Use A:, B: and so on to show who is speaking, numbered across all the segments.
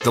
A: The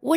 B: What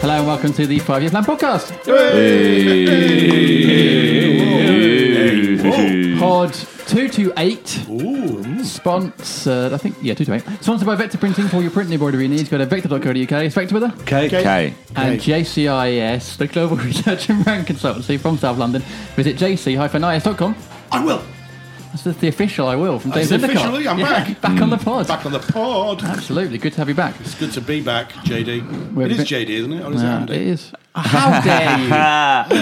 C: Hello and welcome to the Five Year Plan podcast. Pod 228. Sponsored, I think, yeah, 228. Sponsored by Vector Printing for your print and embroidery needs. Go to vector.co.uk. It's Vector with her.
D: Okay.
E: Okay.
C: And JCIS, the global research and brand consultancy from South London. Visit jc-is.com.
D: I will.
C: That's the, the official, I will, from Dave
D: That's
C: Endicott.
D: officially, I'm
C: Yeah,
D: back. Hmm.
C: Back on the pod.
D: Back on the pod.
C: Absolutely. Good to have you back.
D: It's good to be back, JD. It
C: have
D: is
C: a
D: JD, isn't it? Or is it
C: Uh,
D: Andy?
C: it is. How dare you?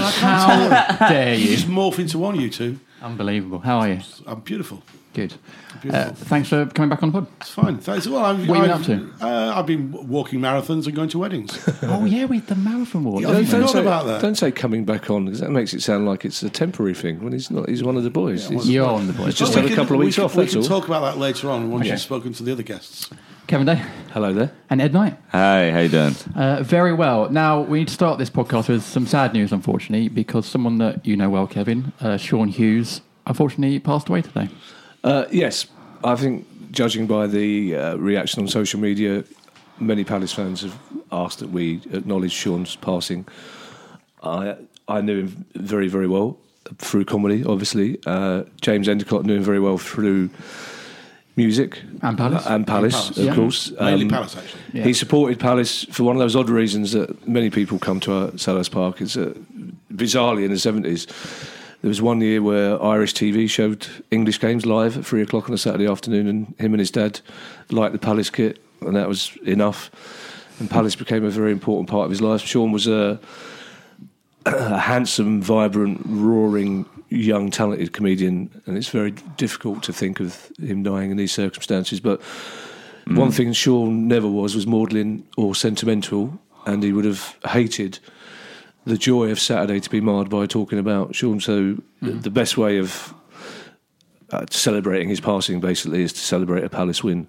C: How dare
D: You
C: you?
D: just morph into one, you two.
C: Unbelievable. How are you?
D: I'm beautiful.
C: Good. Uh,
D: Beautiful.
C: thanks for coming back on the pod.
D: it's fine. That's well. I've,
C: What have you
D: I've,
C: been up
D: Uh, I've been walking marathons and going to weddings.
C: Oh yeah, we had the marathon walk.
D: I've
C: didn't we?
D: forgot about that.
E: Don't say coming back on because that makes it sound like it's a temporary thing when he's not. He's one of the boys. He's-
C: You're on the boys.
E: just
D: But
E: had a
D: Oh, we
E: couple of
D: we
E: weeks off,
D: We
E: that's
D: can
E: all.
D: talk about that later on once
C: Okay.
D: you've spoken to the other guests.
C: Kevin Day
E: Hello there.
C: and Ed Knight.
F: Hey, how you doing?
C: Uh, very well. Now we need to start this podcast with some sad news, unfortunately, because someone that you know well, Kevin, uh, Sean Hughes, unfortunately passed away today.
E: Uh, yes, I think judging by the uh, reaction on social media, many Palace fans have asked that we acknowledge Sean's passing. I I knew him very very well through comedy, obviously. Uh, James Endicott knew him very well through music
C: And Palace.
E: and Palace,
D: Palace,
E: of
C: yeah.
E: course.
D: Mainly
E: Um,
D: Palace, actually.
C: Yeah.
E: He supported Palace for one of those odd reasons that many people come to uh, Sellers Park. It's uh, bizarrely in the seventies. There was one year where Irish TV showed English games live at three o'clock on a Saturday afternoon, and him and his dad liked the Palace kit, and that was enough. And Palace became a very important part of his life. Sean was a, a handsome, vibrant, roaring, young, talented comedian, and it's very difficult to think of him dying in these circumstances. But one thing Sean never was was maudlin or sentimental, and he would have hated the joy of Saturday to be marred by talking about Sean. So th- the best way of uh, celebrating his passing basically is to celebrate a Palace win.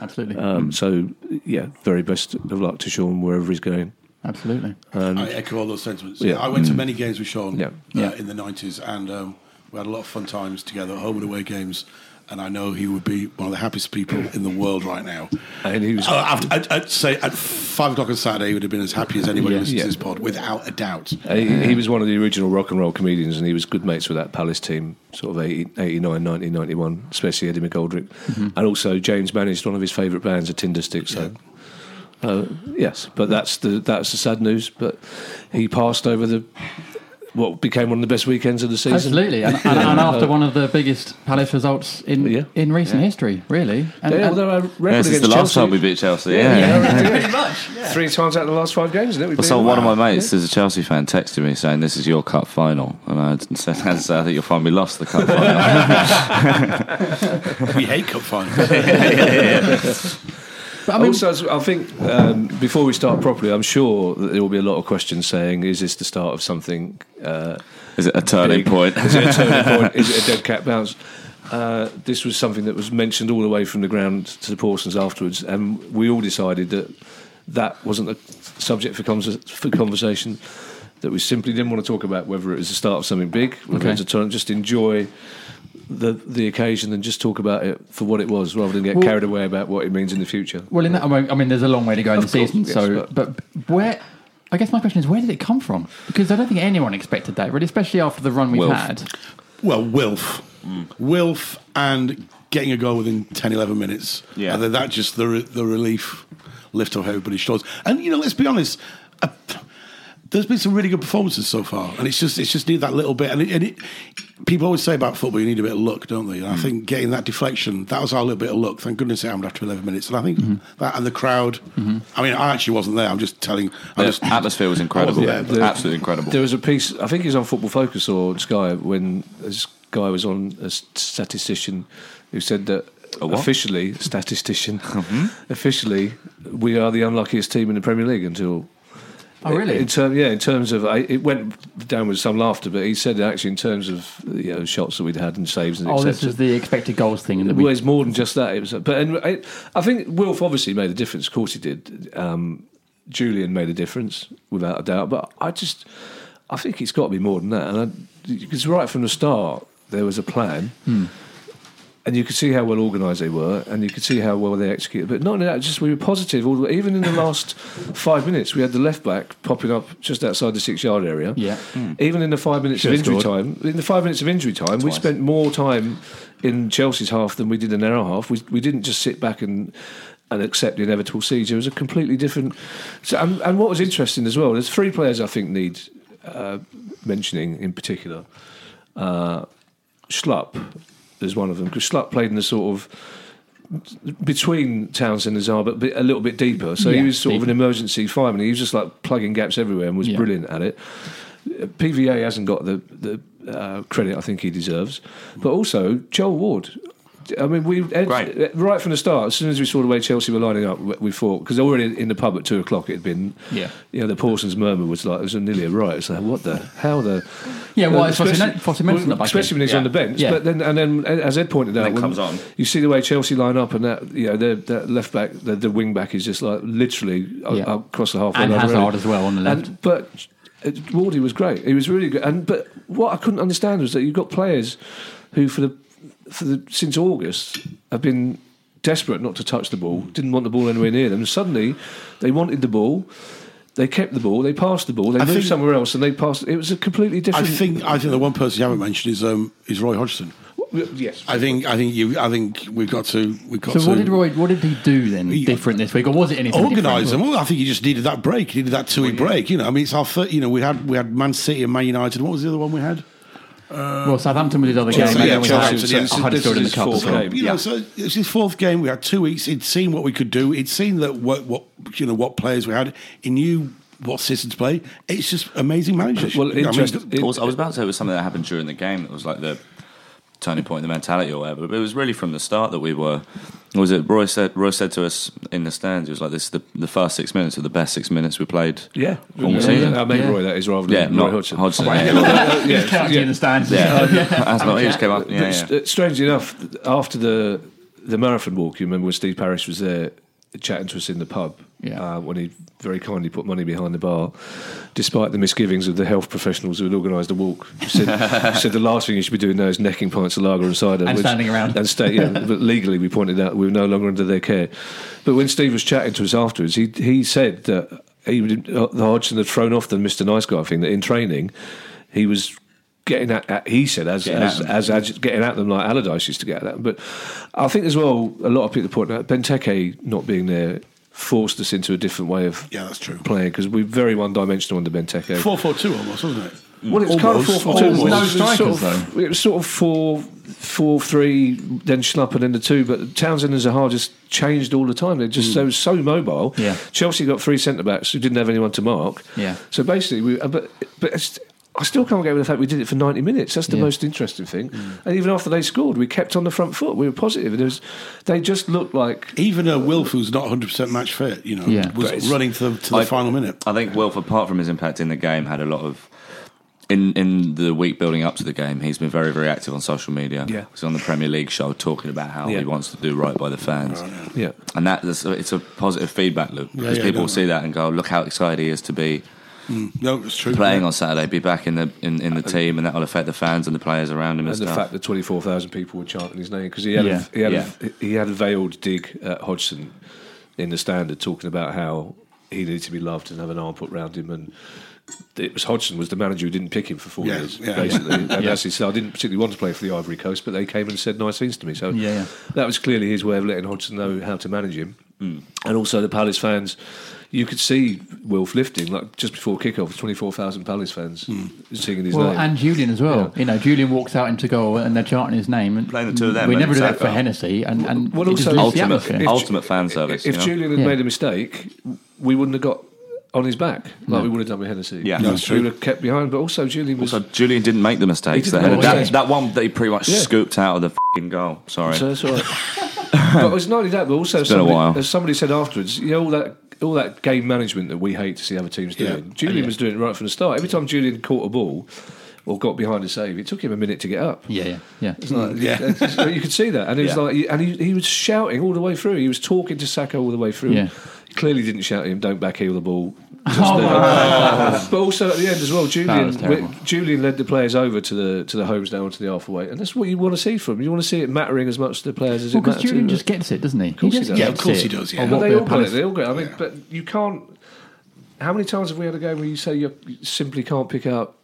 C: Absolutely,
E: Um, so yeah, very best of luck to Sean wherever he's going.
C: absolutely.
D: I echo all those sentiments.
E: Yeah. Mm.
D: I went to many games with Sean
E: Yeah.
D: Uh,
C: Yeah.
D: in the 90s, and um, we had a lot of fun times together, home and away games. And I know he would be one of the happiest people in the world right now.
E: And he was
D: Uh, I'd, I'd, I'd say at five o'clock on Saturday, he would have been as happy as anybody
C: Yeah.
D: listening
E: Yeah.
D: to this pod, without a doubt.
E: he, he was one of the original rock and roll comedians, and he was good mates with that Palace team, sort of 80, 89, 90, 91, especially Eddie McGoldrick,
C: Mm-hmm.
E: and also James managed one of his favourite bands, a Tinder Stick. So. Uh, yes, but that's the that's the sad news. But he passed over the what became one of the best weekends of the season.
C: Absolutely, and, and, and after one of the biggest Palace results in
E: Yeah.
C: in recent history, really. And,
E: Yeah,
C: and-
E: although our record
F: Yeah, this is
E: against
F: the last
E: Chelsea-
F: time we beat Chelsea. Yeah.
C: pretty much. yeah.
E: three times out of the last five games, isn't it? We've
F: Well,
E: been-
F: so one of my
E: Wow.
F: mates, who's a Chelsea fan, texted me saying, "This is your cup final," and I said, "I think you'll find me lost the cup final."
D: We hate cup finals.
C: But I mean,
E: also, as- I think um, before we start properly, I'm sure that there will be a lot of questions saying, "Is this the start of something?" Uh,
F: Is it a turning
E: big?
F: point?
E: Is it a turning point? Is it a dead cat bounce? Uh, this was something that was mentioned all the way from the ground to the Porsons afterwards, and we all decided that that wasn't a subject for, cons- for conversation. That we simply didn't want to talk about whether it was the start of something big, whether
C: Okay.
E: it was a turn. Just enjoy the the occasion and just talk about it for what it was, rather than get
C: Well-
E: carried away about what it means in the future.
C: well, in that, I mean, I mean, there's a long way to go in the
E: Of course,
C: season.
E: yes,
C: so, but, where? I guess my question is, where did it come from? Because I don't think anyone expected that, really, especially after the run we've
F: Wilf.
C: had.
D: Well, Wilf. Wilf and getting a goal within 10, 11 minutes.
F: Yeah.
D: And then that just the, re- the relief lift off everybody's shoulders. And, you know, let's be honest. Uh, there's been some really good performances so far, and it's just it's just need that little bit. And, it, and it, people always say about football, you need a bit of luck, don't they? And I think getting that deflection, that was our little bit of luck. Thank goodness it happened after 11 minutes. And I think that and the crowd. I mean, I actually wasn't there. I'm just telling. I
F: The
D: just,
F: atmosphere was incredible.
D: I wasn't there.
F: Absolutely incredible.
E: There was a piece, I think it was on Football Focus or Sky, when this guy was on a s- statistician who said that
F: A what? Mm-hmm.
E: officially, statistician, officially, we are the unluckiest team in the Premier League until.
C: Oh, really?
E: In term, yeah, in terms of I, it went down with some laughter, but he said actually in terms of you know shots that we'd had and saves and
C: oh,
E: etc.
C: this is the expected goals thing. That we,
E: Well, it's more than just that. It was, but and I, I think Wilf obviously made a difference. Of course, he did. Um, Julian made a difference without a doubt. But I just, I think it's got to be more than that. And I, because right from the start, there was a plan,
C: Hmm.
E: and you could see how well organised they were, and you could see how well they executed. But not only that, just we were positive all the way. Even in the last five minutes, we had the left back popping up just outside the six yard area.
C: Yeah.
E: Even in the five minutes of
C: Hmm. Should've
E: injury
C: scored.
E: time time- in the five minutes of injury time, we spent more time in Chelsea's half than we did in our half. We, we didn't just sit back and and accept the inevitable siege. It was a completely different. So, and, and what was interesting as well, there's three players I think need uh, mentioning in particular. Uh, Schlupp is one of them because Schlupp played in the sort of between Townsend and Zaha, but a little bit deeper. So
C: Yeah,
E: he was sort of
C: deeper.
E: an emergency fireman. He was just like plugging gaps everywhere and was
C: Yeah.
E: brilliant at it. PVA hasn't got the the uh, credit I think he deserves, but also Joel Ward. I mean, we eh,
F: Great.
E: right from the start. As soon as we saw the way Chelsea were lining up, we we thought because already in the pub at two o'clock it had been.
C: Yeah.
E: you know the Porson's murmur was like it was nearly a riot. It's like what the how the
C: Yeah, well, it's
E: Uh, Um, especially,
C: Fosu- Fosu-Mensah's not back
E: especially
C: in.
E: when he's
F: Yeah.
E: on the bench.
C: Yeah.
E: But then and then as Ed pointed out,
F: then
E: when
F: comes on.
E: you see the way Chelsea line up and that you know their, their left back, the, the wing back is just like literally a-
C: Yeah.
E: across the half
C: And
E: line
C: Hazard
E: really.
C: as well on the left.
E: And, but uh, Wardy was great. He was really good. And but what I couldn't understand was that you've got players who for the for the since August have been desperate not to touch the ball, didn't want the ball anywhere near them. Suddenly they wanted the ball. They kept the ball. They passed the ball. They
D: I
E: moved
D: think-
E: somewhere else, and they passed. It was a completely
D: I
E: different.
D: think I think the one person you haven't mentioned is um, is Roy Hodgson.
E: yes.
D: I think I think you I think we've got to we've got
C: so,
D: to
C: what did Roy? What did he do then? different this week, or was it anything?
D: organise them.
C: different?
D: Well, I think you just needed that break. You needed that two week break. You know, I mean, it's our third. You know, we had we had Man City and Man United. What was the other one we had?
C: Well, Southampton was his other
D: Chelsea,
C: game. and
D: yeah,
C: then we
D: Chelsea,
C: had-
D: so this
C: I had
E: is-
C: scored in the
E: this is
C: cup
E: four
C: as well.
E: games.
D: You know, so it's his fourth game. We had two weeks. He'd seen what we could do. He'd seen that what what you know what players we had. He knew what system to play. It's just amazing managers.
E: Well,
D: I mean,
E: interesting-
D: th-
F: I was, I was about to say it was something that happened during the game that was like the turning point, in the mentality or whatever. But it was really from the start that we were. Was it Roy said? Roy said to us in the stands, "It was like this: the, the first six minutes are the best six minutes we played."
E: Yeah,
F: All
E: yeah.
F: season.
E: I mean,
C: Yeah.
E: Roy, that is rather
F: yeah,
E: than Roy
F: not
E: Hodgson.
F: Hodgson. Oh, yeah,
E: Uh, yeah,
C: County
E: yeah.
C: in the stands.
F: yeah. That's not. He just came up. Yeah,
E: But
F: yeah.
E: st- Strangely enough, th- after the the marathon walk, you remember when Steve Parish was there chatting to us in the pub
C: Yeah.
E: uh, when he very kindly put money behind the bar, despite the misgivings of the health professionals who had organised the walk. He said, he said the last thing you should be doing now is necking pints of lager and cider
C: And
E: which-
C: standing around.
E: And sta- yeah, but legally, we pointed out we were no longer under their care. But when Steve was chatting to us afterwards, he he said that he would- uh, the Hodgson had thrown off the Mister Nice Guy thing. That in training, he was getting at, at he said as
F: Getting
E: as,
F: at them.
E: as ag- getting at them like Allardyce used to get at them. But I think as well, a lot of people point out Benteke not being there forced us into a different way of
D: Yeah, that's true.
E: playing because we're very one dimensional under Benteke.
D: four four two almost, wasn't it?
E: Well, it
D: Almost,
E: was kind of
D: almost.
E: four four two.
C: No
E: It was
C: strikers,
E: sort of, It was sort of four, four, three, then Schlupp and then the two. But Townsend and Zaha just changed all the time. They just they were so mobile.
C: Mm. Yeah.
E: Chelsea got three centre backs who didn't have anyone to mark.
C: Yeah.
E: So basically, we uh, but but it's, I still can't get over the fact we did it for 90 minutes. That's the
C: Yeah. Mm.
E: most interesting thing. And even after they scored, we kept on the front foot. We were positive. It was, they just looked like
D: Even a Wilf who's not 100% match fit, you know,
C: Yeah.
D: was
E: But it's-
D: running to the, to the
F: I-
D: final minute.
F: I think Wilf, apart from his impact in the game, had a lot of. In, in the week building up to the game, he's been very, very active on social media.
E: Yeah.
F: He's on the Premier League show talking about how
E: Yeah.
F: he wants to do right by the fans.
E: yeah.
F: And that that's- it's a positive feedback loop because
D: yeah,
F: people will
D: definitely.
F: see that and go, look how excited he is to be
D: No, it's true.
F: playing
D: yeah.
F: on Saturday, be back in the in, in the team, and that will affect the fans and the players around him and,
E: Uh, And the
F: stuff.
E: fact that 24,000 people were chanting his name because he had,
C: Yeah.
E: a, he, had
F: Yeah.
E: a, he had a veiled dig at Hodgson in the standard talking about how he needed to be loved and have an arm put round him. And it was Hodgson was the manager who didn't pick him for four
D: Yeah,
E: years,
D: yeah.
E: basically. And as he said, I didn't particularly want to play for the Ivory Coast, but they came and said nice things to me. So
C: Yeah, yeah.
E: that was clearly his way of letting Hodgson know how to manage him.
C: Mm.
E: And also the Palace fans, you could see Wilf lifting like just before kickoff, twenty four thousand Palace fans singing his
C: Mm. Well,
E: name.
C: and Julian as well. You know, Julian walks out into goal and they're charting his name. And
F: Playing the two of them,
C: We
F: and
C: never do
F: it's
C: that for
F: over.
C: Hennessy, and, and
E: Well,
C: it just
E: also-
C: lifts the
F: ultimate,
C: atmosphere.
F: ultimate fan service.
E: if
F: you know?
E: Julian had
C: Yeah.
E: made a mistake, we wouldn't have got on his back like we would have done with Hennessy.
F: Yeah. No,
D: it's
E: We
D: true.
E: would have kept behind, but also Julian was.
F: So Julian didn't make the mistakes.
E: He didn't
F: That,
E: make the
F: that,
E: mistakes.
F: that one that he pretty much
E: Yeah.
F: scooped out of the fing goal. Sorry.
E: so that's all right. but it was not only that, but also
F: been a
E: somebody,
F: while.
E: as somebody said afterwards, you know, all that all that game management that we hate to see other teams
D: Yeah.
E: doing. Julian was doing it right from the start. Every time Julian caught a ball or got behind a save, it took him a minute to get up.
C: Yeah, yeah, yeah.
E: It's like,
D: Yeah.
E: so you could see that, and it was
F: Yeah.
E: like, and he, he was shouting all the way through. He was talking to Sacco all the way through.
C: Yeah.
E: He clearly didn't shout at him, "Don't back heel the ball." Just
C: Oh,
E: the-
C: wow.
E: but also at the end as well, Julian
C: was terrible.
E: we- Julian led the players over to the to the homes down to the halfway, and that's what you want to see from him. You want to see it mattering as much to the players as
C: Well,
E: it
C: because
E: matters. to
C: Julian
E: him.
C: just gets it, doesn't he? He
E: course he
C: just
E: does. Yeah, of
C: gets
D: course
C: it.
D: he does, yeah.
C: On
E: Well,
C: what
E: they
C: the
E: all got it.
C: Palace-
E: They all got it. I mean, but you can't. How many times have we had a game where you say you simply can't pick out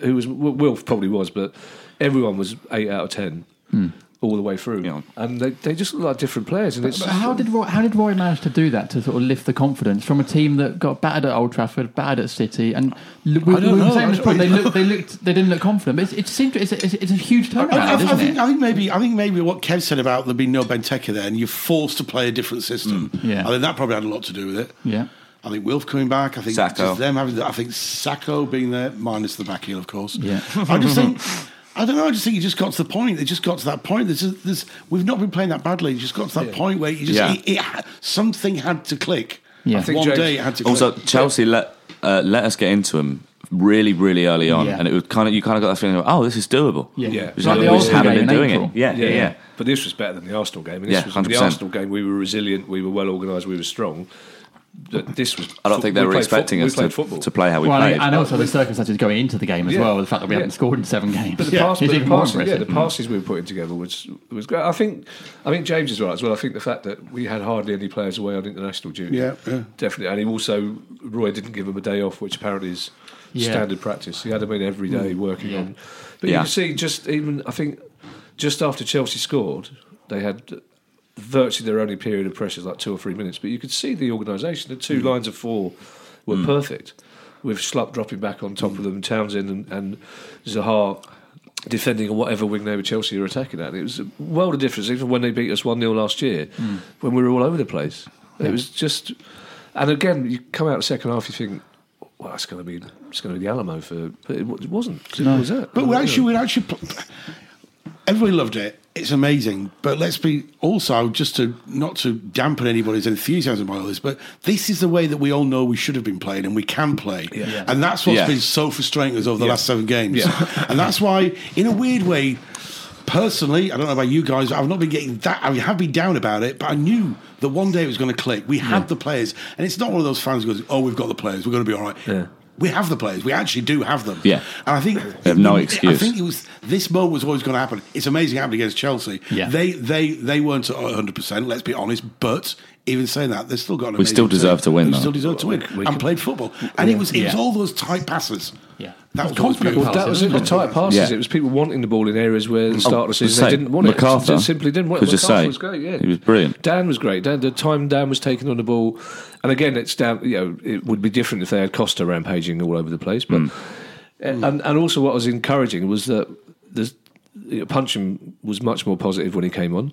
E: who was Wil- Wilf probably was, but everyone was eight out of ten
C: Hmm.
E: all the way through,
F: Yeah.
E: and they, they just look like different players. And it's
C: But how did Roy, how did Roy manage to do that to sort of lift the confidence from a team that got battered at Old Trafford, battered at City, and l- we,
D: I
C: we
D: don't
C: were
D: know,
C: saying
D: I
C: this
D: don't
C: point, they
D: know.
C: looked they looked they didn't look confident. But it's, it seemed to, it's, a, it's, a- it's a huge turnaround,
D: I, I, I
C: isn't
D: think,
C: it?
D: I think maybe I think maybe what Kev said about there being no Benteke there and you're forced to play a different system.
C: Mm, Yeah.
D: I think that probably had a lot to do with it.
C: yeah,
D: I think Wilf coming back. I think
F: Sacco.
D: just them having. The, I think Sacco being there minus the back heel, of course.
C: Yeah.
D: I just think. I don't know. I just think you just got to the point. It just got to that point. There's, just, there's, we've not been playing that badly. You just got to that point where you just
F: Yeah.
D: it, it, ha- something had to click.
C: Yeah. I
E: think
D: one
E: James-
D: day it had to.
F: Also,
D: click.
F: Chelsea let uh, let us get into him really, really early on,
C: Yeah.
F: and it was kind of you kind of got that feeling, of, oh, this is doable.
E: Yeah.
F: We just,
C: Like
F: we
C: the
F: just
C: Arsenal
F: haven't
C: game in
F: been doing
C: April.
F: it. Yeah, yeah, yeah.
E: But this was better than the Arsenal game. And this
F: Yeah,
E: was the
F: 100%.
E: Arsenal game. We were resilient. We were well organised. We were strong. But this was.
F: I don't think they
E: we
F: were
E: played
F: expecting
E: fo-
F: us
E: we played
F: to,
E: football.
F: to play how we
C: Well,
F: played.
C: and, and also the circumstances going into the game as
E: Yeah.
C: well, the fact that we
E: Yeah.
C: haven't scored in seven games.
E: But the, pass,
C: It's
E: but the
C: even more
E: passes, yeah, the
C: impressive.
E: passes we were putting together was was great. I think, I think James is right as well. I think the fact that we had hardly any players away on international duty,
D: Yeah, yeah.
E: definitely. And he also Roy didn't give him a day off, which apparently is
C: Yeah.
E: standard practice. He had him in every day working
C: Yeah.
E: on. But
F: Yeah.
E: you can see, just even I think, just after Chelsea scored, they had virtually their only period of pressure is like two or three minutes. But you could see the organisation. The
D: Mm.
E: two lines of four were perfect, with Schlupp dropping back on
D: Mm.
E: top of them, Townsend and, and Zaha defending on whatever wing they were Chelsea were attacking at. It was a world of difference, even when they beat us 1 0 last year,
D: Mm.
E: when we were all over the place. It was just. And again, you come out the second half, you think, well, that's going to be it's going to be the Alamo for, but it, wa- it wasn't. Simple as that.
D: But we're
E: Yeah.
D: actually, we're actually. pl- Everybody loved it. It's amazing. But let's be also just to not to dampen anybody's enthusiasm by all this. But this is the way that we all know we should have been playing and we can play.
C: Yeah.
D: And that's what's
F: Yeah.
D: been so frustrating us over the last seven games.
E: Yeah.
D: and that's why, in a weird way, personally, I don't know about you guys. I've not been getting that. I have been down about it, but I knew that one day it was going to click. We had the players, and it's not one of those fans who goes, "Oh, we've got the players. We're going to be all right."
E: Yeah.
D: We have the players. We actually do have them.
F: Yeah.
D: and I think
F: They have no
D: I
F: excuse.
D: think it was this moment was always going to happen. It's amazing it happened against Chelsea.
C: Yeah.
D: They they they weren't at 100. percent Let's be honest. But even saying that, they still got. An
F: We still
D: amazing
F: deserve
D: team.
F: to win,
D: We
F: though.
D: still deserve to win and played football. And it was it was
C: Yeah.
D: all those tight passes.
C: Yeah.
D: that was
C: It's
D: confident.
C: confident
E: Well, that was it. The tight passes.
F: Yeah.
E: It was people wanting the ball in areas where the start of the season
F: say,
E: they didn't want it.
F: MacArthur
E: They simply didn't want it.
F: could just
E: MacArthur
F: say,
E: was great. Yeah,
F: he was brilliant.
E: Dan was great. Dan, the time Dan was taking on the ball, and again, it's down. You know, it would be different if they had Costa rampaging all over the place.
F: Hmm.
E: But and and also what was encouraging was that there's. you know, Puncham was much more positive when he came on,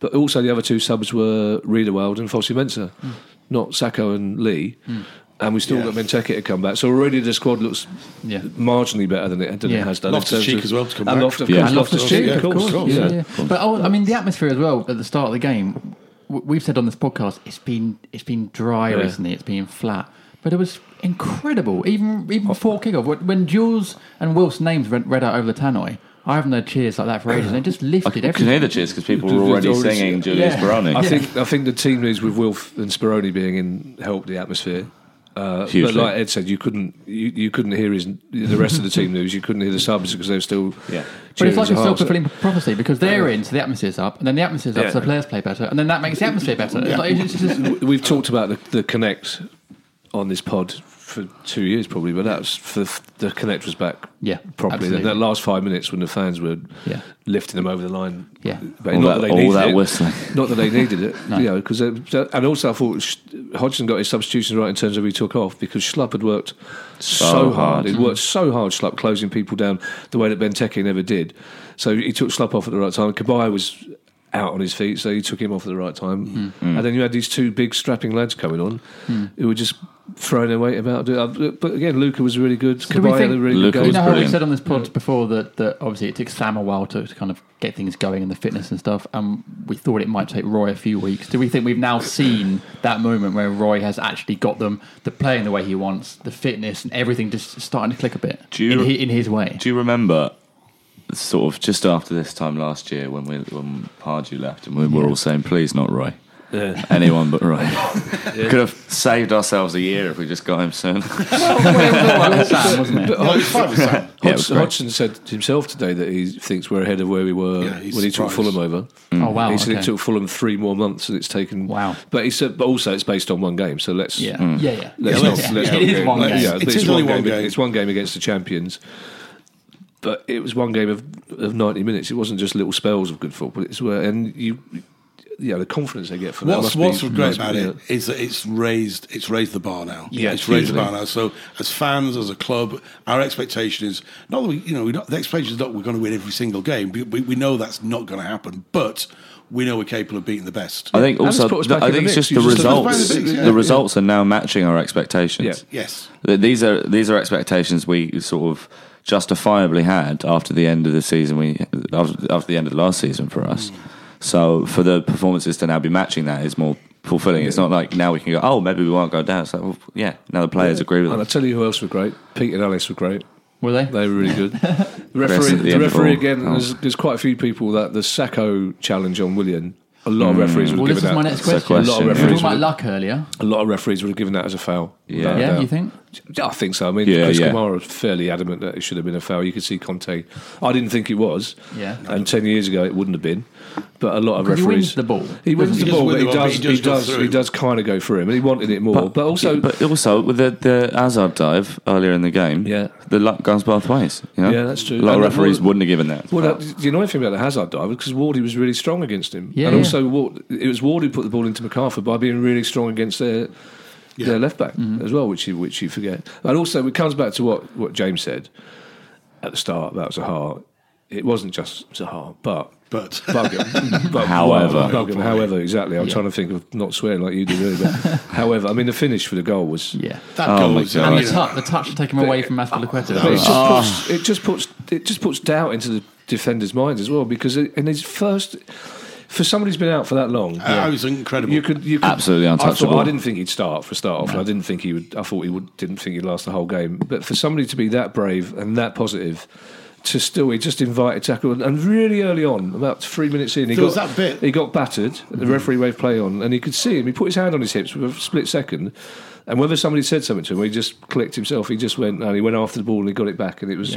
E: but also the other two subs were Riederwald and Fossey Mensah, not Sacco and Lee. and we still
D: Yeah.
E: got Benteke to come back. So already the squad looks
C: Yeah.
E: marginally better than it, than
C: Yeah.
E: it has done. in
D: Loftus
E: terms
D: Cheek
E: of-
D: as well to come
E: and
D: back.
E: Loftus,
F: Yeah.
E: yeah.
F: And
E: Loftus Cheek,
D: yeah,
E: of course.
C: Yeah,
E: yeah.
C: yeah. But oh, I, I mean, the atmosphere as well at the start of the game. w- We've said on this podcast, it's been it's been dry
E: Yeah.
C: recently. It's been flat, but it was incredible. Even even before kickoff, when- when Jules and Wilf's names read, read out over the tannoy, I haven't heard cheers like that for ages, and it just
F: I
C: lifted
F: can hear
C: everything.
F: the cheers because people
E: The-
F: were
E: the-
F: already
E: the already-
F: singing Julius
C: Yeah.
F: Browning.
E: I think I think the team news with Wilf and Spironi being in helped the atmosphere. Uh, but
F: Hugely.
E: like Ed said, you couldn't you, you couldn't hear his the rest of the team news. You couldn't hear the subs because they were still
C: But
F: Yeah.
C: it's
E: cheering
C: like
E: as
C: a
E: hard.
C: self-fulfilling prophecy because they're in, so the atmosphere's up, and then the atmosphere's up,
F: Yeah.
C: so the players play better, and then that makes the atmosphere better. It's like, it's just-
E: We- We've talked about the, the connect on this pod for two years probably, but that's for the connect was back
C: Yeah,
E: properly. That,
C: absolutely.
E: that last five minutes when the fans were
C: Yeah.
E: lifting them over the line,
C: Yeah.
E: but
F: All
E: not
F: that-
E: they
F: all
E: needed
F: that
E: it.
F: whistling.
E: not that they needed it, you know, because and also I thought Sh- Hodgson got his substitutions right in terms of who he took off because Schlupp had worked so, hard.
F: hard.
E: He'd worked so hard, Schlupp, closing people down the way that Benteke never did. So he took Schlupp off at the right time. Kabay was out on his feet, so he took him off at the right time.
F: Hmm.
E: And then you had these two big strapping lads coming on who were just throwing their weight about. Uh, But again, Luca was really good.
C: do we
E: Kabay had a
C: think-
E: really good
F: Luka
E: goal.
C: you
F: was
C: know how we
F: brilliant.
C: said on this pod before that, that obviously it took Sam a while to, to kind of get things going and the fitness and stuff, and we thought it might take Roy a few weeks. Do we think we've now seen that moment where Roy has actually got them, the playing the way he wants, the fitness and everything just starting to click a bit
F: Do you-
C: in, hi- in his way?
F: Do you remember sort of just after this time last year when we when Pardew left and we were all saying, please not Roy. Anyone but Roy. Could have saved ourselves a year if we just got him soon.
C: Sam, wasn't it?
D: No, it's fine with Sam.
F: Yeah, it was
E: Hodgson,
F: great.
E: Hodgson said himself today that he thinks we're ahead of where we were
D: Yeah,
E: when he
D: he's
E: took
D: surprised.
E: Fulham over.
C: Oh, wow,
E: He said
C: okay.
E: it took Fulham three more months, and it's taken.
C: Wow.
E: But he said, but also it's based on one game, so let's
C: Yeah.
E: let's
C: yeah, yeah, yeah.
E: not,
C: yeah.
E: let's
C: It
E: not
C: is
E: go-
C: one
E: let's-
C: game.
E: yeah,
D: It
E: it's
D: is
E: one
D: only one
E: game.
D: game.
E: It's one game against the champions. But it was one game of, of ninety minutes. It wasn't just little spells of good football. It's where and you, yeah, the confidence they get from that
D: What's what's
E: must be,
D: great
E: must be,
D: about
E: yeah.
D: it is that it's raised it's raised the bar now.
E: Yeah,
D: it's raised the bar
E: hugely.
D: now. So as fans, as a club, our expectation is not that we, you know, we're not, the expectation is not we're going to win every single game. We, we, we know that's not going to happen, but we know we're capable of beating the best.
F: I think
E: And it's
F: also,
E: put us
F: th-
E: back
F: I
E: in
F: think
E: the
F: it's
E: mix.
F: just
E: You
F: the
E: just
D: put us back in the
F: results. The,
D: mix, yeah.
F: results are now matching our expectations.
E: Yeah.
D: yes,
F: Th- These are these are expectations we sort of justifiably had after the end of the season. We after, after the end of the last season for us.
E: Mm.
F: So for the performances to now be matching that is more fulfilling. It's not like now we can go, oh, maybe we won't go down. It's like, well, yeah, now the players agree with
E: And I
F: us.
E: tell you who else were great. Pete and Alice were great.
C: Were they?
E: They were really good. The
F: Rest
E: referee,
F: at the
E: the
F: end of
E: referee
F: all.
E: again.
F: Oh.
E: There's, there's quite a few people that the Sacco challenge on William. A lot of referees would
C: Mm. Well,
E: have
C: this is
E: given that.
C: my next
F: It's a
C: question.
F: question,
C: We were
F: yeah.
C: talking about luck earlier.
E: A lot of referees would have given that as a foul. without a
C: Yeah,
E: doubt.
C: you think?
E: Yeah, I think so. I mean,
F: Yeah,
E: Chris
F: yeah.
E: Kamara was fairly adamant that it should have been a foul. You could see Conte. I didn't think it was.
C: Yeah.
E: And ten years ago, it wouldn't have been. But a lot of
C: Because
E: referees.
C: he wins the ball.
E: He wins
D: He
E: the
D: does
E: ball,
D: win the
E: but he
D: ball, but he
E: does. He
D: does go
E: does.
D: through.
E: He does kind of go for him, and he wanted it more. But, also,
F: but also with the, the Hazard dive earlier in the game,
E: Yeah.
F: the luck goes both ways. you know?
E: Yeah, that's true.
F: A lot
E: And
F: of
E: the-
F: referees
E: well,
F: wouldn't have given that.
E: Well, that, the annoying thing about the Hazard dive was because Wardy was really strong against him,
C: Yeah,
E: and
C: yeah.
E: also Ward, it was Ward who put the ball into MacArthur by being really strong against their their left back
C: Mm-hmm.
E: as well, which you which you forget. And also, it comes back to what what James said at the start about Zaha. It wasn't just Zaha, but.
D: but
E: Bugger, but
F: However.
E: Bugger, however, exactly. I'm
C: Yeah.
E: trying to think of not swearing like you do, really, but however, I mean, the finish for the goal was
C: Yeah.
D: that
F: Oh,
D: goes.
F: my
D: I
C: And
F: God.
D: mean,
C: the, touch, the touch to take him away from Aspilicueta.
E: But it just, puts, it just puts it just puts doubt into the defender's minds as well because it, in his first for somebody who's been out for that long
D: uh, it was incredible.
E: you could you could
F: Absolutely
E: I thought- I,
F: untouchable.
E: didn't think he'd start for a start off and I didn't think he would I thought he would didn't think he'd last the whole game but for somebody to be that brave and that positive to still he just invited tackle and- and really early on about three minutes in he
D: There
E: got
D: was that bit-
E: he got battered the
F: Mm-hmm.
E: referee waved play on and he could see him he put his hand on his hips for a split second and whether somebody said something to him he just clicked himself he just went and he went after the ball and he got it back and it was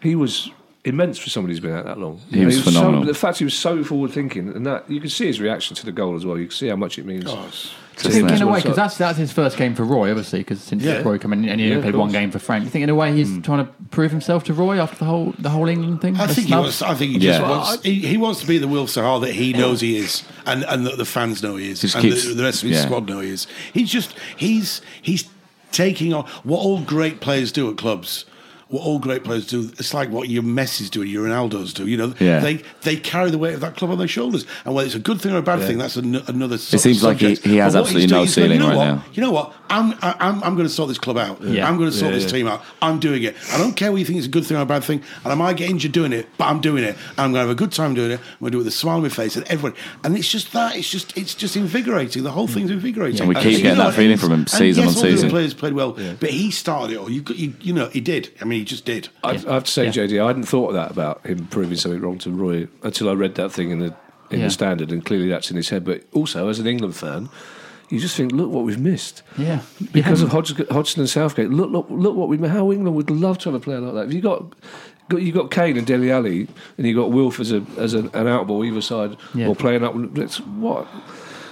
E: he was immense for somebody who's been out that long
F: He was
E: so-
F: phenomenal.
E: the fact he was so forward thinking and that you can see his reaction to the goal as well you can see how much it means
F: Just
C: think
F: that.
C: in a way because that's that's his first game for Roy, obviously. Because since
D: Yeah.
C: Roy came in and he only
E: Yeah, of
C: played one
E: course. Hmm.
C: game for Frank, you think in a way he's trying to prove himself to Roy after the whole the whole England thing.
D: I
C: The
D: think he
C: snub?
D: wants. I think he just
F: Yeah.
D: wants. He, he wants to be the Wilf Sahar that he knows he is, and and that the fans know he is,
F: Just
D: and
F: keeps-
D: the, the rest of his
F: yeah.
D: squad know he is. He's just he's he's taking on what all great players do at clubs. What all great players do, it's like what your Messi's do, your Ronaldo's do. You know,
F: Yeah.
D: they they carry the weight of that club on their shoulders, and whether it's a good thing or a bad thing, that's an, another. It
F: seems like he- he has absolutely no ceiling
D: you know
F: right
D: what?
F: now."
D: You know what? I'm, I- I'm, I'm going to sort this club out.
C: Yeah.
D: I'm going to sort
E: Yeah,
D: this
E: yeah.
D: team out. I'm doing it. I don't care whether you think it's a good thing or a bad thing. And I might get injured doing it, but I'm doing it. And I'm going to have a good time doing it. I'm going to do it with a smile on my face and everyone. And it's just that. It's just it's just invigorating. The whole thing's invigorating.
F: And we keep
D: you
F: getting
D: know
F: that
D: what
F: feeling
D: it is.
F: from him
D: And
F: season
D: yes,
F: on
D: all the other
F: season.
D: players played well, but he started it all. You, you, you know, he did. I mean, he just did.
E: I, I have to say,
C: Yeah.
E: JD, I hadn't thought of that about him proving something wrong to Roy until I read that thing in the in
C: Yeah.
E: the standard, and clearly that's in his head. But also, as an England fan, you just think, look what we've missed.
C: Yeah.
E: because
C: Yeah.
E: of Hodg- Hodgson and Southgate. Look, look, look what we how England would love to have a player like that. If you got. got- You got Kane and Deli Alley, and you got Wilf as a as an, an outball either side,
C: Yeah.
E: or playing up. It's what,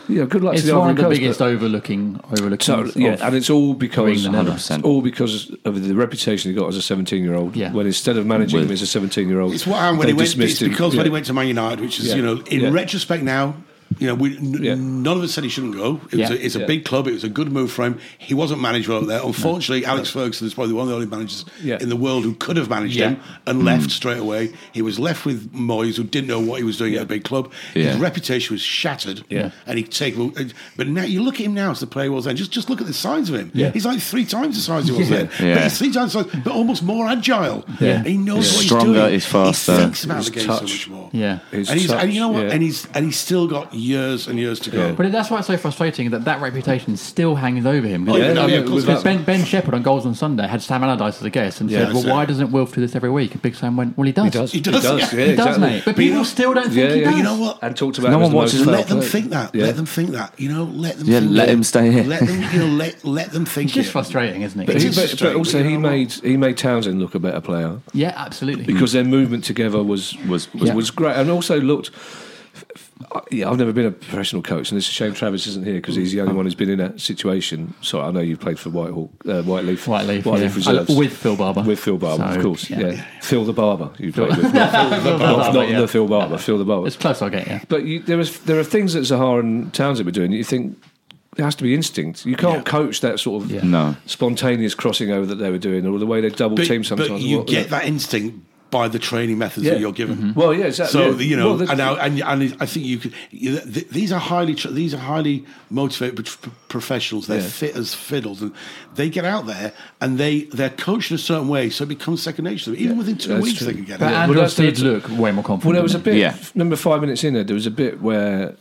E: you know. Good luck
C: It's
E: to the
C: one
E: Ivory
C: of the
E: Coast,
C: biggest
E: but-
C: overlooking overlooking.
E: so, yeah, and it's all because
C: England ever.
F: 100%.
E: all because of the reputation he got as a 17 year old.
C: Yeah.
E: When instead of managing
F: With-
E: him as a 17 year old,
D: It's what happened when he went. It's because when he went to Man United, which is
E: Yeah.
D: you know, in
E: Yeah.
D: retrospect now, you know, we, n-
E: Yeah.
D: none of us said he shouldn't go. It
C: Yeah.
D: was a, it's
E: Yeah.
D: a big club. It was a good move for him. He wasn't managed well up there. Unfortunately, Alex Ferguson is probably one of the only managers
E: Yeah.
D: in the world who could have managed
C: Yeah.
D: him and left straight away. He was left with Moyes, who didn't know what he was doing at a big club.
F: Yeah.
D: His reputation was shattered.
C: Yeah.
D: and he take. uh, But now you look at him now as the player he was then. Just just look at the size of him.
C: Yeah.
D: he's like three times the size he was then.
F: Yeah.
D: But he's three times the size, but almost more agile.
C: Yeah.
D: he knows
F: He's
D: what
F: stronger,
D: he's doing.
F: he's faster.
D: He thinks about
E: His
D: the game
E: touch.
D: so much more.
C: Yeah.
E: His
D: and, he's, and you know
E: touch,
D: what?
E: yeah.
D: And he's and he's still got years and years to go.
C: But that's why it's so frustrating that that reputation still hangs over him.
D: Oh, yeah,
C: Because- um,
D: no, yeah, of course
C: because
D: it
C: ben, ben Shepherd on Goals on Sunday had Sam Allardyce as a guest and
E: Yeah,
C: said, well,
D: so-
C: why doesn't Wilf do this every week? And Big Sam went, well, he does.
E: he does,
D: He does,
E: he does,
D: yeah.
E: yeah,
C: He does,
E: exactly.
C: mate. But
D: But you
C: people
D: know-
C: still don't think
E: Yeah,
C: he
E: yeah.
C: does.
D: you know what?
E: And talked about
F: No
E: him
F: one
E: as the
F: watches
E: most
F: him.
D: Let them
E: fair
D: think that.
E: player.
D: Let them think that. You know, let them.
F: Yeah,
D: think
F: let
D: it.
F: him stay here.
D: Let them. You know, let let them think.
C: It's just
D: it.
C: frustrating, isn't it?
D: But
E: But, he,
D: It's
E: but, but
D: frustrating,
E: also
D: you
E: he
D: know what?
E: made he made Townsend look a better player
C: yeah, absolutely.
E: because their movement together was was was,
C: Mm. Yeah.
E: was great, and also looked. I- Yeah, I've never been a professional coach, and it's a shame Travis isn't here because he's the only
C: Mm.
E: one who's been in that situation. So I know you've played for Whitehall, uh, Whiteleaf,
C: Whiteleaf, yeah.
E: Reserves
C: Uh, with Phil Barber.
E: with Phil Barber,
C: So,
E: of course.
C: yeah.
E: Yeah. Phil the Barber, you played with, not,
C: Phil
E: not,
C: Barber, yeah.
E: the Phil Barber, Phil the Barber.
C: It's close, I get, yeah.
E: But you, there is there are things that Zahar and Townsend were doing. that You think there has to be instinct. You can't coach that sort of
C: Yeah.
F: No.
E: spontaneous crossing over that they were doing, or the way they double
D: But,
E: team
D: but
E: sometimes.
D: you
E: Well,
D: get that instinct by the training methods
E: Yeah. Mm-hmm.
D: that you're given.
E: Well, yeah, exactly.
D: So
E: yeah.
D: the- you know,
E: Well, the-
D: and, now, and and I think you could. You, th- these are highly tr- these are highly motivated pro- professionals. They're
E: Yeah.
D: fit as fiddles, and they get out there and they they're coached in a certain way, so it becomes second nature to them. Even within two
E: that's
D: weeks,
E: true.
D: they can get
C: But
D: out.
C: Andros
E: that's-
C: did
E: that's-
C: look way more confident.
E: Well, there was a bit.
F: Yeah.
E: Number five minutes in there, there was a bit where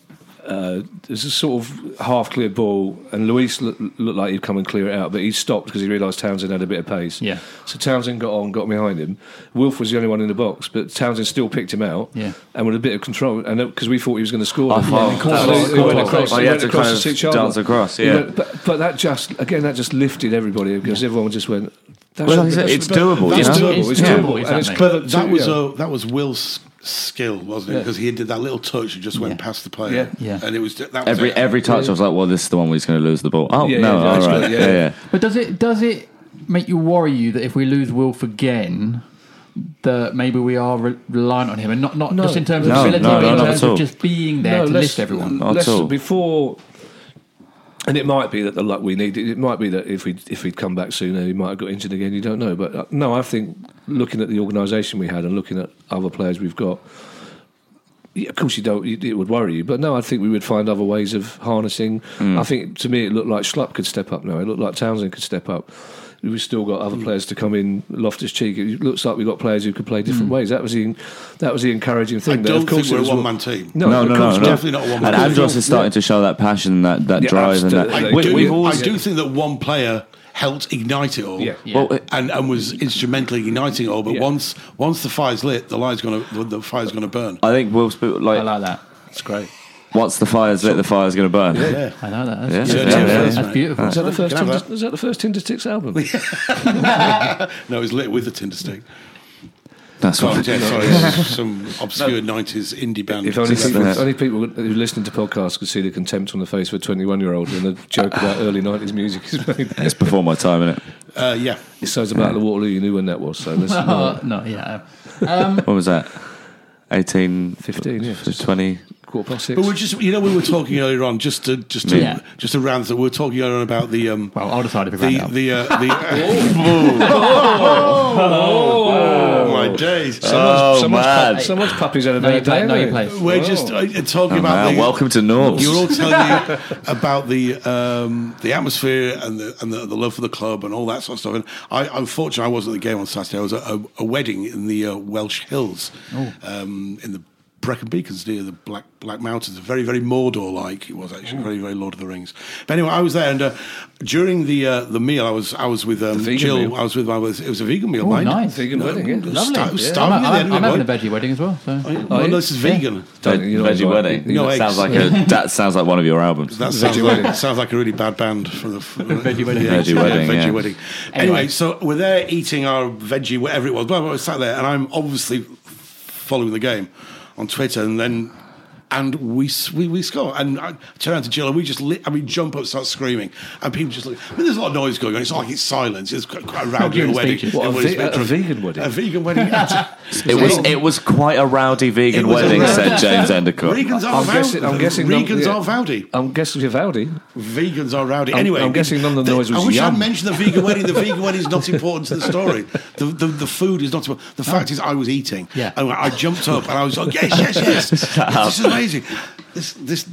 E: uh, there's a sort of half clear ball, and Luis lo- looked like he'd come and clear it out, but he stopped because he realised Townsend had a bit of pace.
C: Yeah.
E: So Townsend got on, got behind him. Wilf was the only one in the box, but Townsend still picked him out.
C: Yeah.
E: And with a bit of control, and because we thought he was going to score.
F: I
E: And
F: thought
E: he-
F: that was-
E: he went
F: oh,
E: across-
F: oh,
E: he
F: you had
E: went
F: to
E: across
F: kind
E: the
F: of
E: six-yard
F: dance
E: line.
F: across,
E: You
F: yeah.
E: know, but, but that just again that just lifted everybody because everyone just went. That's
F: Well,
E: what-
F: like I said,
E: that's
F: it's
E: what-
F: doable,
E: It's
D: you know?
E: doable. It's
C: Yeah.
E: doable. and it's
C: Exactly.
E: clever
D: But that
E: too,
D: was
E: yeah.
D: uh, that was Will's skill, wasn't it?
E: Yeah.
D: Because he did that little touch that just went
C: Yeah.
D: past the player,
C: Yeah. Yeah.
D: and it was that was
F: Every
D: it.
F: every touch, I was like, "Well, this is the one where he's going to lose the ball." Oh
E: Yeah,
F: no!
E: yeah,
F: all
E: that's
F: right,
E: good,
F: yeah,
E: yeah.
F: yeah.
C: But does it does it make you worry you that if we lose Wilf again, that maybe we are re- reliant on him and not, not
E: No.
C: just in terms of
F: No,
C: ability,
F: no,
C: but
F: no,
C: in
F: not
C: terms
F: at all. Mm.
C: of just being there to
E: let's-
C: lift everyone.
F: Not at
E: let's-
F: all.
E: Before, and it might be that the luck we need. It might be that if we if we'd come back sooner, he might have got injured again. You don't know, but uh, no, I think looking at the organisation we had and looking at other players we've got. Yeah, of course, you don't. you- It would worry you, but no, I think we would find other ways of harnessing.
F: Hmm.
E: I think to me, it looked like Schlupp could step up now. It looked like Townsend could step up. We've still got other players to come in. Loftus Cheek. It looks like we've got players who could play different
F: Hmm.
E: ways. That was the that was the encouraging thing.
D: I
E: that,
D: don't
E: of course
D: think we're
E: it
D: a
E: was
D: one
E: what-
D: man team.
F: No,
E: of
F: no,
E: course
F: no,
E: not.
F: no.
D: Definitely not a one-man
F: And
D: team.
F: Andros is starting to show that passion, that that
E: Yeah,
F: drive, and that.
E: absolutely.
D: I,
E: We-
D: do,
E: we've
D: I
E: always-
D: do think that one player helped ignite it all.
E: Yeah.
F: Well, it-
D: and and was instrumental in igniting it all. But
E: Yeah.
D: once once the fire's lit, the light's gonna the, the fire's gonna burn.
F: I think Wolves, people,
C: I
F: like,
C: like that.
E: It's great.
F: once the fire's lit, the fire's going to burn.
D: Yeah.
C: I know that.
F: Yeah.
C: That's,
F: Yeah,
C: beautiful.
F: yeah, yeah.
C: That's beautiful.
E: Is that the first?
D: Can I have
E: Tinder,
D: that?
E: is that the first Tinder Sticks album?
D: No, it was lit with a tinder stick.
F: That's
D: Sorry,
F: what.
D: yeah, sorry, it's some obscure nineties indie band. Uh,
E: If only,
F: Just
E: people,
F: that.
E: if only people who listen to podcasts could see the contempt on the face of a 21 year old when the joke about early 90s music is made.
F: It's before my time, isn't it?
D: uh, yeah,
E: So it's about the Waterloo, you knew when that was. So let's
C: Oh, no, yeah.
F: What was that? 18,
E: 15, yeah.
F: 20.
E: quarter past six.
D: but we're just you know we were talking earlier on just to just to
C: Yeah.
D: just to round that we were talking earlier on about the um
C: Well, I'll decide if we round
D: the uh,
C: up.
D: the uh, the oh, my days days.
E: Someone's,
F: Oh,
E: someone's,
F: man.
E: pup- someone's puppy's had a
C: Know
E: bad
C: your
E: day.
C: place. Know your
E: hasn't he?
C: place.
D: We're just uh, talking
F: Oh,
D: about
F: man,
D: the,
F: welcome to Norbs.
D: You're all telling me about the um, the atmosphere and the and the, the love for the club and all that sort of stuff. And I, unfortunately, I wasn't at the game on Saturday. I was at a, a wedding in the uh, Welsh Hills,
C: Oh.
D: um, in the Brecon Beacons near the Black Black Mountains. Very very Mordor like it was
C: Oh.
D: actually very very Lord of the Rings. But anyway, I was there and uh, during the uh, the meal, I was I was with um,
E: vegan
D: Jill.
E: meal.
D: I was with my it was a vegan meal.
C: Oh,
D: mind.
C: nice.
E: Vegan wedding, yeah.
D: it was
C: Lovely.
D: sta- it was
C: Yeah.
D: starving
C: I'm,
D: at the end
C: I'm,
D: of
C: I'm
D: it,
C: having a
D: right?
C: veggie wedding as well. So.
D: Oh, no, this is vegan.
E: Don't-
F: Veg-
E: you don't
F: veggie
E: like-
F: wedding.
D: No
F: that sounds
D: eggs.
F: like a that sounds like one of your albums.
D: That sounds like, sounds like a really bad band for the for the-
C: Veggie Wedding.
D: Yeah,
F: Veggie
D: yeah,
F: Wedding,
D: veggie
F: yeah.
D: wedding. Anyway,
C: Anyway.
D: so we're there eating our veggie, whatever it was. Blah blah. blah sat there, and I'm obviously following the game on Twitter, and then and we s- we, we score, and I turn around to Jill, and we just lit, and we jump up, start screaming, and people just look. I mean, there's a lot of noise going on. It's not like it's silence. It's quite, quite a rowdy
C: During the
D: wedding.
C: speeches.
E: What, a
D: Everybody's
E: ve-
D: been-
E: a vegan wedding?
D: A vegan wedding.
F: It was it was quite a rowdy
D: It
F: vegan
D: was a
F: wedding,
D: rowdy-
F: said James Endicott.
D: Regans are
E: I'm guessing- I'm
D: Vowdy.
E: guessing-
D: Regans
E: yeah.
D: are Vowdy.
E: I'm guessing Vivaldi.
D: Vegans are rowdy.
E: I'm-
D: Anyway,
E: I'm guessing none of the noise
D: I
E: was
D: wish I'd
E: yum.
D: mentioned the vegan wedding. The vegan wedding is not important to the story. The, the, the food is not important. The fact is, I was eating.
C: Yeah.
D: And I jumped up and I was like, yes, yes, yes. this is amazing. This, this,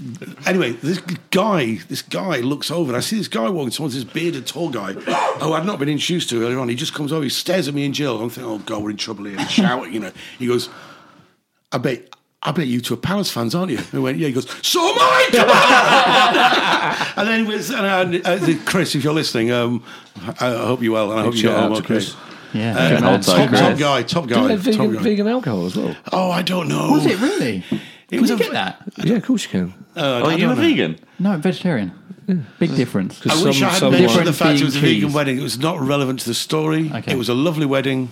D: anyway, this guy, this guy looks over and I see this guy walking towards this bearded tall guy who I'd not been introduced to earlier on. He just comes over, he stares at me and Jill. and I'm thinking, oh God, we're in trouble here. He's shouting, you know. He goes, I bet. I bet you two are Palace fans, aren't you? And we went, yeah. He goes, so am I. Come on! and then it was, and, uh, uh, Chris, if you're listening, um, I, I hope you're well, and I hope you
E: shout
D: got
E: out
D: home,
E: to
D: okay. Chris.
E: Chris.
C: Yeah.
D: Uh,
C: Good man.
F: I'll
D: top, top
F: take Chris.
D: guy, top
E: Didn't
D: guy,
E: they have vegan,
D: top guy.
E: vegan alcohol as well?
D: Oh, I don't know.
C: Was it really? Can
D: was
C: you
D: a-
C: get that?
E: Yeah, of course you can.
D: Uh, I
F: Are Oh, you a
D: don't know.
F: vegan?
C: No, vegetarian. Big difference.
D: I
E: Some-
D: wish I had
E: someone-
D: mentioned the
C: Different
D: fact it was a
C: vegan
D: vegan
C: cheese.
D: wedding. It was not relevant to the story.
C: Okay.
D: It was a lovely wedding.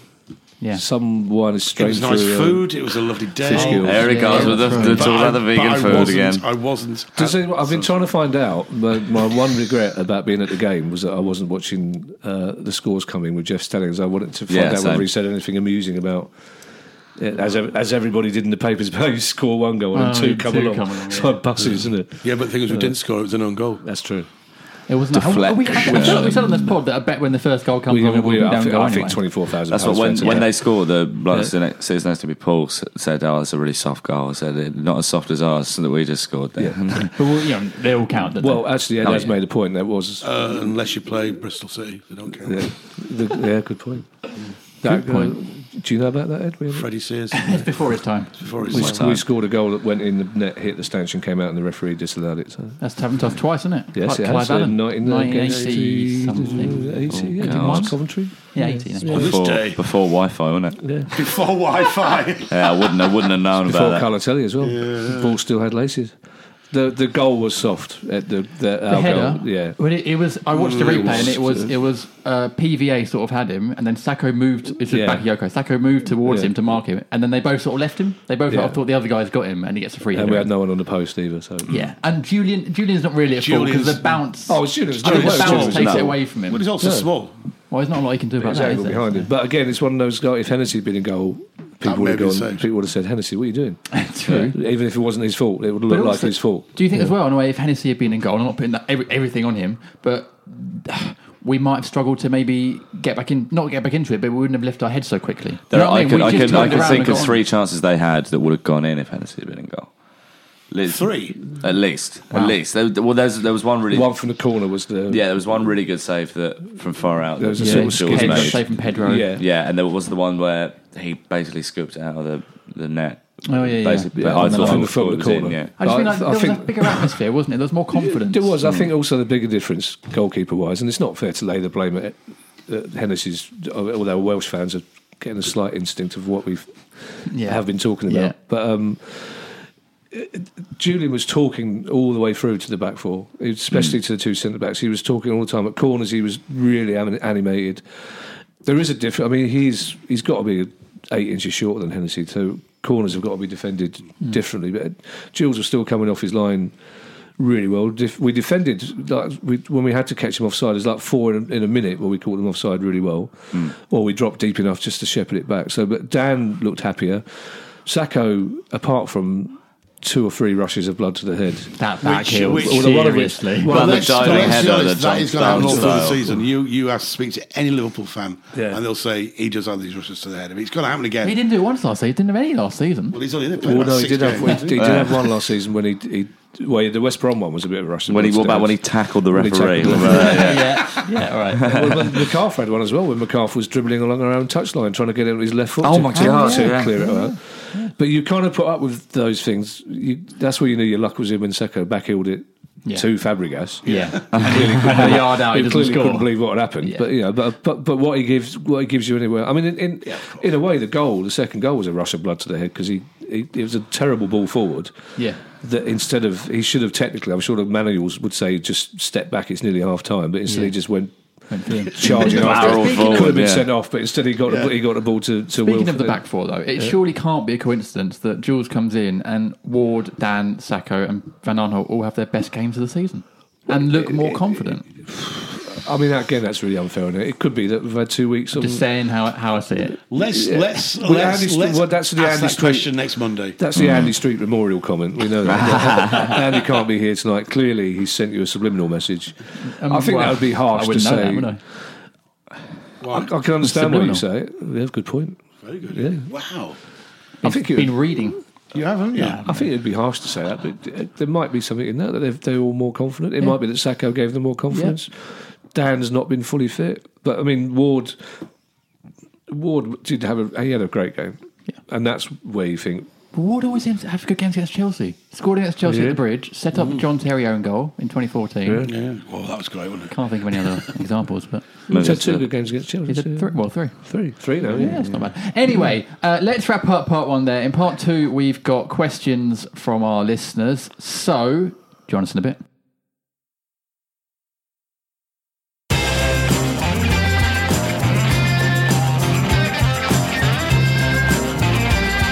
C: Yeah.
E: Someone is
D: It
E: straight
D: was nice
E: through. uh,
D: food. It was a lovely day.
E: Fish gills.
F: There it
C: Yeah,
F: goes with the,
C: that's
F: the,
C: right.
F: talk about the
D: I-
F: vegan
D: I
F: food
D: wasn't-
F: again.
D: I wasn't. Uh,
E: Does
F: Uh,
E: anyone- I've been trying to find out. My, my one regret about being at the game was that I wasn't watching uh, the scores coming with Jeff Stellings. I wanted to find
F: Yeah,
E: out
F: same.
E: whether he said anything amusing about. it, as ev- as everybody did in the papers about you score one goal and
C: Oh,
E: two come
C: two
E: along.
C: come along,
E: it's
C: yeah.
E: like
F: Mm.
E: buses, isn't it?
D: Yeah, but the thing is, we didn't score. It was an own goal.
E: That's true.
C: It wasn't. I, we, I, we, said, we said on this pod that I bet when the first goal comes
E: We,
C: on,
E: we,
C: we'll be
E: I
C: down
E: think,
C: goal
E: I think
C: anyway.
E: twenty four thousand.
F: That's what when when they score the bloke yeah. sitting next to me, Paul s- said, "Oh, it's a really soft goal." I said, "It- "Not as soft as ours that we just scored." There,
C: But we'll, you know, they all count. don't
E: Well,
C: they?
E: actually, Ed
F: Oh,
E: has
F: yeah.
E: made a point. That was
D: Uh, unless you play Bristol City, they don't care.
E: yeah, the, yeah, good point. That, uh, do you know about that, Ed? We haven't-
D: Freddie Sears
C: it's before his time.
D: before his
E: We,
D: time.
E: we scored a goal that went in the net, hit the stanchion, came out, and the referee disallowed it. So.
C: That's happened to us twice, isn't it?
E: Yes,
C: Like
E: it
C: Clive
E: has. uh,
C: Allen. 1980
E: 1980
C: something.
E: 80, yeah,
F: God.
E: it was Coventry.
C: Yeah, 80. no.
D: this
F: before
D: day.
F: before Wi-Fi, wasn't it?
D: Before Wi-Fi.
F: Yeah, I wouldn't, I wouldn't have known
E: Before
F: about that.
E: Calatelli as well. The ball still had laces. The the goal was soft at the the,
C: The
E: our
C: header,
E: goal. Yeah.
C: When it, it was, I watched the
E: Mm, it
C: replay, and it
E: was-
C: was, it was uh, PVA sort of had him, and then Sacco moved. It's just
E: Yeah.
C: back Yoko. Sacco moved towards
E: Yeah.
C: him to mark him, and then they both sort of left him. They both
E: Yeah.
C: sort of thought the other guy's got him, and he gets a free.
E: And
C: header.
E: we had no one on the post either. So
C: Yeah, and Julian, Julian's not really at fault because
D: Julian's-
C: the bounce.
E: Oh, Julian's
C: I think
D: no,
C: the bounce
D: Julian's
C: takes
F: no.
C: it away from him.
D: But he's also small.
C: Well, there's not a lot he can do about that.
E: Exactly
C: Is there?
E: behind him. But again, it's one of those guys. If Hennessy had been in goal, people would
D: may
E: have
D: be
E: gone.
D: safe.
E: People would have said, "Hennessy, what are you doing?"
C: True.
E: Even if it wasn't his fault, it would
C: But
E: look like
C: also,
E: his fault.
C: Do you think as well, in a way, if Hennessy had been in goal, I'm not putting that, every, everything on him, but we might have struggled to maybe get back in, not get back into it, but we wouldn't have left our heads so quickly. You
F: There,
C: know what
F: I,
C: mean?
F: could,
C: We
F: I
C: just
F: could, I
C: turned
F: could
C: around
F: think
C: and
F: of
C: got
F: three
C: on.
F: chances they had that would have gone in if Hennessy had been in goal. Li-
D: Three?
F: at least, at least. There, well, there's, there was one really,
E: One from the corner was the
F: yeah, there was one really good save that from far out.
E: There was a
F: that
E: sort of skip.
F: Mitchell was
C: Pedro,
F: made.
C: save from Pedro.
E: Yeah.
F: Yeah, and there was the one where he basically scooped it out of the, the net.
C: Oh, yeah, yeah.
F: Basically, but
E: Yeah,
F: I
E: on the- on
F: thought it
E: the
F: was,
E: foot
F: thought
E: of
F: it
E: the
F: was in,
E: corner.
F: yeah.
C: I just
E: I-
C: feel like
E: I
C: there was a
E: think-
C: bigger atmosphere, wasn't it? There was more confidence.
E: There was, I think, also the bigger difference goalkeeper wise, and it's not fair to lay the blame at, at Hennessy's, although Welsh fans are getting a slight instinct of what we
C: Yeah.
E: have been talking about.
C: Yeah.
E: But um, Julian was talking all the way through to the back four,
C: Mm.
E: especially to the two centre backs. He was talking all the time at corners. He was really anim- animated. There is a difference. I mean, he's he's got to be eight inches shorter than Hennessy, so corners have got to be defended
C: Mm.
E: differently. But Jules was still coming off his line really well. Def- we defended like we, when we had to catch him offside. There's like four in a, in a minute where we caught them offside really well,
C: Mm.
E: or we dropped deep enough just to shepherd it back. So, but Dan looked happier. Sacco, apart from two or three rushes of blood to the head.
C: That back
D: Which-
C: heel,
D: which-
C: seriously.
F: Well, the
D: let's-
F: diving
D: let's be
F: header
D: honest,
F: that
D: that
F: John
D: is going to happen all
F: Stones
D: through the
F: style.
D: season. You you have to speak to any Liverpool fan,
E: Yeah.
D: and they'll say he does have these rushes to the head. I mean, it's going to happen
C: he
D: again.
C: didn't do it once last season. He didn't have any last season.
D: Well, he's only played
E: Well,
D: about
E: Oh, no, he
D: six
E: did, have, he,
D: games.
E: did- he did have one last season when he, he well, the West Brom one was a bit of a rush.
F: When he
E: Blood
F: walked
E: to
F: back,
E: the
F: when he
E: head.
F: tackled the
E: When he
F: referee.
E: tackled the
F: Remember that, yeah.
C: yeah, yeah, all right.
E: well, when McCarth had one as well when McCarth was dribbling along our own touchline trying to get into his left foot.
F: Oh,
E: to,
F: my God,
E: to
F: yeah.
E: clear it out. But you kind of put up with those things. You, that's where you knew your luck was in when Seko backheeled it
C: Yeah.
E: to Fabregas.
C: Yeah, and a yard out, he
E: Who
C: doesn't
E: clearly
C: score.
E: couldn't believe what had happened.
C: Yeah.
E: But you know, but, but but what he gives, what he gives you anywhere. I mean, in in, in a way, the goal, the second goal, was a rush of blood to the head because he, he it was a terrible ball forward.
C: Yeah.
E: That instead of he should have technically, I'm sure the manuals would say just step back. It's nearly half time, but instead
C: Yeah.
E: he just went
C: Went for him.
E: charging
F: Barrel
E: after. He could have
F: forward,
E: been
F: yeah.
E: sent off, but instead he got the, he got the ball to to
C: Speaking
E: Wilf.
C: of the back four, though, it surely can't be a coincidence that Jules comes in and Ward, Dan, Sacco, and Van Aanholt all have their best games of the season and look more confident.
E: I mean, again, that's really unfair. Isn't it? it could be that we've had two weeks. Of,
C: Just saying how, how I see it.
D: Let's let's
E: Well,
D: let's,
E: Andy St-
D: let's
E: well, that's the
D: ask
E: Andy
D: that
E: St-
D: question next Monday.
E: That's the Andy Street memorial comment. We know that. Andy can't be here tonight. Clearly, he sent you a subliminal message.
C: Um,
E: I think
C: well,
E: that would be harsh
C: I
E: to
C: wouldn't know
E: say.
C: that, would I?
E: I, I can understand what you say. Yeah, good point.
D: Very good.
E: Yeah.
D: Wow.
E: I think it
C: Been
E: would,
C: reading.
D: You haven't, yeah.
E: I think it'd be harsh to say that, but uh, there might be something in that that they've- they're all more confident. It might be that Sacco gave them more confidence. Dan's not been fully fit, but I mean Ward. Ward did have a he had a great game, and that's where you think
C: But Ward always seems to have good games against Chelsea. Scored against Chelsea at
E: Yeah. Mm.
C: the Bridge, set up John Terry own goal in 2014.
D: Yeah. Well, that was great, wasn't it?
C: Can't think of any other examples, but
E: he's had
F: that's
E: two
F: it.
E: good games against Chelsea.
C: he's had three, well, three.
E: three, three now.
C: Yeah, it's not bad. Anyway, uh, let's wrap up part one there. In part two, we've got questions from our listeners. So, join us in a bit.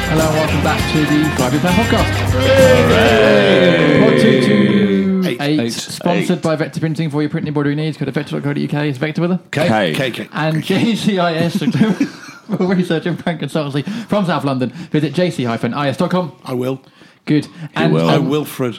C: Hello, and welcome back to the Five Year Plan Podcast. Pod two two eight,
D: Eight.
E: Eight.
C: sponsored
F: Eight.
C: by Vector Printing for your printing board. We need go to vector.co.uk. Is Vector with us?
F: Okay.
D: KK.
C: and JCIS for research and brand consultancy from South London. Visit jc-is.com.
D: I will.
C: Good. And
F: will.
D: I
C: um,
D: Wilfred.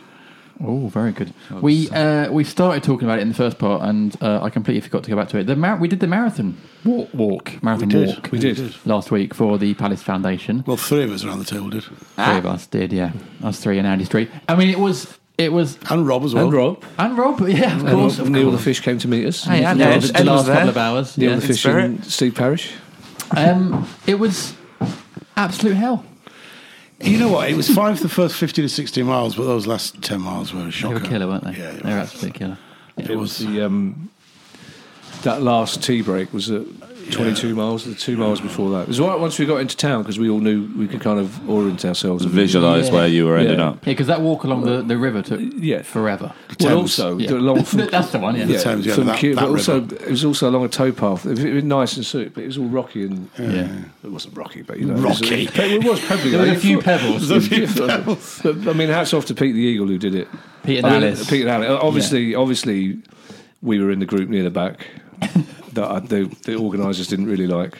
C: oh, very good. We uh, we started talking about it in the first part, and uh, I completely forgot to go back to it. The mar- we did the marathon walk, walk marathon
D: did.
C: walk.
D: We did.
C: last week for the Palace Foundation.
D: Well, three of us around the table did.
C: Three of us did, yeah. Us three and Andy Street. I mean, it was it was
D: And Rob as well.
E: And Rob,
C: and Rob, yeah, of
E: and
C: course.
E: Rob Neil the Fish came to meet us.
C: Hey, and
F: Yeah,
C: Rob,
F: Ed-
C: the
F: Ed
C: last
F: was there.
C: couple of hours.
E: Neil
C: yeah.
E: the Fish
F: spirit.
E: and Steve Parish.
C: Um, it was absolute hell.
D: You know what? It was fine for the first 50 to 60 miles, but those last 10 miles were a
C: They
D: shocker.
C: were killer, weren't they?
D: Yeah,
C: they were absolute killer.
D: it was.
E: The, um, that last tea break was at 22 miles, the two miles before that. It was all right once we got into town because we all knew we could kind of orient ourselves. a bit.
F: Visualize
C: Yeah.
F: where you were ended
E: Yeah.
F: up.
C: Yeah, because that walk along the, the river took
E: yeah.
C: forever.
E: Well,
D: Thames.
E: also,
C: Yeah.
E: the long from,
C: That's the one, yeah.
E: yeah,
D: Thames, yeah,
E: from
D: that-
E: Kew,
D: that
E: but also
D: river.
E: it was also along a towpath. It was, it was nice and sweet, but it was all rocky and
C: Yeah.
E: it wasn't rocky, but you know, it was-
D: Rocky.
E: It was, it was pebbly.
C: There was
E: though.
C: a few
E: You thought-
C: pebbles.
D: There's a few
E: But, I mean, hats off to Pete the Eagle who did it.
C: Pete and
E: I mean,
C: Alice.
E: Pete and Alice. Obviously, obviously, we were in the group near the back that I, the, the organisers didn't really like.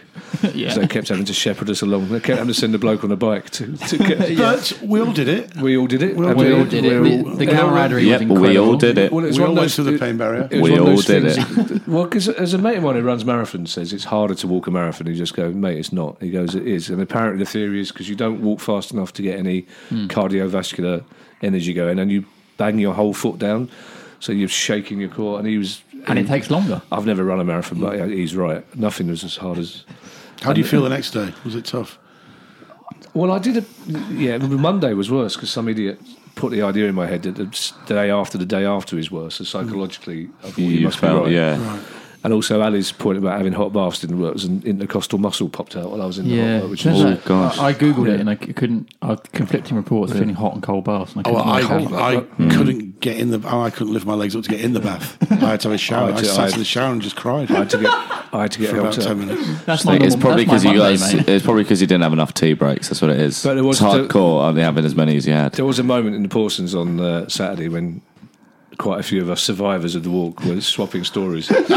C: Yeah.
E: So they kept having to shepherd us along. They kept having to send a bloke on a bike to, to get.
D: But we all did it.
E: We all did it.
D: We all
E: And
C: We all did it.
E: we're
C: The, the camaraderie
F: Yep,
C: was
F: but
C: incredible.
F: we all did it.
E: Well, it was
D: We
E: one
D: all
E: of
D: went
E: those-
D: through the pain barrier.
E: it was
F: We
E: one of
F: all
E: those
F: did
E: things- well, because as a mate of mine who runs marathons says, it's harder to walk a marathon. He just goes, mate, it's not. He goes, it is. And apparently the theory is because you don't walk fast enough to get any cardiovascular energy going, and you bang your whole foot down, so you're shaking your core. And he was,
C: And it takes longer.
E: I've never run a marathon, but he's right. Nothing was as hard as.
D: How do you feel the next day? Was it tough?
E: Well, I did a yeah. Monday was worse because some idiot put the idea in my head that the s- the day after the day after is worse. So psychologically, I thought you,
F: You
E: must
F: felt,
E: be right.
F: yeah.
E: And also, Ali's point about having hot baths didn't work. It was an intercostal muscle popped out while I was in the hot
C: Yeah.
E: bath, which
C: Turns
E: was
F: Oh,
C: out-
F: gosh.
C: I, I Googled it
E: Yeah.
C: and I c- couldn't. I had conflicting reports feeling hot and cold baths. And I
D: Oh,
C: couldn't
D: I,
C: work out.
D: I couldn't get in the. Oh, I couldn't lift my legs up to get in the bath. I had to have a shower.
E: I
D: I,
E: did-
D: sat
E: I-
D: in the shower and just cried
E: I had to get I had to get
D: for about
E: helped out.
D: ten minutes.
C: That's my
F: It's
C: normal-
F: probably
C: that's
F: because
C: my
F: you
C: Monday,
F: guys.
C: mate.
F: It's probably because you didn't have enough tea breaks. That's what it is.
E: But it was
F: it's hardcore. Only having as many as you had.
E: There was a moment in the Porsons on uh, Saturday when quite a few of us survivors of the war were swapping stories. and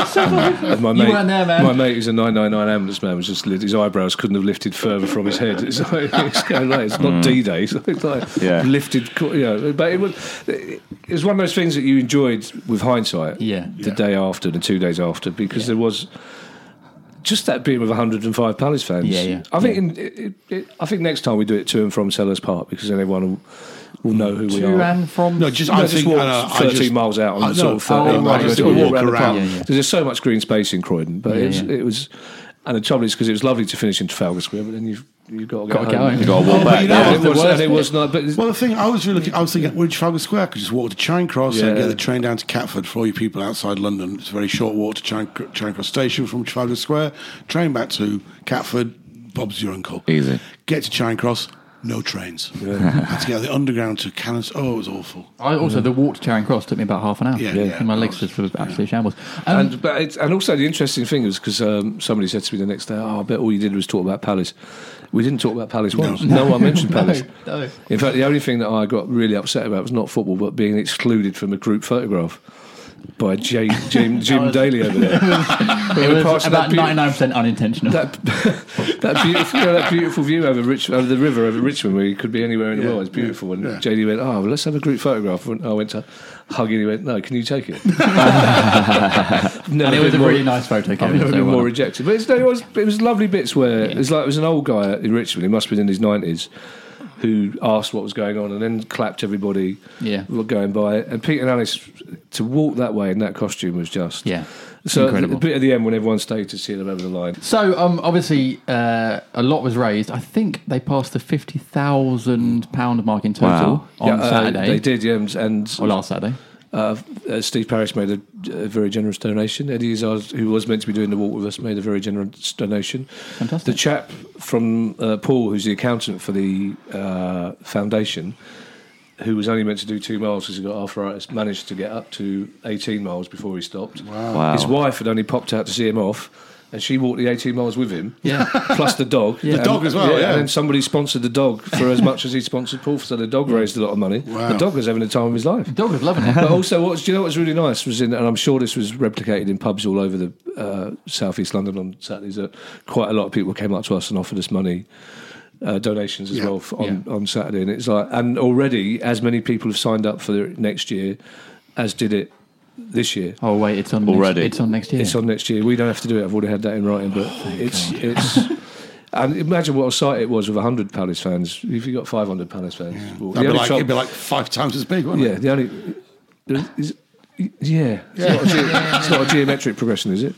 E: my mate,
C: weren't there, man.
E: my mate, who's a 999 ambulance man, was just lit- his eyebrows couldn't have lifted further from his head. It's like, it's, going like, it's not D-Day. It's like,
F: Yeah.
E: lifted. co- You know, but it was, it was one of those things that you enjoyed with hindsight.
C: Yeah.
E: the day after, the two days after, because there was just that being with 105 Palace fans.
C: Yeah, yeah.
E: I think in, it, it, it, I think next time we do it to and from Sellers Park because then everyone will, will know who we
C: To
E: are.
C: and from.
D: No, just
E: No,
D: I
E: just
D: think
E: walk
D: and, uh, I
E: 13
D: just-
E: miles out and
D: I- no,
E: sort of 13
D: oh,
E: miles
D: I just
E: just
D: walk
E: around the park.
D: around.
C: Yeah, yeah.
E: There's just so much green space in Croydon, but it,
C: Yeah,
E: was,
C: yeah.
E: it was, and the trouble is because it was lovely to finish in Trafalgar Square, but then you've you've got to
C: Gotta
E: go
C: get
E: home.
C: home.
F: You got to
D: Oh,
F: walk
D: but
F: back.
D: you know
E: And
F: yeah.
E: it was, and it was not. But
D: Well, the thing I was really looking, I was thinking, we're in Trafalgar Square, could just walk to Charing Cross and
E: Yeah.
D: get the train down to Catford for all you people outside London. It's a very short walk to Charing, Charing Cross Station from Trafalgar Square, train back to Catford, Bob's your uncle.
F: Easy.
D: Get to Charing Cross, no trains. Had to get the underground to Cannons. Oh, it was awful.
C: I also
E: Mm.
C: the walk to Charing Cross took me about half an hour.
D: Yeah, Yeah. yeah,
C: And my
D: of
C: legs
D: course.
C: just were absolutely shambles. Um,
E: and but it's, and also the interesting thing was because um, somebody said to me the next day, "Oh, I bet all you did was talk about Palace." We didn't talk about Palace once. No, one mentioned Palace.
C: no.
E: In fact, the only thing that I got really upset about was not football, but being excluded from a group photograph by J, Jim, Jim Daly over there. We were
C: it was
E: passing that
C: about
E: beau-
C: ninety nine percent unintentional.
E: that, that beautiful, you know, that beautiful view over, Rich, over the river over Richmond, where you could be anywhere in the world. It's beautiful. and
D: yeah.
E: JD went, "Oh, well, let's have a group photograph." And I went to hug him. He went, "No, can you take it?" no,
C: and it was a really nice photo. Kevin,
E: I've never
C: so
E: been
C: well
E: more
C: done.
E: rejected. But it's, it was it was lovely bits where it was like it was an old guy in Richmond. He must have been in his nineties. Who asked what was going on and then clapped everybody
C: Yeah.
E: were going by. And Pete and Alice, to walk that way in that costume was just.
C: Yeah.
E: So
C: Incredible.
E: a bit at the end when everyone stayed to see them over the line.
C: So um, obviously, uh, a lot was raised. I think they passed the fifty thousand pound mark in total
F: Wow.
C: on
E: uh,
C: Saturday
E: they did, yeah. And, and
C: or last Saturday.
E: uh, uh, Steve Parish made a, a very generous donation. Eddie Izzard, who was meant to be doing the walk with us, made a very generous donation.
C: Fantastic.
E: The chap from uh, Paul, who's the accountant for the uh, foundation, who was only meant to do two miles because he got arthritis, managed to get up to 18 miles before he stopped.
F: Wow.
E: His wife had only popped out to see him off. And she walked the 18 miles with him,
C: Yeah.
E: plus the dog.
C: The
D: dog as well, yeah.
E: And then somebody sponsored the dog for as much as he sponsored Paul, so the dog raised a lot of money.
D: Wow.
E: The dog was having the time of his life.
C: Dog was loving it.
E: But also, Oh, what do you know? What's really nice was in, and I'm sure this was replicated in pubs all over the uh, southeast London on Saturdays. That quite a lot of people came up to us and offered us money. Uh, donations as
D: Yeah.
E: well f on, on Saturday, and it's like, and already as many people have signed up for the next year as did it this year.
C: Oh wait, it's on
F: Already.
C: Next, it's on next year.
E: It's on next year. We don't have to do it. I've already had that in writing, but
D: Oh,
E: it's it's. And imagine what a sight it was with 100 Palace fans. If you got 500 Palace fans, well, the
D: That'd be
E: only
D: like,
E: trouble-
D: it'd be like five times as big, wouldn't
E: yeah,
D: it?
E: the only is, yeah, it's, Not a ge- it's not a geometric progression, is it?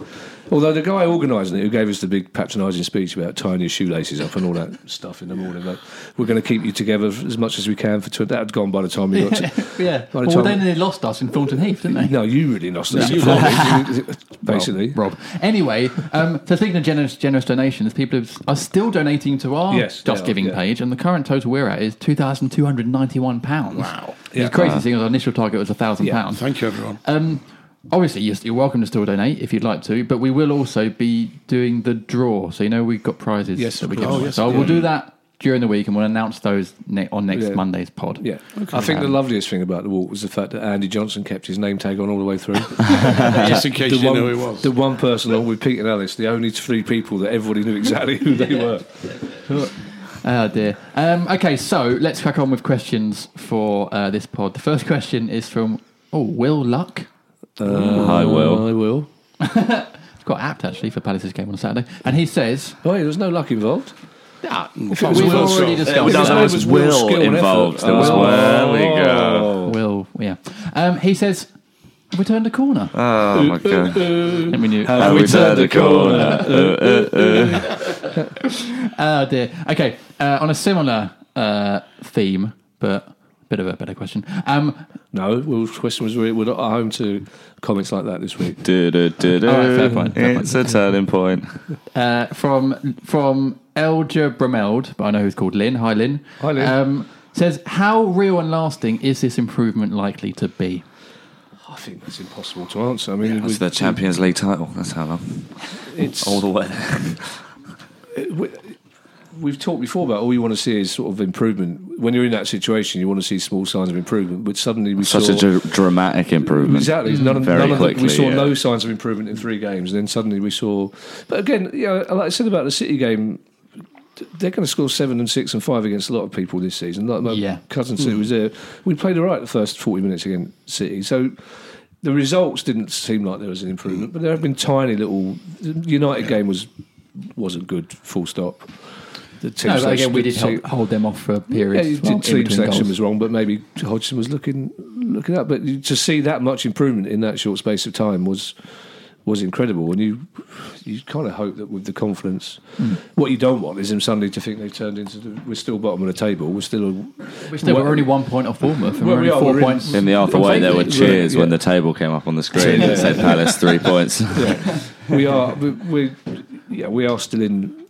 E: Although the guy organising it, who gave us the big patronising speech about tying your shoelaces up and all that stuff in the morning, like we're going to keep you together f- as much as we can for tw- that had gone by the time we got to.
C: yeah.
E: By the
C: Well,
E: time-
C: then they lost us in Thornton Heath, didn't they?
E: No, you really lost us.
D: No.
E: You lost it, basically.
C: Rob. Anyway, um, so speaking of generous, generous donations, people have- are still donating to our
E: Yes, they
C: Just
E: are,
C: Giving
E: yeah.
C: page, and the current total we're at is two thousand two hundred ninety-one pounds. Wow, it's
E: Yeah. Uh-huh.
C: crazy. Seeing as our initial target was thousand pounds.
D: Thank you, everyone.
E: Uh,
C: Um, obviously, you're, you're welcome to still donate if you'd like to, but we will also be doing the draw. So you know we've got prizes
E: Yes,
C: that we
E: of
C: give
E: course.
C: away.
E: Oh, yes,
C: so
E: yeah.
C: we'll do that during the week, and we'll announce those ne- on next
E: Yeah.
C: Monday's pod. Um,
E: Yeah, I think
D: Um,
E: the loveliest thing about the walk was the fact that Andy Johnson kept his name tag on all the way through.
D: Just in case
E: the
D: you
E: one,
D: know who it was.
E: the one person along with Pete and Alice, the only three people that everybody knew exactly who they were.
C: Oh dear. Um, okay, so let's crack on with questions for uh, this pod. The first question is from oh Will Luck.
F: Hi, Uh, Will.
E: I will.
C: It's quite apt actually for Palace's game on Saturday, and he says,
E: Oh, yeah, there was no luck involved.
C: ah,
E: it was
C: "We've
E: Will,
C: already
E: so-
F: It was,
E: Yeah,
C: discussed."
F: there
E: it
F: was
E: was Will's
F: Will
E: skill and
F: involved.
E: effort.
F: There was
E: Oh.
F: Will. There we go.
C: Will, yeah. Um, he says, "Have we turned a corner?"
F: Oh my god.
C: Let me knew.
F: Have we turned the corner?
C: Oh dear. Okay. Uh, on a similar uh, theme, but a bit of a better question. Um,
E: No, Will's question was we're not home to comments like that this week.
F: Do, do, do, do.
C: All right, fair point, fair
F: It's a turning point.
C: uh, from from Elja Brameld, but I know who's called Lynn. Hi, Lynn.
E: Hi, Lynn.
C: Um, says, how real and lasting is this improvement likely to be?
E: I think that's impossible to answer. I mean,
F: That's
E: with-
F: the Champions League title. That's how long.
E: it's
F: All the way.
E: we've talked before about all you want to see is sort of improvement. When you're in that situation, you want to see small signs of improvement. But suddenly we
F: Such
E: saw
F: a dr- dramatic improvement.
E: Exactly.
C: Mm.
E: None of,
F: Very
E: none of the-
F: quickly,
E: we saw
F: yeah.
E: no signs of improvement in three games. And then suddenly we saw. But again, you know, like I said about the City game, th- they're going to score seven and six and five against a lot of people this season. Like my
C: Yeah. Mm.
E: cousin Sue was there. We played all right the first 40 minutes against City. So. The results didn't seem like there was an improvement, but there have been tiny little. The United game was wasn't good. Full stop. The team
C: No, but again,
E: selection-
C: we did
E: the
C: help,
E: team-
C: hold them off for a period.
E: yeah, you
C: as well,
E: did
C: in
E: team
C: between
E: selection
C: goals.
E: was wrong, but maybe Hodgson was looking looking up. But you- to see that much improvement in that short space of time was was incredible. And you you kind of hope that with the confidence,
D: Hmm.
E: what you don't want is them suddenly to think they've turned into the, we're still bottom of the table. We're still a,
C: We're still we're only one point off Bournemouth, and
E: Well,
C: we're only
E: we are,
C: 4
E: we're in-
C: points.
F: In the halfway, there were
E: Completely.
F: cheers
E: Yeah.
F: when the table came up on the screen. It said Palace three points.
E: we are we we're, yeah we are still in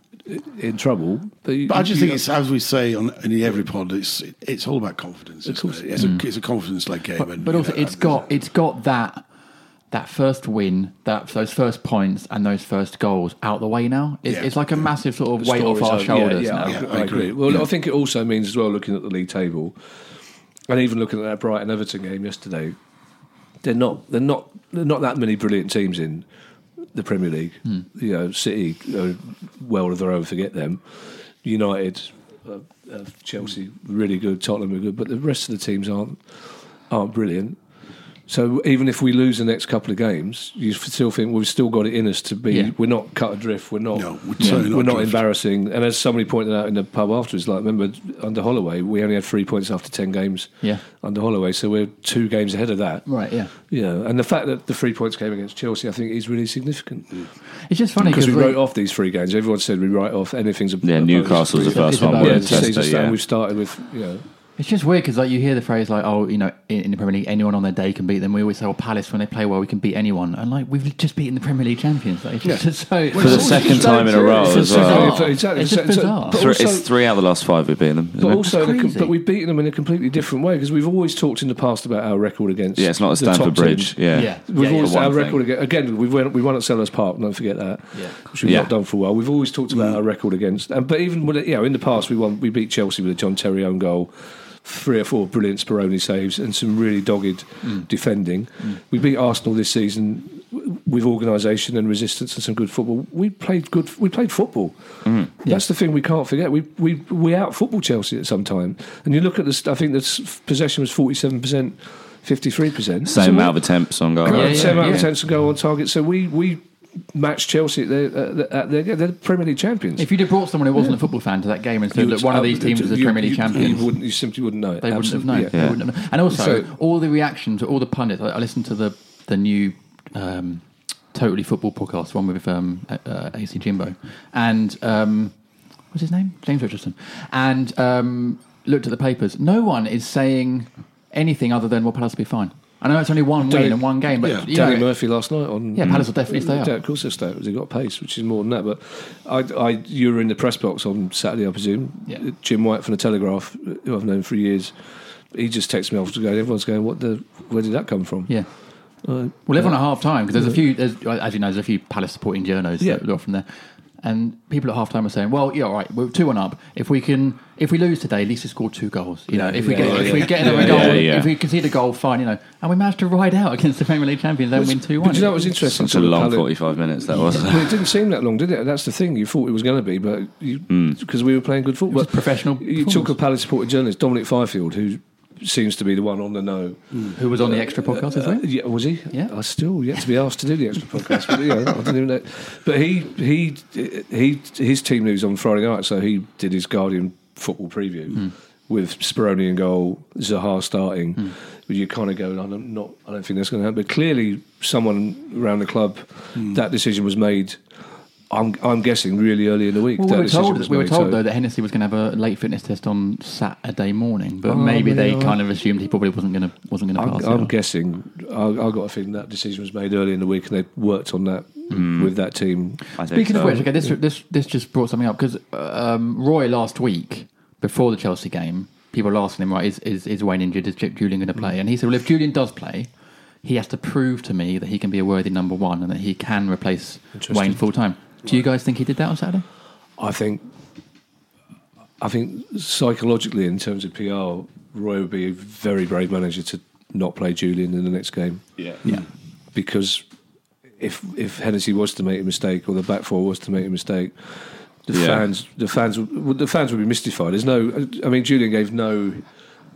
E: in trouble. you-
D: But I just
E: you-
D: think it's as we say on in every pod. It's it's all about confidence. Of
E: course. Mm.
D: it? It's, a, it's a confidence led game. and,
C: But
D: you
C: also,
D: know,
C: it's
D: and-
C: got it's got that that first win, that those first points, and those first goals out the way now. It's,
D: Yeah.
C: it's like a massive sort of weight
E: stories
C: off our
E: over.
C: shoulders
E: Yeah,
C: now.
E: yeah,
D: now.
E: I, I
D: Yeah,
E: agree.
D: I agree.
E: Well,
D: Yeah.
E: I think it also means as well looking at the league table, and even looking at that Brighton Everton game yesterday, they're not they're not they're not that many brilliant teams in the Premier League.
C: Hmm.
E: You know, City are well of their own. Forget them. United, uh, uh, Chelsea, really good. Tottenham are good, but the rest of the teams aren't aren't brilliant. So even if we lose the next couple of games, you f- still think we've still got it in us to be.
C: Yeah.
E: We're not cut adrift. We're not.
D: No, we're totally not
E: we're not
D: adrift.
E: embarrassing. And as somebody pointed out in the pub afterwards, like remember under Holloway, we only had three points after ten games.
C: Yeah.
E: Under Holloway, so we're two games ahead of that.
C: Right, yeah.
E: Yeah, and the fact that the three points came against Chelsea, I think, is really significant
C: It's just Mm. funny
E: because we
C: like-
E: wrote off these three games. Everyone said we write off anything's a
F: Yeah,
E: a bonus.
F: Newcastle's the first
C: Yeah,
F: one.
C: it's
F: we're
E: Yeah,
F: in
E: the season
F: Chester,
E: started-
F: yeah.
E: we started with you know.
C: It's just weird because like you hear the phrase like oh you know in, in the Premier League anyone on their day can beat them. We always say well Palace when they play well we can beat anyone and like we've just beaten the Premier League champions. Like, it's just, so
F: For the second time in a row
E: It's
F: as
E: just
F: well.
E: bizarre. Exactly.
C: It's just
E: So- so-
C: bizarre.
E: but
F: Three-
E: also-
F: it's three out of the last five we've beaten them. isn't
E: But
F: it?
E: also, in a com-
C: crazy.
E: but we've beaten them in a completely different way because we've always talked in the past about our record against.
F: yeah, it's not a
E: the top
F: Stanford Bridge.
E: teams.
F: Yeah.
C: Yeah.
E: We've always
F: for one
E: our
F: thing.
E: record again. Again, we won, we won at Sellers Park. Don't forget that,
C: Yeah.
E: which we've
F: Yeah. Mm.
E: not done for a while. We've always talked about our record against, and but even when, it- you know in the past we won, we beat Chelsea with a John Terry own goal, three or four brilliant Speroni saves, and some really dogged
F: Mm.
E: defending. We beat Arsenal this season w- with organisation and resistance and some good football. We played good. We played football.
F: Mm.
E: That's the thing we can't forget. We we we out football Chelsea at some time, and you look at this. I think the s- possession was forty seven percent. 53%. So
F: Same
E: we-
F: amount of attempts on goal.
C: Yeah,
E: yeah, same amount
C: yeah.
E: of attempts to go on target. So we we matched Chelsea at their, at their, they're the Premier League champions.
C: if you'd have brought someone who wasn't a football fan to that game and said
E: You
C: that one of
E: would-
C: these teams is the
E: you-
C: Premier League
E: you-
C: champions
E: you, wouldn't, you simply wouldn't know it.
C: they wouldn't have known.
E: Absolutely,
C: They
F: Yeah.
C: wouldn't have known. And also,
E: So-
C: all the reactions, all the pundits. I, I listened to the the new um, Totally Football podcast, the one with um, uh, uh, AC Jimbo, and um, what's his name, James Richardson, and um, looked at the papers. No one is saying anything other than "Well, Palace will be fine." I know it's only one
E: Danny-
C: win and one game, but
D: yeah,
C: you
E: Danny
C: know,
E: Murphy last night on.
C: Yeah, Palace will definitely stay up.
E: Yeah, of course they'll stay up. 'cause They got pace, which is more than that. But I, I, you were in the press box on Saturday, I presume.
C: Yeah.
E: Jim White from the Telegraph, who I've known for years, he just texted me after the game. Everyone's going, "What the? Where did that come from?"
C: yeah.
E: Uh,
C: Well, everyone at half time because there's a few, there's, as you know, there's a few Palace supporting journos
E: Yeah.
C: that are from there, and people at half time are saying, "Well, yeah, all right, we're two one up. If we can, if we lose today, at least we scored two goals. You know, if we
E: Yeah,
C: get,
E: yeah,
C: if
E: yeah.
C: we get another
F: Yeah,
C: goal,
F: yeah, yeah.
C: if we concede a goal, fine. You know, and we managed to ride out against the Premier League champions and win two
E: But
C: one.
E: do you know what was interesting?
F: Such a
E: to the
F: long
E: Palace-
F: 45 minutes that was.
E: Well, it didn't seem that long, did it? That's the thing. You thought it was going to be, but because we were playing good football,
C: Hmm. was professional
E: You took a Palace supporter journalist, Dominic Fifield, who seems to be the one on the know.
C: Who was on the extra podcast?
E: Uh,
C: Isn't it?
E: yeah, was he?
C: Yeah.
E: I still yet to be asked to do the extra podcast. But, you know, I didn't even know. But he, he, he, his team news on Friday night, so he did his Guardian football preview
C: Hmm.
E: with Speroni in goal, Zaha starting. But you kind of go, I don't, not, I don't think that's going to happen. But clearly, someone around the club,
C: Hmm.
E: that decision was made. I'm, I'm guessing really early in the week.
C: Well,
E: that
C: we were
E: decision
C: told
E: was
C: we were
E: made,
C: told
E: so-
C: though that Hennessy was going to have a late fitness test on Saturday morning, but
E: Oh,
C: maybe they
E: maybe,
C: kind of assumed he probably wasn't going to wasn't going to pass.
E: I'm,
C: it
E: I'm
C: on.
E: guessing. I, I got a feeling that decision was made early in the week, and they worked on that
C: Hmm.
E: with that team.
F: I think
C: Speaking of
F: so.
C: which, okay, this this this just brought something up because um, Roy last week before the Chelsea game, people were asking him, right, is is, is Wayne injured? Is Ju- Julian going to
F: Mm.
C: play? And he said, well, if Julian does play, he has to prove to me that he can be a worthy number one and that he can replace Wayne full time. Do you guys think he did that on Saturday?
E: I think I think psychologically, in terms of PR, Roy would be a very brave manager to not play Julian in the next game
F: Yeah.
E: because if if Hennessy was to make a mistake or the back four was to make a mistake, the
F: Yeah.
E: fans the fans would- the fans would be mystified. There's no, I mean, Julian gave no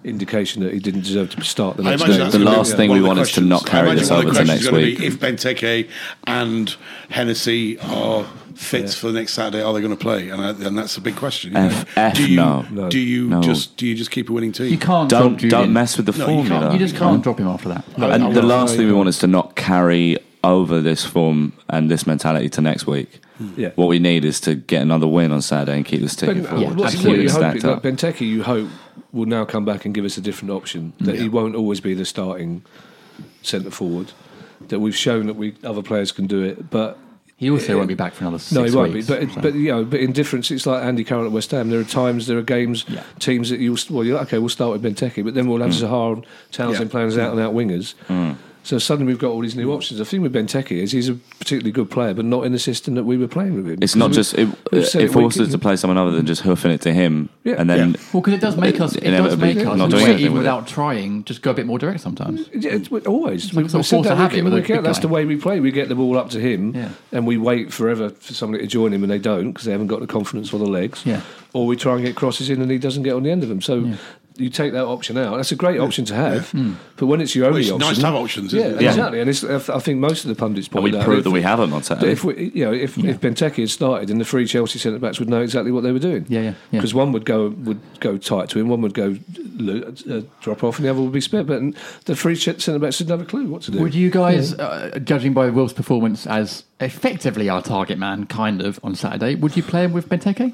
E: indication that he didn't deserve to start the
D: I
E: next
D: imagine
E: game.
D: that's
F: the
D: gonna be
F: last
D: one
F: thing
D: of
F: we
D: the
F: want is to
D: questions.
F: not
D: I
F: carry
D: imagine
F: this
D: one of the
F: over to
D: questions is
F: next
D: gonna
F: week.
D: Be if Benteke and Hennessy are fit for the next Saturday, are they going to play? And, I, and that's a big question. you
F: F-
D: know.
F: F,
D: do you,
F: no.
D: Do you
F: No.
D: just do you just keep a winning team?
C: You can't
F: Don't
C: drop Julian.
F: don't mess with Mm.
D: No,
F: the
D: you can't.
F: formula.
C: You just can't drop him after that.
F: And
D: I
F: the
D: will.
F: last thing we want is to not carry over this form and this mentality to next week.
E: Yeah.
F: What we need is to get another win on Saturday and keep this ticket
E: Ben,
F: forward.
E: uh, what- what
C: absolutely.
E: you
F: Keep it
E: hope-
F: stacked
E: like,
F: up.
E: Benteke, you hope will now come back and give us a different option. That he won't always be the starting centre forward. That we've shown that we other players can do it, but
C: He also won't be back for another six
E: no, he won't
C: weeks,
E: be. But
C: so.
E: but you know, but in difference, it's like Andy Carroll at West Ham. There are times, there are games,
C: Yeah.
E: teams that you well, you're like, okay, we'll start with Benteke, but then we'll have Zahar, Townsend
D: Yeah.
E: playing as out and out wingers. So suddenly we've got all these new options. The thing with Benteke is he's a particularly good player, but not in the system that we were playing with him.
F: It's not
E: Because
F: just it,
E: we- we've
F: it,
E: said we
F: forces
E: can-
F: us to play someone other than just hoofing it to him,
E: Yeah.
F: and then
C: Well, because it does make us, it does
F: Inevitably
C: make us,
F: not doing
C: wait,
F: anything
C: even
F: with it.
C: without trying, just go a bit more direct sometimes.
E: Yeah, it's, we- always.
C: like
E: We-
C: a sort
E: we
C: of
E: said
C: force
E: that
C: of
E: week
C: habit
E: in
C: with
E: the
C: a big
E: week out. That's
C: guy.
E: the way we play. We get the ball up to him,
C: Yeah.
E: and we wait forever for somebody to join him, and they don't because they haven't got the confidence or the legs.
C: Yeah.
E: Or we try and get crosses in, and he doesn't get on the end of them. So. You take that option out. That's a great option to have,
C: Hmm.
E: but when it's your only
D: it's
E: option,
D: nice to have options,
E: Yeah,
D: isn't it? Yeah.
E: exactly. And it's, I th- I think most of the pundits
F: and we
E: point out
F: prove
E: if-
F: that we haven't on Saturday.
E: if we, you know, if, if Benteke had started, then the three Chelsea centre backs would know exactly what they were doing.
C: Yeah, yeah, yeah.
E: Because one would go would go tight to him, one would go lo- uh, drop off, and the other would be split. But the three centre backs didn't have a clue what to do.
C: Would you guys, uh, judging by Will's performance as effectively our target man, kind of, on Saturday, would you play him with Benteke?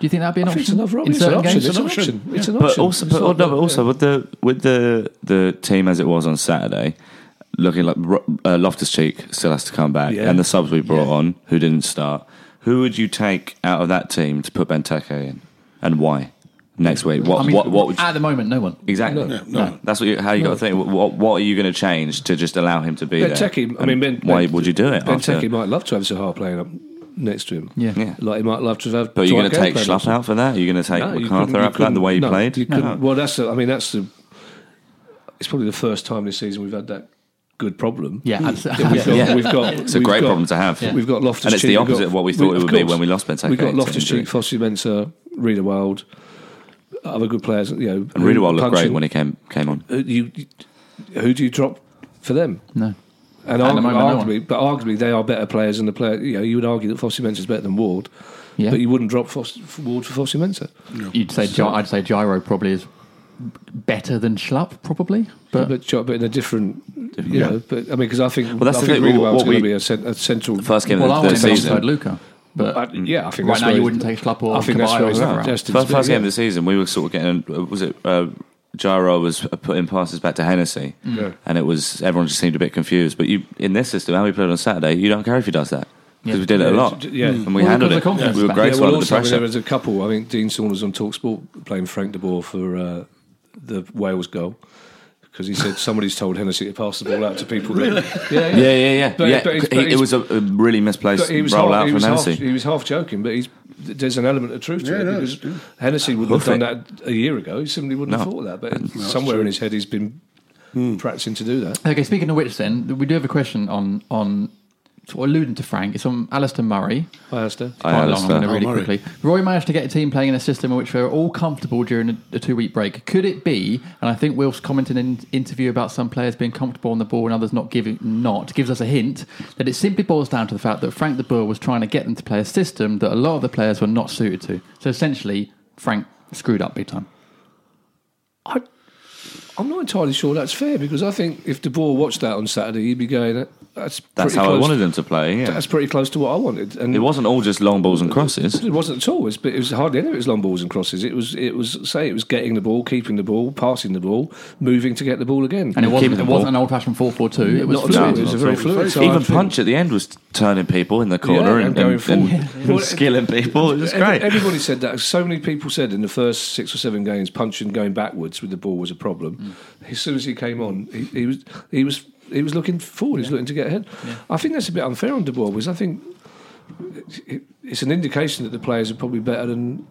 C: Do you think that'd be an
E: I think
C: option?
E: it's an option.
C: in
E: It's an
C: certain
E: option.
C: games?
E: It's an option. It's an
F: but
E: option.
F: also,
E: It's
F: but, oh,
E: not-
F: no, but also with the with the the team as it was on Saturday, looking like Ro- uh, Loftus Cheek still has to come back,
E: Yeah.
F: and the subs we brought on who didn't start. Who would you take out of that team to put Benteke in, and why? Next week, what
C: I mean,
F: what what would you,
C: at the moment, no one.
F: exactly? That's what you, how you got to think. What what are you going to change to just allow him to be there?
E: Benteke, I mean, ben,
F: And why
E: Ben-
F: would you do it?
E: Benteke
F: after-
E: might love to have Zaha playing up next to him.
C: Yeah.
F: Yeah.
E: like he might love to have.
F: But are you going
E: Dwight
F: to
E: Gale
F: take
E: playing up
F: Schlupp out for that? Are you going to take
E: No, you couldn't-
F: MacArthur
E: you
F: out for that? The way he
E: couldn't- no,
F: played?
E: you couldn't-
F: No.
E: Well, that's. The, I mean, that's the. It's probably the first time this season we've had that good problem.
C: Yeah,
E: That We've
C: absolutely.
E: got,
F: Yeah.
E: we've got,
F: It's a
E: we've
F: great
E: got-
F: problem to have.
E: We've got Loftus,
F: And it's the opposite of what we thought it would be when we lost Benteke
E: We got
F: to
E: Loftus
F: injury.
E: Cheek, Fossey Mensah, Reader Wild, other good players. You know, Uh,
F: And Riedewald looked great when he came came on.
E: You, who do you drop for them?
C: No.
E: And
C: At the
E: argu-
C: moment, no one.
E: arguably, but arguably, they are better players than the player. You know, you would argue that Fossey Mensah is better than Ward,
C: Yeah.
E: but you wouldn't drop Foss, Ward for Fossey Mensah.
C: You'd say, Gy- I'd say Gyro probably is better than Schlapp, probably.
E: but
C: But
E: but, jo- but in a different, you know. But I mean, because I think
F: Well, that's
E: I
F: the
E: think
F: thing,
E: really
F: what-
E: well it's
F: what
E: going to
F: we-
E: be a, cent- a central
F: The first game
C: well, I
F: of the
C: want him
F: season.
C: alongside Luca. But
E: I- yeah, I think
C: right
E: that's
C: now
E: where
C: you
E: he-
C: wouldn't take Schlapp or
E: I think that's
C: Caballo
E: where
C: or
E: he's at.
C: whoever. out.
E: Justin's
F: First, first
E: been-
F: game of the season, we were sort of getting. uh, Was it uh, Gyro was uh, putting passes back to Hennessy,
E: Yeah.
F: and it was everyone just seemed a bit confused. But you in this system, how we played on Saturday, you don't care if he does that because
C: Yeah.
F: we did it a
E: Yeah,
F: lot,
E: j- yeah.
F: and we
C: Well,
F: handled
C: because
F: it.
C: the confidence
F: We were
C: back. Yeah,
F: great
E: well,
F: under
E: also,
F: the
E: I mean, there
F: pressure.
E: was a couple. I think Dean Saunders on Talksport playing Frank de Boer for uh, the Wales goal because he said somebody's told Hennessy to pass the ball out to people. really? yeah, yeah.
F: Yeah, yeah, yeah.
E: But-
F: yeah.
E: but it's-
F: it-
E: but
F: it
E: it's-
F: was a, a really misplaced
E: But he was,
F: roll
E: half,
F: out
E: he,
F: from
E: was half,
F: Hennessy.
E: he was half joking, but he's, there's an element of truth to
D: Yeah,
E: it
D: no,
E: because
D: it's-
E: Hennessy wouldn't have
F: Hoof
E: done
F: it.
E: that a year ago. He simply wouldn't have
F: No. Hmm.
E: thought of that. But somewhere in his head, he's been practicing to do that.
C: Okay, speaking of which, then we do have a question on on sort of alluding to Frank. It's on Alistair Murray.
E: Hi, Alistair.
F: Hi,
C: Quite long. I'm
F: Alistair.
C: going to really
D: Oh, Murray.
C: quickly. Roy managed to get a team playing in a system in which we are all comfortable during a, a two week break. Could it be? And I think Will's commented in an interview about some players being comfortable on the ball and others not giving not gives us a hint that it simply boils down to the fact that Frank de Boer was trying to get them to play a system that a lot of the players were not suited to. So essentially, Frank screwed up big time.
E: I, I'm not entirely sure that's fair because I think if De Boer watched that on Saturday, he'd be going, "That's
F: That's
E: pretty
F: how
E: close,
F: I wanted him to play. Yeah.
E: That's pretty close to what I wanted." And
F: It wasn't all just long balls and crosses.
E: It wasn't at all. It was, it was hardly any of it was long balls and crosses. It was, it was say, it was getting the ball, keeping the ball, passing the ball, moving to get the ball again.
C: And it
F: Keeping
C: wasn't,
F: the
C: it
F: ball.
C: wasn't an old fashioned 4 4 2. It was
E: not at all.
F: No,
E: It was
F: not
E: a
F: at
E: very
F: all.
E: fluid. so I
F: Even
E: think-
F: Punch at the end was turning people in the corner
E: Yeah,
F: and,
E: and going
F: and,
E: forward.
F: and- and
E: Well,
F: skilling people. It was
E: Every-
F: great.
E: Everybody said that. So many people said in the first six or seven games, punching going backwards with the ball was a problem.
C: Mm.
E: As soon as he came on, he, he was he was he was looking forward. He was looking to get ahead. I think that's a bit unfair on De Boer because I think it, it's an indication that the players are probably better than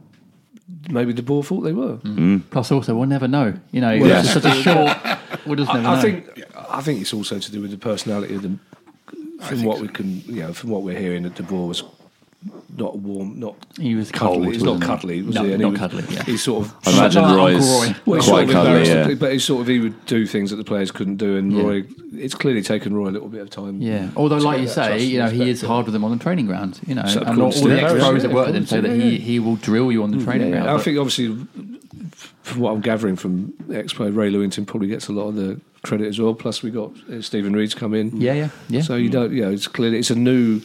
E: maybe De Boer thought they were.
C: Mm.
F: Mm.
C: Plus, also, we'll never know. You know,
E: Yeah.
C: it's just such a short. We'll just never
E: I, I
C: know.
E: think I think it's also to do with the personality of them. From what we can, you know, from what we're hearing, that De Boer was not warm, not
C: he was cold.
E: cuddly. He's not
C: wasn't he?
E: cuddly, was
C: no,
E: he? And he
C: not
E: was-
C: cuddly. Yeah.
E: He sort of
F: I imagine
C: Like
F: Roy
C: Uncle Roy.
F: is
E: Well, he's
F: quite
E: sort of
F: cuddly.
E: embarrassed,
F: Yeah.
E: but he sort of he would do things that the players couldn't do, and
C: Yeah.
E: Roy, it's clearly taken Roy a little bit of time.
C: Yeah. Although,
E: Mm. to
C: like
E: get
C: you
E: that
C: say,
E: trust
C: you know,
E: and
C: he
E: respect,
C: is
E: yeah.
C: hard with them on the training ground. You know,
E: So, of
C: and all,
E: course,
C: all the
E: yeah.
C: ex pros that
E: Yeah,
C: work
E: of
C: with him say
E: course,
C: that
E: yeah.
C: he, he will drill you on the training
E: Mm. Yeah,
C: ground.
E: I
C: but-
E: think obviously, from what I'm gathering from Expo, Ray Lewington probably gets a lot of the credit as well. Plus, we got uh, Stephen Reed's come in.
C: Yeah, yeah, yeah.
E: So you don't, you know, it's clearly it's a new,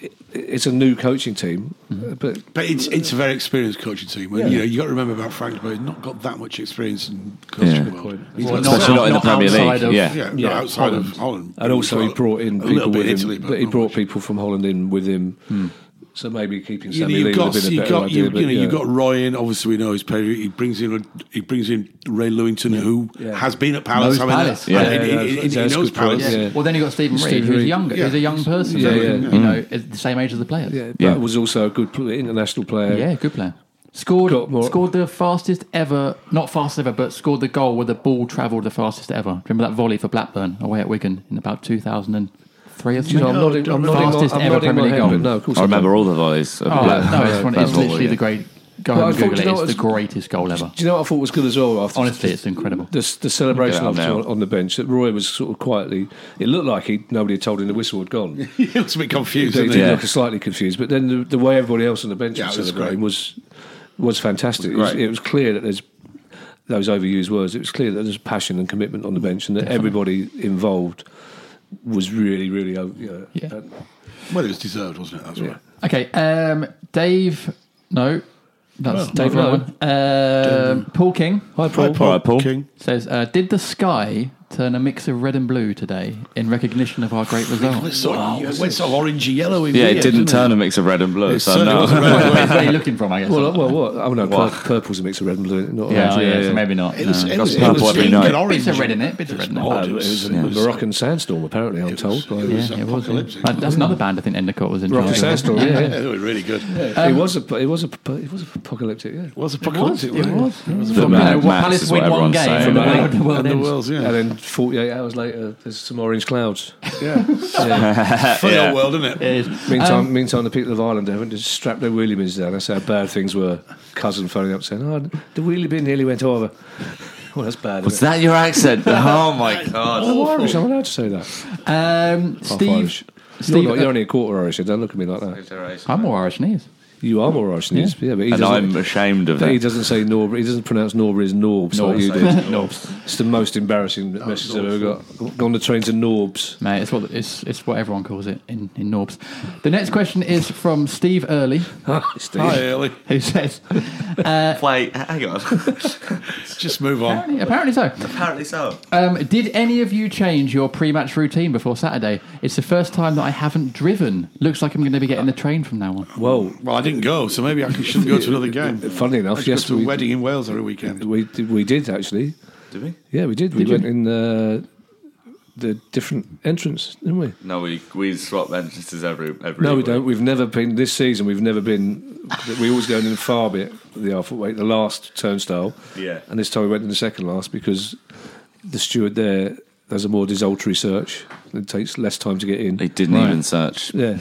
E: it- it's a new coaching team,
C: Mm-hmm.
E: uh, but
D: But it's it's a very experienced coaching team. And,
E: Yeah.
D: You know, you got to remember about Frank De Boer. he's Not got that much experience in coaching.
F: Yeah.
D: world.
E: Well,
D: He's
C: not-
D: got
C: not-
F: Especially not in the Premier
C: outside
F: League.
C: of-
F: yeah.
D: yeah,
E: Yeah,
D: yeah, outside
E: Holland.
D: of Holland.
E: and also he brought in
D: a
E: people
D: little bit
E: with
D: in
E: him.
D: Italy, but,
E: he
D: not
E: brought
D: much.
E: people from Holland in with him.
C: Hmm.
E: So maybe keeping
D: You know,
E: Sammy Lee
D: you've
E: would have
D: got,
E: been a
D: you
E: better
D: got,
E: idea.
D: you,
E: but
D: you know,
E: yeah.
D: you've got Roy in. Obviously, we know his pedigree. He brings in, he brings in Ray Lewington, who
E: Yeah.
D: has been at Palace.
C: Knows
D: I mean,
C: Palace.
D: uh,
F: Yeah.
D: I mean,
E: Yeah, yeah,
D: he- he-
E: that's-
D: he
E: that's
D: knows
E: good point,
D: Palace.
E: yeah.
C: Well, then you got Stephen Reed,
E: Stephen
C: who's
E: Reed.
C: younger.
D: Yeah.
C: He's a young person, so
E: Yeah,
C: he
E: yeah. Mm.
C: can, you know, is the same age as the players.
E: Yeah,
F: Yeah.
E: that was also a good pl- international player.
C: Yeah, good player. Scored
E: Got more-
C: scored the fastest ever, not fastest ever, but scored the goal where the ball travelled the fastest ever. Remember that volley for Blackburn away at Wigan in about 2003 or
E: Do you know, I'm
C: something?
E: nodding, I'm nodding,
C: Fastest
E: my, I'm
C: ever
E: nodding
C: Premier
E: my
C: League
E: head,
C: goal.
E: but no, of course
F: I
E: I
F: remember
E: don't.
F: all the volleys. of
C: Oh,
F: Black-
C: no, it's, one,
F: Black
C: it's
F: Ball,
C: literally
F: yeah.
C: the great. Go
E: Well,
C: home
E: I
C: and
E: thought,
C: Google
E: you
C: it.
E: know,
C: It's the
E: it's-
C: greatest goal ever.
E: Do you know what I thought was good as well? After
C: Honestly, it's incredible.
E: the, the celebration
F: Look at
E: after
F: that now.
E: on the bench that Roy was sort of quietly. It looked like he nobody had told him the whistle had gone.
D: He looks a bit confused.
E: He
D: doesn't
E: did
D: he?
F: Yeah.
E: look slightly confused, but then the, the way everybody else on the bench
D: Yeah,
E: was
D: it was
E: celebrating
D: great.
E: was was fantastic. It was,
D: great.
E: it was clear that there's those overused words. It was clear that there's passion and commitment on the bench, and that everybody involved was really, really, uh, you know,
C: Yeah.
E: uh,
D: Well, it was deserved, wasn't it? That's right.
C: Okay, um, Dave. No, that's
F: Oh,
D: Well,
C: Dave.
E: no.
C: Rowan. Um, Paul King
E: Hi, Paul.
F: Paul. Alright,
D: King.
C: says, uh, "Did the sky turn a mix of red and blue today in recognition of our great
D: Well, it's
C: result?"
D: sort of, it went sort of orangey yellow. in
F: Yeah,
D: the
F: it
D: end,
F: didn't turn
D: it?
F: a mix of red and blue.
D: It
F: So
D: certainly
F: no.
D: wasn't red and blue.
C: Where are you looking from? I guess.
E: Well, well, what? Oh no,
F: Wow.
E: pur- purple's a mix of red and blue. Not
C: yeah,
E: orange.
C: yeah, so maybe not.
D: It was,
C: no.
D: it was, it
F: purple
D: was
F: every
D: pink
F: night.
D: and orange.
C: Bits of red in it, bits of red in it.
D: odd,
E: it was a
D: it
E: Moroccan sandstorm, apparently. I'm
D: was-
E: told. by-
D: it was
C: Yeah, it was.
D: apocalyptic.
C: Uh, That's another band I think Endicott was in.
E: Moroccan
C: charge of.
E: sandstorm. Yeah, yeah.
D: Yeah, they were really good.
E: it
C: Um,
E: was a, it was a, it was apocalyptic. Yeah.
D: It was
C: It was.
D: apocalyptic.
C: It was.
D: wasn't
C: From,
D: it?
C: you know,
F: Mad
C: what
F: Max
C: Palace
F: is
C: win
F: what
C: one
F: everyone's
C: game and
F: saying.
C: the
F: Yeah.
C: world- the world
D: And the
C: ends.
D: world's, yeah.
E: And then 48 hours later, there's some orange clouds.
D: Funny old world, isn't it?
C: It is.
E: Meantime, meantime, the people of Ireland haven't just strapped their wheelie bins down. That's how bad things were. Cousin phoning up saying, "Oh, the wheelie bin nearly went over." Well, that's bad.
F: Was that your accent? Oh my god!
E: Oh, Irish. I'm allowed to say that.
C: Um,
E: Irish.
C: Steve.
E: You're,
C: Steve. uh,
E: not, you're only a quarter Irish. so Don't look at me like that.
C: I'm more Irish than he is.
E: You are more Irish than he is. Yeah, but he
F: And
E: doesn't.
F: I'm ashamed of
E: but he
F: that.
E: doesn't say Norb. He doesn't pronounce Norb as Norbs like you do. It's the most embarrassing message I've ever got. Gone the train to Norbs.
C: Mate, it's what it's, it's what everyone calls it in, in Norbs. The next question is from Steve Early,
E: Steve.
D: Hi, Early.
C: who says
F: Wait, hang on.
D: Just move
C: apparently,
D: on.
C: apparently so.
F: Apparently so.
C: Um, did any of you change your pre-match routine before Saturday? It's the first time that I haven't driven. Looks like I'm going to be getting the train from now on.
E: Well,
D: Well, I didn't go, so maybe I could- shouldn't go to another game.
E: Funny enough,
D: I should
E: yes,
D: go to
E: we-
D: a wedding in Wales every weekend.
E: we did, we did actually.
F: Did we?
E: Yeah, we did. we went in uh, the different entrance, didn't we?
F: No, we we swap entrances every every.
E: No, we
F: week.
E: don't. We've never been this season. We've never been. We always go in the far bit, the half wait, the last turnstile.
F: Yeah.
E: And this time we went in the second last because the steward there does a more desultory search. It takes less time to get in.
F: They didn't even search.
E: yeah.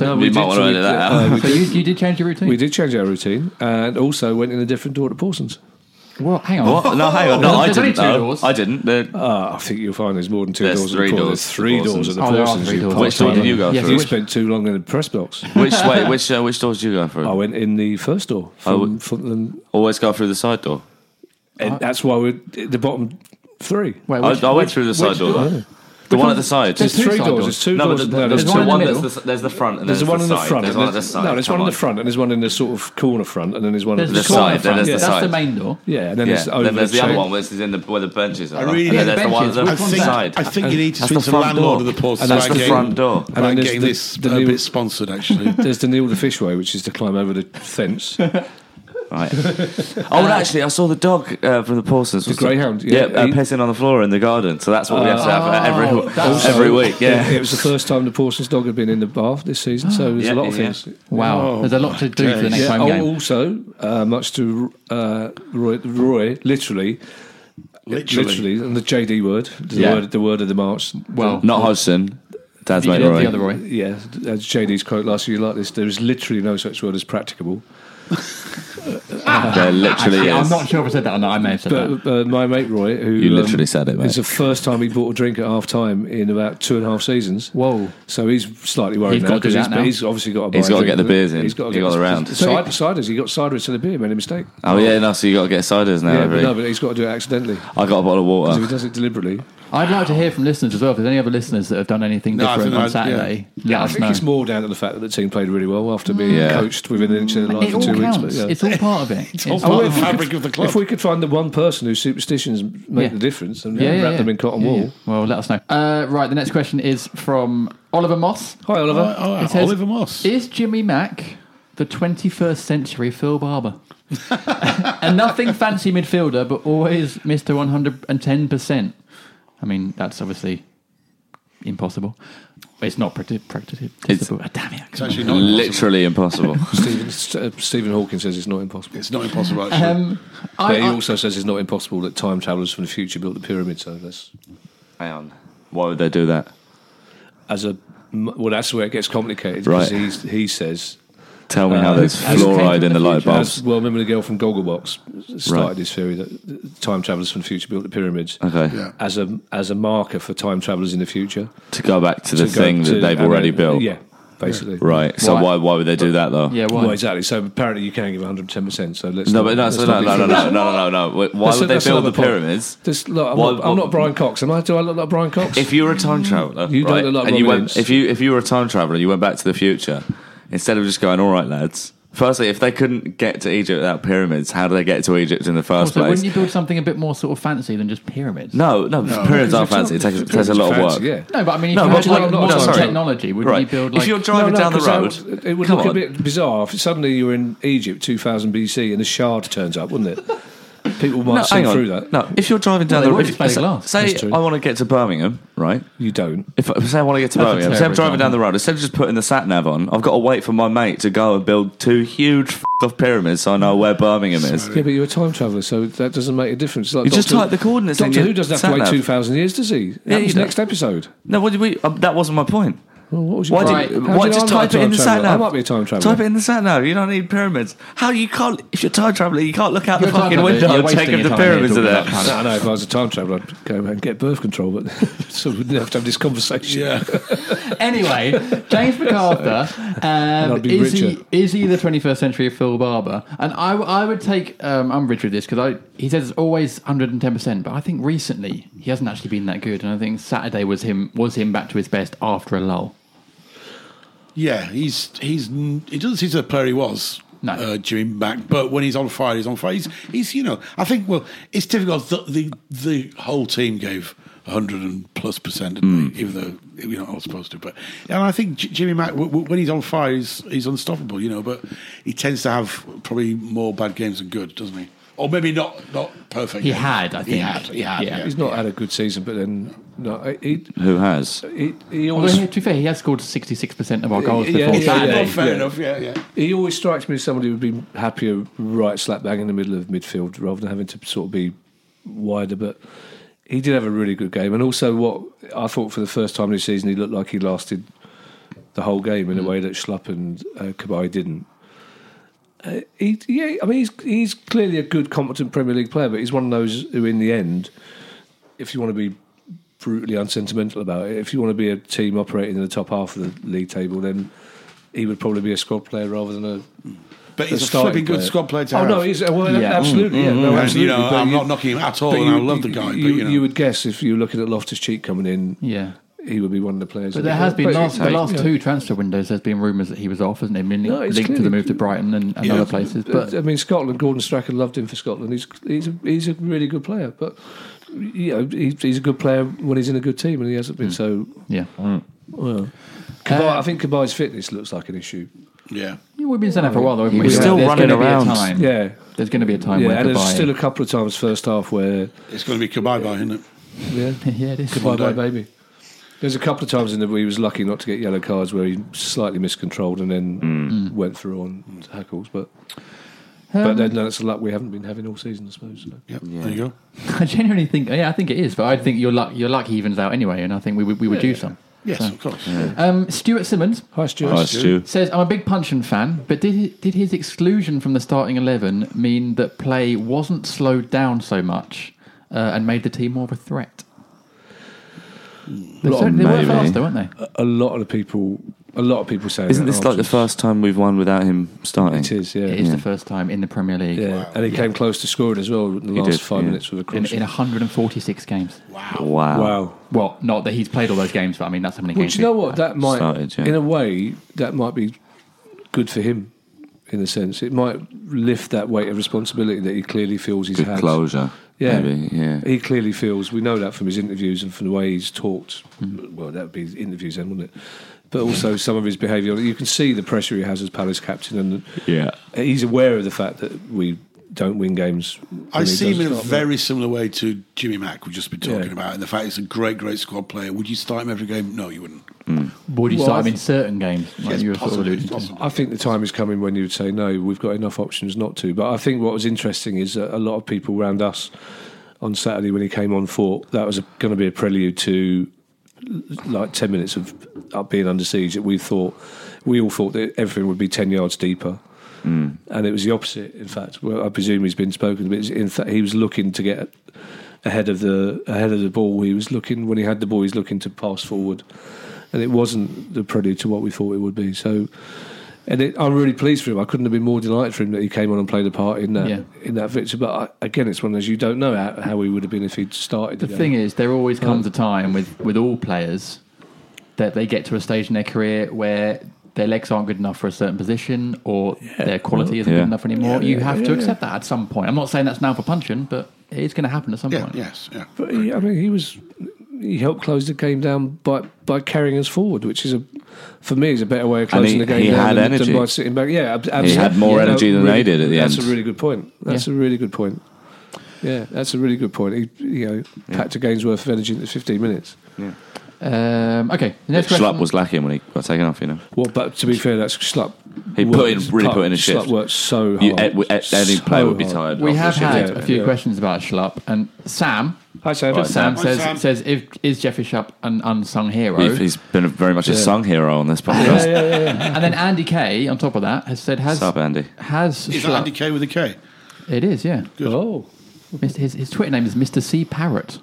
C: So
E: no,
F: we
E: we, did.
F: might wanna
E: so we
F: edit that
E: did-
F: out.
E: uh, we
C: So
E: did-
C: you, you did change your routine.
E: we did change our routine and also went in a different door to Pawson's.
C: Well, hang on.
F: What? No, hang on. No, I
C: There's only
F: didn't.
C: two
F: know.
C: doors.
F: I didn't. The-
E: Ah, I think you'll find there's more than two
F: There's
E: doors. at the
F: three
E: corner.
F: doors
E: There's
F: to
E: three
F: Pawson's.
E: doors at the
C: Oh, there are
E: Pawson's,
C: three
E: you
C: doors.
F: Which door
E: part-timer.
F: did you go
C: Yes,
F: through?
E: You
C: which-
E: spent too long in the press box.
F: Which way? Which uh, which doors do you go through?
E: I went in the first door. From,
F: Oh, we-
E: from the,
F: Always go through the side door.
E: and that's why we're at the bottom three.
C: Wait,
F: I,
C: which-
F: I went
C: which-
F: through the
C: which
F: side door.
C: door?
F: though. The one at the side.
C: There's
E: There's
C: two
E: three
C: side
E: doors.
C: doors.
E: There's two
F: No, but
E: doors.
F: the-
E: no,
F: there's
C: one
F: the
C: in the
F: one
C: middle.
F: that's the- there's the front and
E: There's
F: there's
E: the one in the
F: side.
E: front.
F: There's
E: and
F: one at the
E: there's-
F: side.
E: No, there's
F: Come
E: one in
F: on.
E: the front, and there's one in the sort of corner front, and then there's one at
C: There's
E: the,
C: the
F: the
C: corner
F: side, then
C: front.
F: there's the
C: That's
F: side.
C: the main door.
E: Yeah, and then
F: Yeah.
E: there's the over
F: Then there's the other
E: chain.
F: one, which is in the where the benches are.
D: I really-
F: and then
D: Yeah,
F: there's the one
C: benches.
F: that's
D: I
F: on the
D: think,
F: side.
D: I think you need to
F: That's
D: speak
F: the
D: to the
F: front
D: landlord
F: door.
D: of the Port
F: And that's
D: Star
F: the
D: game
F: front door.
E: And then
D: About
E: there's
D: getting
E: the-
D: this
E: the
D: a
E: new-
D: bit sponsored, actually.
E: There's the Neil the Fishway, which is to climb over the fence.
F: right? oh, and actually, I saw the dog uh, from the Paulsons. The
E: greyhound,
F: Yeah,
E: yeah.
F: uh,
E: He-
F: pissing on the floor in the garden. So that's what we have to have
C: Oh,
F: uh, every
C: that's-
F: every week. Yeah.
E: It, was the first time the Porson's dog had been in the bath this season, so there's
F: Yeah,
E: a lot of
F: yeah, yeah.
E: things.
C: Wow,
F: Oh.
C: there's a lot to do for the next
E: Oh. Yeah.
C: home
E: Oh,
C: game.
E: also, uh, much to uh, Roy, Roy, literally,
D: Literally.
E: and the JD word, the
C: Yeah.
E: word, the word of the march.
C: Well,
F: Not Hodgson, Dad's
C: the,
F: mate
C: the
F: Roy.
C: other Roy.
E: yeah, as JD's quote last year, you like this. There is literally no such word as practicable.
F: There literally
C: Actually, I'm
F: is.
C: not sure if I said that or not. I may have said that.
E: But uh, my mate Roy, who
F: You literally said it, mate.
E: It's the first time he bought a drink at half time in about two and a half seasons.
C: Whoa.
E: So he's slightly worried
C: He's
E: now
C: gotta do
E: because
C: that
E: he's,
C: now.
E: he's obviously got. To buy
F: He's gotta
E: a drink,
F: get the
E: but
F: beers in.
E: He's got to
F: He
E: get
F: got
E: the-
F: around.
E: Cider, ciders. He got cider instead of beer. Made a mistake.
F: Oh yeah, no. So you got to get ciders now.
E: Yeah,
F: every-
E: but no, but he's got to do it accidentally.
F: I got a bottle
E: So
F: of
E: if he
F: water.
E: does it deliberately,
C: I'd like to hear from listeners as well. If there's any other listeners that have done anything
D: No, I
C: different
D: think
C: on
D: that- yeah.
C: Saturday, let
E: I
C: us
E: think
C: know.
E: it's more down to the fact that the team played really well after being
F: Yeah.
E: coached within an inch of their life
C: it
E: for
C: all
E: two
C: counts.
E: weeks. But, yeah.
C: It's all part of it. Oh, It's
D: all
C: part
D: part
C: of
D: of
C: it.
D: the fabric of the club.
E: If we could find the one person whose superstitions
C: Yeah.
E: make the difference and
C: Yeah, yeah,
E: wrap
C: yeah.
E: them in cotton
C: Yeah,
E: wool.
C: yeah. Well, let us know. Uh, right, the next question is from Oliver Moss.
E: Hi, Oliver.
D: Oh, oh,
C: It says-
D: Oliver Moss.
C: Is Jimmy Mack the 21st century Phil Barber? and nothing fancy midfielder, but always Mr. 110%. I mean, that's obviously impossible. It's not practi- practi-
F: It's-
C: practicable. Ah, damn it. I
D: it's
C: can't-
D: actually not impossible.
F: Literally impossible.
E: Stephen, St- uh, Stephen Hawking says it's not impossible.
D: It's not impossible, actually.
C: Um, I-
E: But he
C: I-
E: also says it's not impossible that time travellers from the future built the pyramid. So that's
F: Hang on. Why would they do that?
E: as a m- well, that's where it gets complicated
F: Right.
E: because he's, he says.
F: Tell me how
E: Uh,
F: there's
E: as-
F: fluoride in the light
E: As,
F: bulbs.
E: well, remember the girl from Gogglebox started
F: Right.
E: this theory that time travellers from the future built the pyramids
F: Okay.
D: Yeah.
E: as a as a marker for time travellers in the future.
F: To go back to the
E: to go
F: thing
E: to-
F: that they've
E: and
F: already
E: then-
F: built.
E: Yeah, basically.
F: Right. So
C: Why-
F: why why would they do that though?
C: yeah, why?
E: Well, exactly. So apparently you can give 110%. So let's
F: No,
E: not-
F: but no,
E: let's
F: so no,
E: not be
F: no, no,
E: foolish.
F: no, no, no, no, no. Why
E: That's-
F: would they
E: that's
F: build
E: another
F: the
E: point.
F: pyramids?
E: Just look, I'm,
F: Why-
E: not, I'm not Brian Cox. Am I? Do I look like Brian Cox?
F: If you were a time traveler,
E: You don't
F: right,
E: look like
F: and you
E: Robin Ince.
F: went, if you if you were a time traveler, you went back to the future instead of just going, all right, lads. Firstly, if they couldn't get to Egypt without pyramids, how do they get to Egypt in the first
C: Also,
F: place?
C: wouldn't you build something a bit more sort of fancy than just pyramids?
F: no, no, pyramids aren't fancy. It takes, it takes a lot of work.
E: Fancy, Yeah.
C: No, but I mean, if
F: No,
C: you
F: but
C: had
F: like-
C: like,
F: no,
C: modern
F: sorry.
C: technology, wouldn't
F: right.
C: you build like?
F: if you're driving
E: No, no,
F: down the
E: 'cause that
F: road,
E: would- it would
F: come
E: look
F: on.
E: a bit bizarre if suddenly you were in Egypt 2000 BC and the shard turns up, wouldn't it? People might see
F: hang on.
E: through that.
F: No, if you're driving
C: Well,
F: down
C: they
F: the
C: wouldn't
F: road, if,
C: display glass.
F: say
E: That's true.
F: I want to get to Birmingham, right?
E: You don't.
F: If I say I want to get to
C: That's a
F: Birmingham, say I'm
C: terrible
F: driving down the road, instead of just putting the sat nav on, I've got to wait for my mate to go and build two huge f- off pyramids so I know where Birmingham is.
E: Yeah, but you're a time traveller, so that doesn't make a difference. Like
F: You just
E: Doctor-
F: type the coordinates in
E: Doctor
F: your
E: Who doesn't have to wait
F: sat-nav.
E: 2,000 years, does he?
F: Yeah,
E: That
F: you
E: was
F: don't.
E: next episode.
F: No, what did we? Um, that wasn't my point.
E: Well, what was your
F: Why
E: point? How
F: did? Why
E: do you know
F: just
E: I'm not a
F: type it in
E: time
F: the sat
E: traveller?
F: nav?
E: I might be a time traveller.
F: Type it in the sat nav. You don't need pyramids. How you can't? If you're a time traveller, you can't look out
C: You're a
F: the
C: time
F: fucking
C: traveller,
F: window
C: you're
F: and check
C: wasting
F: if
C: your
F: the
C: time here
F: pyramids are
C: talking
F: there.
C: about time.
E: No, no, if I was a time traveller, I'd go and get birth control, but so we wouldn't have to have this conversation.
D: yeah.
C: anyway, James MacArthur um,
E: I'd be
C: is he
E: richer.
C: is he the 21st century Phil Barber? And I, w- I would take um, umbrage with this because I he says it's always 110, percent but I think recently he hasn't actually been that good, and I think Saturday was him was him back to his best after a lull.
D: Yeah, he's he's n- he doesn't seem to the player he was.
C: No.
D: Uh, Jimmy Mack, but when he's on fire, he's on fire. He's, he's you know, I think well, it's difficult. The the, the whole team gave hundred and plus percent, didn't they? even though we're not all supposed to. But and I think J- Jimmy Mack, w- w- when he's on fire, he's, he's unstoppable. You know, but he tends to have probably more bad games than good, doesn't he? Or maybe not not perfect.
C: He
D: games.
C: had, I
D: He
C: think.
D: had. He had.
C: Yeah.
D: Yeah.
E: He's not had a good season, but then no, he,
F: Who has?
E: he, he
C: Although,
E: always
C: to be fair, he has scored 66% of our goals
E: Yeah,
C: before
E: yeah,
D: Yeah,
C: Saturday.
D: no, fair
E: Yeah.
D: enough. Yeah, yeah.
E: he always strikes me as somebody who'd be happier right slap bang in the middle of midfield rather than having to sort of be wider. But he did have a really good game, and also what I thought for the first time this season, he looked like he lasted the whole game in a way that Schlupp and uh, Kabay didn't. Uh, he, yeah, I mean, he's he's clearly a good, competent Premier League player, but he's one of those who, in the end, if you want to be brutally unsentimental about it, if you want to be a team operating in the top half of the league table, then he would probably be a squad player rather than a
D: But he's a
E: starting
D: flipping good
E: player.
D: squad player. To
E: Oh
D: have.
E: no, he's well,
C: Yeah.
E: absolutely, yeah, no,
D: Mm-hmm. And, Mm, you
E: absolutely.
D: know,
E: but
D: I'm
E: you-
D: not knocking him at all,
E: but
D: and I love the guy.
E: You,
D: but, you, know.
E: would guess if you were looking at Loftus Cheek coming in,
C: Yeah.
E: he would be one of the players.
C: But
E: that-
C: there has been
E: but-
C: last, the
E: but-
C: last
E: yeah.
C: two transfer windows. There's been rumours that he was off, hasn't it? Been
E: No,
C: linked
E: it's
C: to the
E: clearly-
C: move to Brighton and, and other places. But
E: I mean, Scotland. Gordon Strachan loved him for Scotland. He's he's a, he's a really good player, but you know, he, he's a good player when he's in a good team, and he hasn't
D: Hmm.
E: been. So
C: yeah, Mm.
E: Kabay, I think Kabay's fitness looks like an issue.
D: yeah.
C: We've been saying that for a while, though. haven't
F: We're
C: There's
F: still
C: gonna
F: running
C: be a
F: around.
C: time-
E: Yeah.
C: There's going to be a time
E: Yeah,
C: where
E: and there's
C: goodbye.
E: still a couple of times first half where
D: It's going to be goodbye bye, isn't it?
E: yeah,
C: yeah, it is.
E: bye bye
D: day.
E: baby. There's a couple of times in the we was lucky not to get yellow cards where he slightly miscontrolled and then
F: Mm.
E: went through on tackles, but
F: Um,
E: but then that's the luck we haven't been having all season, I suppose. So.
D: Yep. There you go.
C: I genuinely think, yeah, I think it is, but I think your luck, your luck evens out anyway, and I think we would, we would do some.
D: Yes, of course.
C: Um, Stuart Simmons
E: Hi, Stuart.
F: Hi, Stu.
C: says, "I'm a big Punchin fan, but did did his exclusion from the starting eleven mean that play wasn't slowed down so much uh, and made the team more of a threat?" They,
E: Lot
C: certainly- they were
F: maybe.
C: faster, weren't they?
E: A lot of the people, a lot of people say,
F: Isn't
E: that
F: this like the
E: Armstrong's-
F: first time we've won without him starting?
E: It is, yeah,
C: It is
F: Yeah.
C: the first time in the Premier League
E: yeah. And he came close to scoring as well in the
F: He
E: last
F: did,
E: five
F: yeah.
E: minutes with a
C: in,
E: cross.
C: in 146 games.
F: Wow.
E: wow.
C: Well, not that he's played all those games, but I mean that's how many
E: Well,
C: games.
E: do you know
C: he-
E: what? That might,
F: started, yeah.
E: in a way, that might be good for him. In a sense, it might lift that weight of responsibility that he clearly feels he's
F: Good
E: had.
F: closure.
E: Yeah.
F: Maybe. Yeah.
E: He clearly feels. We know that from his interviews and from the way he's talked.
F: Mm.
E: Well, that would be his interviews then, wouldn't it? But also some of his behaviour. You can see the pressure he has as Palace captain, and
F: Yeah.
E: he's aware of the fact that we don't win games. when
D: I
E: he
D: see him
E: does
D: in a
E: start,
D: very similar way to Jimmy Mack, we've just been talking
E: Yeah.
D: about, and the fact he's a great, great squad player. Would you start him every game? No, you wouldn't.
C: Would you
E: Well,
C: start him
E: I've-
C: in certain games? Like
D: Yes,
C: you were sort of
D: possibly,
C: alluding to.
D: possibly.
E: I think the time is coming when you would say no. We've got enough options not to. But I think what was interesting is that a lot of people around us on Saturday when he came on thought that was going to be a prelude to like ten minutes of up being under siege. That we thought we all thought that everything would be ten yards deeper, and it was the opposite. In fact, well, I presume he's been spoken, but in fact, he was looking to get ahead of the ahead of the ball. He was looking when he had the ball. He was looking to pass forward, and it wasn't the prelude to what we thought it would be. So, and it, I'm really pleased for him. I couldn't have been more delighted for him that he came on and played a part in that
C: Yeah.
E: in that victory. But I, again, it's one of those you don't know how, how he would have been if he'd started.
C: The thing is, there always
D: Um,
C: comes a time with, with all players that they get to a stage in their career where their legs aren't good enough for a certain position or their quality isn't
F: Yeah.
C: good enough anymore. you have to accept that at some point. I'm not saying that's now for punching, but it's going to happen at some
D: Yeah,
C: point.
D: yes, yeah.
E: But he, I mean, he was he helped close the game down by by carrying us forward, which is a for me is a better way of
F: And
E: closing
F: he-
E: the game
F: he
E: down
F: had
E: than,
F: energy.
E: than by sitting back. Yeah, ab- absolutely.
F: had more energy than they did at the
E: that's
F: end.
E: a really good point. That's
C: Yeah.
E: a really good point. Yeah, that's a really good point. He you know packed a game's worth of energy into 15 minutes.
C: Um, okay. The next
F: Schlupp
C: question.
F: was lacking when he got taken off, you know.
E: Well, but to be fair, that's Schlupp.
F: He put
E: worked-
F: in- really put in a
E: Schlupp
F: shift.
E: worked so hard.
F: You, Ed, Ed, Ed,
E: So
F: player would be
E: hard.
F: tired.
C: we
F: after
C: have
F: the shift.
C: had
E: yeah,
C: a few
E: yeah.
C: questions about Schlupp and Sam.
E: Hi, Sam.
F: Right,
C: Sam
D: Hi,
C: says
D: Sam.
C: says if is Jeffrey Schlupp an unsung hero?
F: We've- He's been a, very much a sung hero on this
E: Yeah,
F: podcast.
E: yeah, yeah, yeah.
C: and then Andy K on top of that has said has
F: What's up, Andy?
C: has
D: Is that Andy
C: Schlupp,
D: K with a K?
C: it is yeah.
E: Oh,
C: Mr. His, his Twitter name is Mr. C Parrot.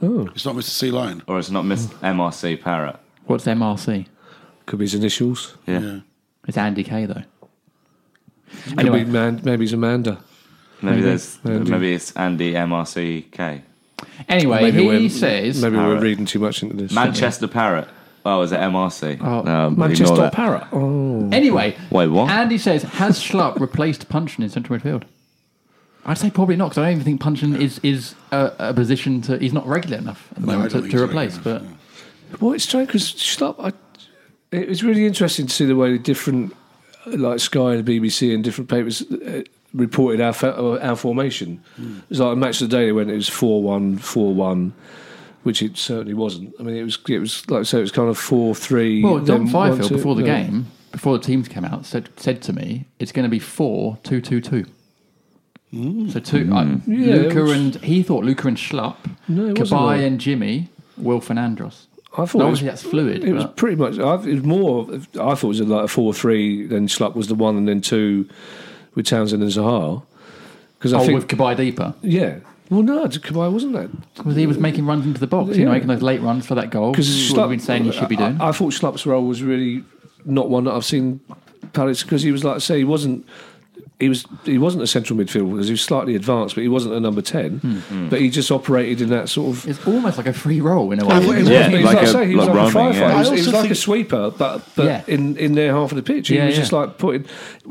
D: It's not Mr. C Lion.
F: Or it's not Miss MRC Parrot.
C: What's MRC?
E: could be his initials.
F: Yeah.
C: It's Andy K though.
E: Could
C: Anyway,
E: be Man- maybe he's Amanda.
F: Maybe, there's maybe it's Andy MRCK.
C: anyway
E: Maybe
C: he
E: we're-
C: says
E: Maybe we're reading too much into this.
F: Manchester Parrot. Oh, is it MRC?
C: Oh.
F: no, ignore
E: Manchester
F: that.
E: Parrot.
C: anyway.
F: Wait, what?
C: Andy says has Schlupp replaced Punchin in central midfield? I'd say probably not because I don't even think Punchin is is a, a position to. He's not regular enough at the
D: No, I
C: moment to,
D: don't think
C: to
D: so,
C: replace.
D: yeah.
C: But
E: Well, it's strange because Schlupp, I, it was really interesting to see the way the different, uh, like Sky and BBC and different papers uh, reported our fa- uh, our formation.
C: Hmm.
E: It was like a match of the day. They went it was 4-1, 4-1. Which it certainly wasn't. I mean, it was it was like so. It was kind of four three.
C: well, Don Fifield before the game, before the teams came out, said said to me it's going to be four two two two. So two, I,
E: Mm. Yeah, it
C: Luca
E: was-
C: and he thought Luca and Schlupp,
E: No, it wasn't
C: Kabay
E: that.
C: and Jimmy, Wilf and Andros.
E: I thought
C: No,
E: it was,
C: obviously that's fluid,
E: It was
C: but-
E: pretty much. I, it was more. of- I thought it was like a four-three. Then Schlupp was the one, and then two with Townsend and Zahar. Because I
C: Oh,
E: think
C: with Kabay deeper.
E: yeah. Well, no, Kabay wasn't that
C: Because he was making runs into the box, you know,
E: Yeah.
C: making those late runs for that goal.
E: because
C: Because what we've been saying he should be doing.
E: I, I thought Schlupp's role was really not one that I've seen Palace because he was like I say he wasn't. he was he wasn't a central midfielder because he was slightly advanced, but he wasn't a number 10
F: Mm-hmm.
E: But he just operated in that sort of.
C: It's almost like a free roll in a way.
E: I thought it was-
F: Yeah,
E: he was
F: like
E: like, I
F: a-
E: say, he was
F: like
E: like
F: roaming,
E: a firefighter.
F: yeah.
E: He
D: I
E: was, he was
D: also
E: like a
D: think-
E: sweeper, but but
C: Yeah.
E: in, in their half of the pitch, he
C: Yeah,
E: was
C: yeah.
E: just like putting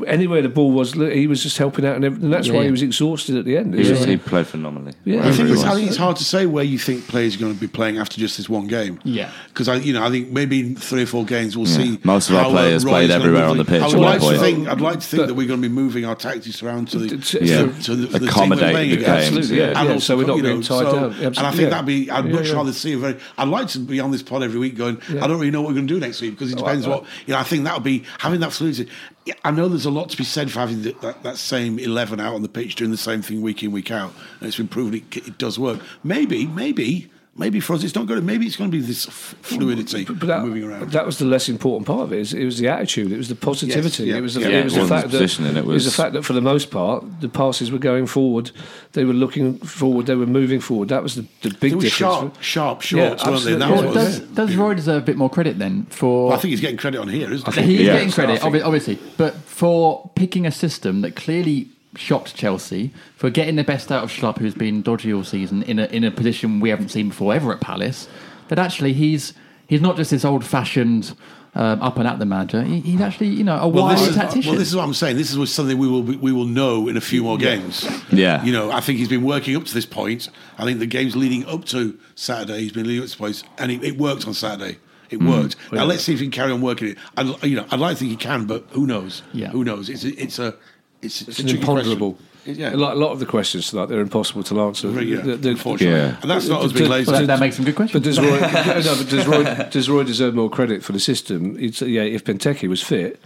E: anywhere the ball was. He was just helping out, and, everything, and that's
C: Yeah,
E: why
C: yeah.
E: he was exhausted at the end.
F: He,
E: It's
F: was,
E: like-
F: he played phenomenally.
E: Yeah.
D: I
F: wherever
D: think,
F: he
D: it's, I
F: was.
D: think it's hard to say where you think players are going to be playing after just this one game.
C: Yeah.
D: because I, you know, I think maybe in three or four games we'll see.
F: Most of our
D: how, uh,
F: players
D: Roy's
F: played
D: gonna
F: everywhere
D: move
F: on the
D: it.
F: pitch
D: I
F: at
D: would
F: one
D: like to
F: point.
D: think, I'd like to think
E: But-
D: that we're going to be moving our tactics around to the,
E: To- to-
F: Yeah.
D: to, to the, the
F: Accommodate
D: team we're playing
F: the
D: against.
F: games, Absolutely, yeah.
E: yeah. Yeah, so we're not being tied down.
D: And I
E: Absolutely,
D: think
E: yeah.
D: that'd be. I'd
E: Yeah,
D: much
E: yeah.
D: rather see a very. I'd like to be on this pod every week going. I don't really know what we're going to do next week because it depends
E: Oh, I-
D: what you know. I think that would be having that fluidity. Yeah, I know there's a lot to be said for having th that, that same eleven out on the pitch doing the same thing week in week out, and it's been proven it, c- it does work. Maybe, maybe. Maybe for us, it's not going to. Maybe it's going to be this f- fluidity
E: But that,
D: moving around.
E: that was the less important part of it. Is it was the attitude. It was the positivity.
D: Yes, yeah.
E: It was the,
D: Yeah,
F: it
E: it was the
F: wasn't
E: fact
F: the
E: that
F: positioning, it was-
E: the fact that for the most part the passes were going forward. They were looking forward. They were moving forward. That was the, the big
D: they were
E: difference.
D: sharp, sharp shorts, weren't they?
E: absolutely.
D: That
E: Yeah,
D: was
E: it
D: what
C: does,
D: was it.
C: does Roy deserve a bit more credit then for?
D: I think he's getting credit on here, isn't he?
C: He's
F: Yeah.
C: getting credit,
D: I think-
C: obvi- obviously, but for picking a system that clearly shocked Chelsea, for getting the best out of Schlupp, who's been dodgy all season, in a, in a position we haven't seen before ever at Palace, that actually he's he's not just this old fashioned um, up and at the manager. He, he's actually you know a wise
D: this is,
C: tactician.
D: well, this is what I'm saying. This is something we will be, we will know in a few more games.
F: Yeah.
D: you know, I think he's been working up to this point. I think the games leading up to Saturday, he's been leading up to this point, and it, it worked on Saturday. It
F: Mm.
D: worked. Now let's see if he can carry on working it. I, you know, I'd like to think he can, but who knows?
C: Yeah.
D: who knows? It's a, it's a it's, it's, a
E: It's
D: tricky
E: imponderable.
D: Question. Yeah,
E: A lot, a lot of the questions tonight they're impossible to answer.
D: Right, yeah,
E: The- the-
D: unfortunately.
F: Yeah.
D: And that's not us being
E: Well,
D: lazy.
C: Well, that, that makes some good
E: But
C: questions.
E: does Roy, no, but does Roy, does Roy deserve more credit for the system? You'd say, yeah, if Benteke was fit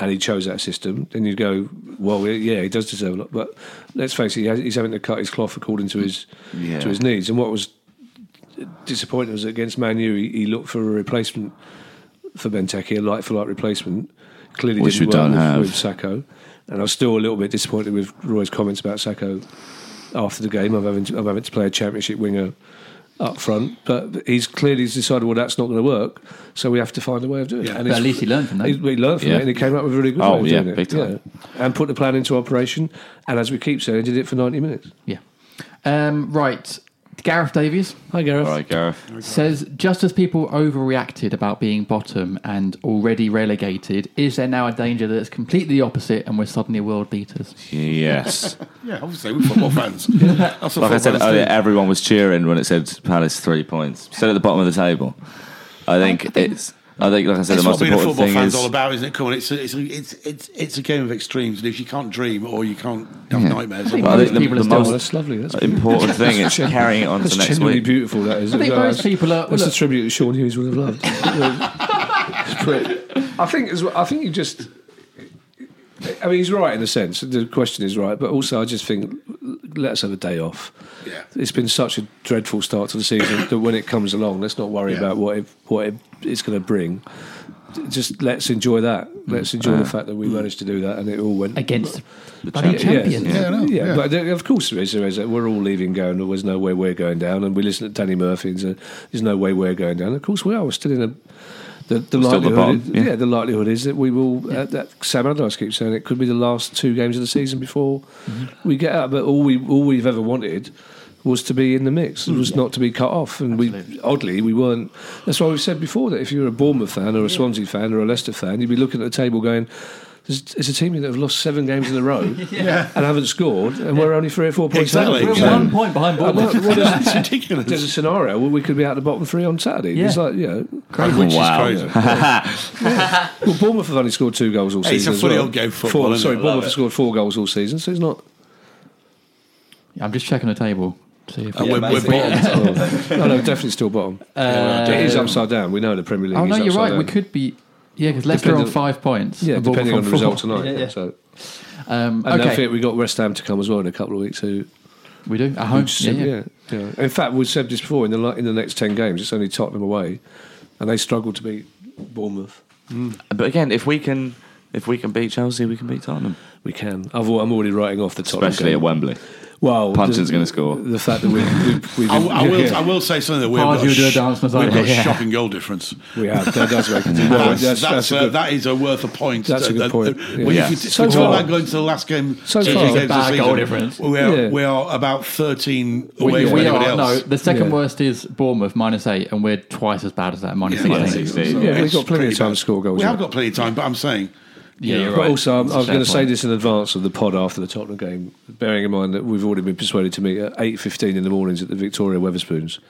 E: and he chose that system, then you'd go, well, yeah, he does deserve a lot. But let's face it, he has, he's having to cut his cloth according to his
F: Yeah.
E: to his needs. And what was disappointing was that against Man U, he, he looked for a replacement for Benteke, a like for like replacement. Clearly,
F: Which
E: didn't
F: we
E: work
F: don't
E: with,
F: have.
E: with Sacco, and I was still a little bit disappointed with Roy's comments about Sacco after the game. I'm having to, I'm having to play a championship winger up front, but he's clearly decided well that's not going to work, so we have to find a way of doing
D: Yeah.
E: it. And
C: But
E: he's-
C: at least he learned from that.
E: He, he learned from
F: Yeah.
E: it, and he came up with a really good
F: Oh,
E: way of
F: yeah,
E: doing it,
F: big time.
E: Yeah. and put the plan into operation. And as we keep saying, he did it for 90 minutes.
C: yeah. Um, right, Gareth Davies. Hi, Gareth.
F: All right, Gareth.
C: Says just as people overreacted about being bottom and already relegated, is there now a danger that it's completely the opposite and we're suddenly world beaters?
F: Yes.
D: yeah, obviously we're football fans. That's what
F: Like I said oh,
D: football
F: earlier,
D: fans do.
F: everyone was cheering when it said Palace three points. Said at the bottom of the table. I think it's. I think, like I said,
D: That's
F: the
D: what
F: most
D: being a
F: important
D: football
F: thing
D: fan's all
F: is.
D: about, isn't it? Come on, it's a, it's, a, it's it's it's a game of extremes, and if you can't dream or you can't have
F: Yeah.
D: nightmares,
C: think
F: I think the,
C: People are
F: the
C: still-
E: Oh,
F: most
E: that's lovely. That's
F: important thing is carrying it on
E: That's
F: to next
E: genuinely
F: week.
E: beautiful. That is.
C: I think
E: No,
C: most
E: that's-
C: people are-
E: That's
C: look-
E: a tribute that Sean Hughes would have loved. It's brilliant. I think. As well, I think you just. I mean, he's right in a sense. The question is right, but also I just think let's have a day off.
D: Yeah.
E: It's been such a dreadful start to the season that when it comes along, let's not worry
D: Yeah.
E: about what it, what it, it's going to bring. Just let's enjoy that. Let's enjoy the fact that we managed to do that and it all went
C: Against the
F: Yeah,
C: bloody
F: yeah,
C: champions.
D: yeah, I know,
E: yeah,
D: yeah.
E: but there- of course there is. There is. We're all leaving going. There was no way we're going down. And we listen to Danny Murphy and say, there's no way we're going down. Of course we are. We're still in a. The, the
F: We're still at the
E: likelihood,
F: bottom,
E: yeah.
F: yeah.
E: the likelihood is that we will. Uh, that Sam Allardyce keeps saying it could be the last two games of the season before we get out. But all we all we've ever wanted was to be in the mix, was not to be cut off. And we oddly we weren't. That's why we've said before that if you're a Bournemouth fan or a Swansea fan or a Leicester fan, you'd be looking at the table going, "There's, it's a team that have lost seven games in a row and haven't scored, and we're only three or four points
D: Exactly.
E: out.
C: We're
D: Yeah.
C: one point behind
E: And
C: Bournemouth.
E: what- what is-
D: It's ridiculous.
E: There's a scenario where we could be out the bottom three on Saturday. It's
C: Yeah.
E: like, you know,
D: Which
F: Wow.
D: is crazy.
E: well, Bournemouth have only scored two goals all
D: Hey, it's
E: season.
D: a
E: as
D: funny
E: well.
D: old game of
E: Four-
D: football, isn't it?
E: sorry,
D: I love
E: Bournemouth
D: it.
E: have scored four goals all season, so it's not.
C: I'm just checking the table. to See if
D: And we're, we're bottom.
E: oh, no, no, definitely still bottom.
C: Uh,
E: it is upside down. We know the Premier League.
C: oh
E: is
C: no, you're
E: upside
C: right. We
E: down.
C: could be. Yeah, because Leicester are on
E: Depending-
C: five points.
E: Yeah,
C: and Bournemouth
E: depending on the
C: four.
E: result tonight.
C: Yeah, yeah.
E: So,
C: Um,
E: and don't
C: okay,
E: forget, we got West Ham to come as well in a couple of weeks. Who,
C: we do at home. Yeah, yeah.
E: yeah. In fact, we've said this before. In the li- in the next ten games, it's only Tottenham away, and they struggled to beat Bournemouth.
F: But again, if we can, if we can beat Chelsea, we can beat Tottenham,
E: We can. I've, al- I'm already writing off the Tottenham
F: especially
E: game.
F: at Wembley.
E: Well,
F: Punting's
E: the-
F: gonna score.
E: The fact that we, we, we
D: I, I will. I will say something that we've
C: Hard
D: got.
C: you do a
D: sh-
C: dance,
D: we've
C: Mazzara.
D: got
C: Yeah.
D: shocking goal difference.
E: we have. That, that's very good.
D: That's, that's,
E: a
D: uh,
E: good-
D: that is a worth a point.
E: That's a good
D: Uh, uh,
E: point.
D: When
F: Yeah.
D: you could,
E: So
D: we talk
E: far-
D: about going to the last game,
E: So
D: two
E: far-
D: games of
C: Bad
D: the
C: goal
D: season,
C: difference.
D: We are,
E: Yeah.
D: we are about thirteen away
C: We,
D: from
C: we
D: anybody
C: are no.
D: else.
C: The second
E: Yeah.
C: worst is Bournemouth minus eight, and we're twice as bad as that minus
F: Yeah,
C: sixteen.
F: yeah.
D: So
E: Yeah, we've
D: it's
E: got plenty
D: pretty
E: of time
D: bad.
E: to score goals,
D: We have
E: yeah.
D: got plenty of time, but I'm saying
C: Yeah, you're
E: But
C: right.
E: also, I'm,
C: It's a
E: I was
C: fair
E: going to say
C: point.
E: this in advance of the pod after the Tottenham game, bearing in mind that we've already been persuaded to meet at 8.15 in the mornings at the Victoria Weatherspoons.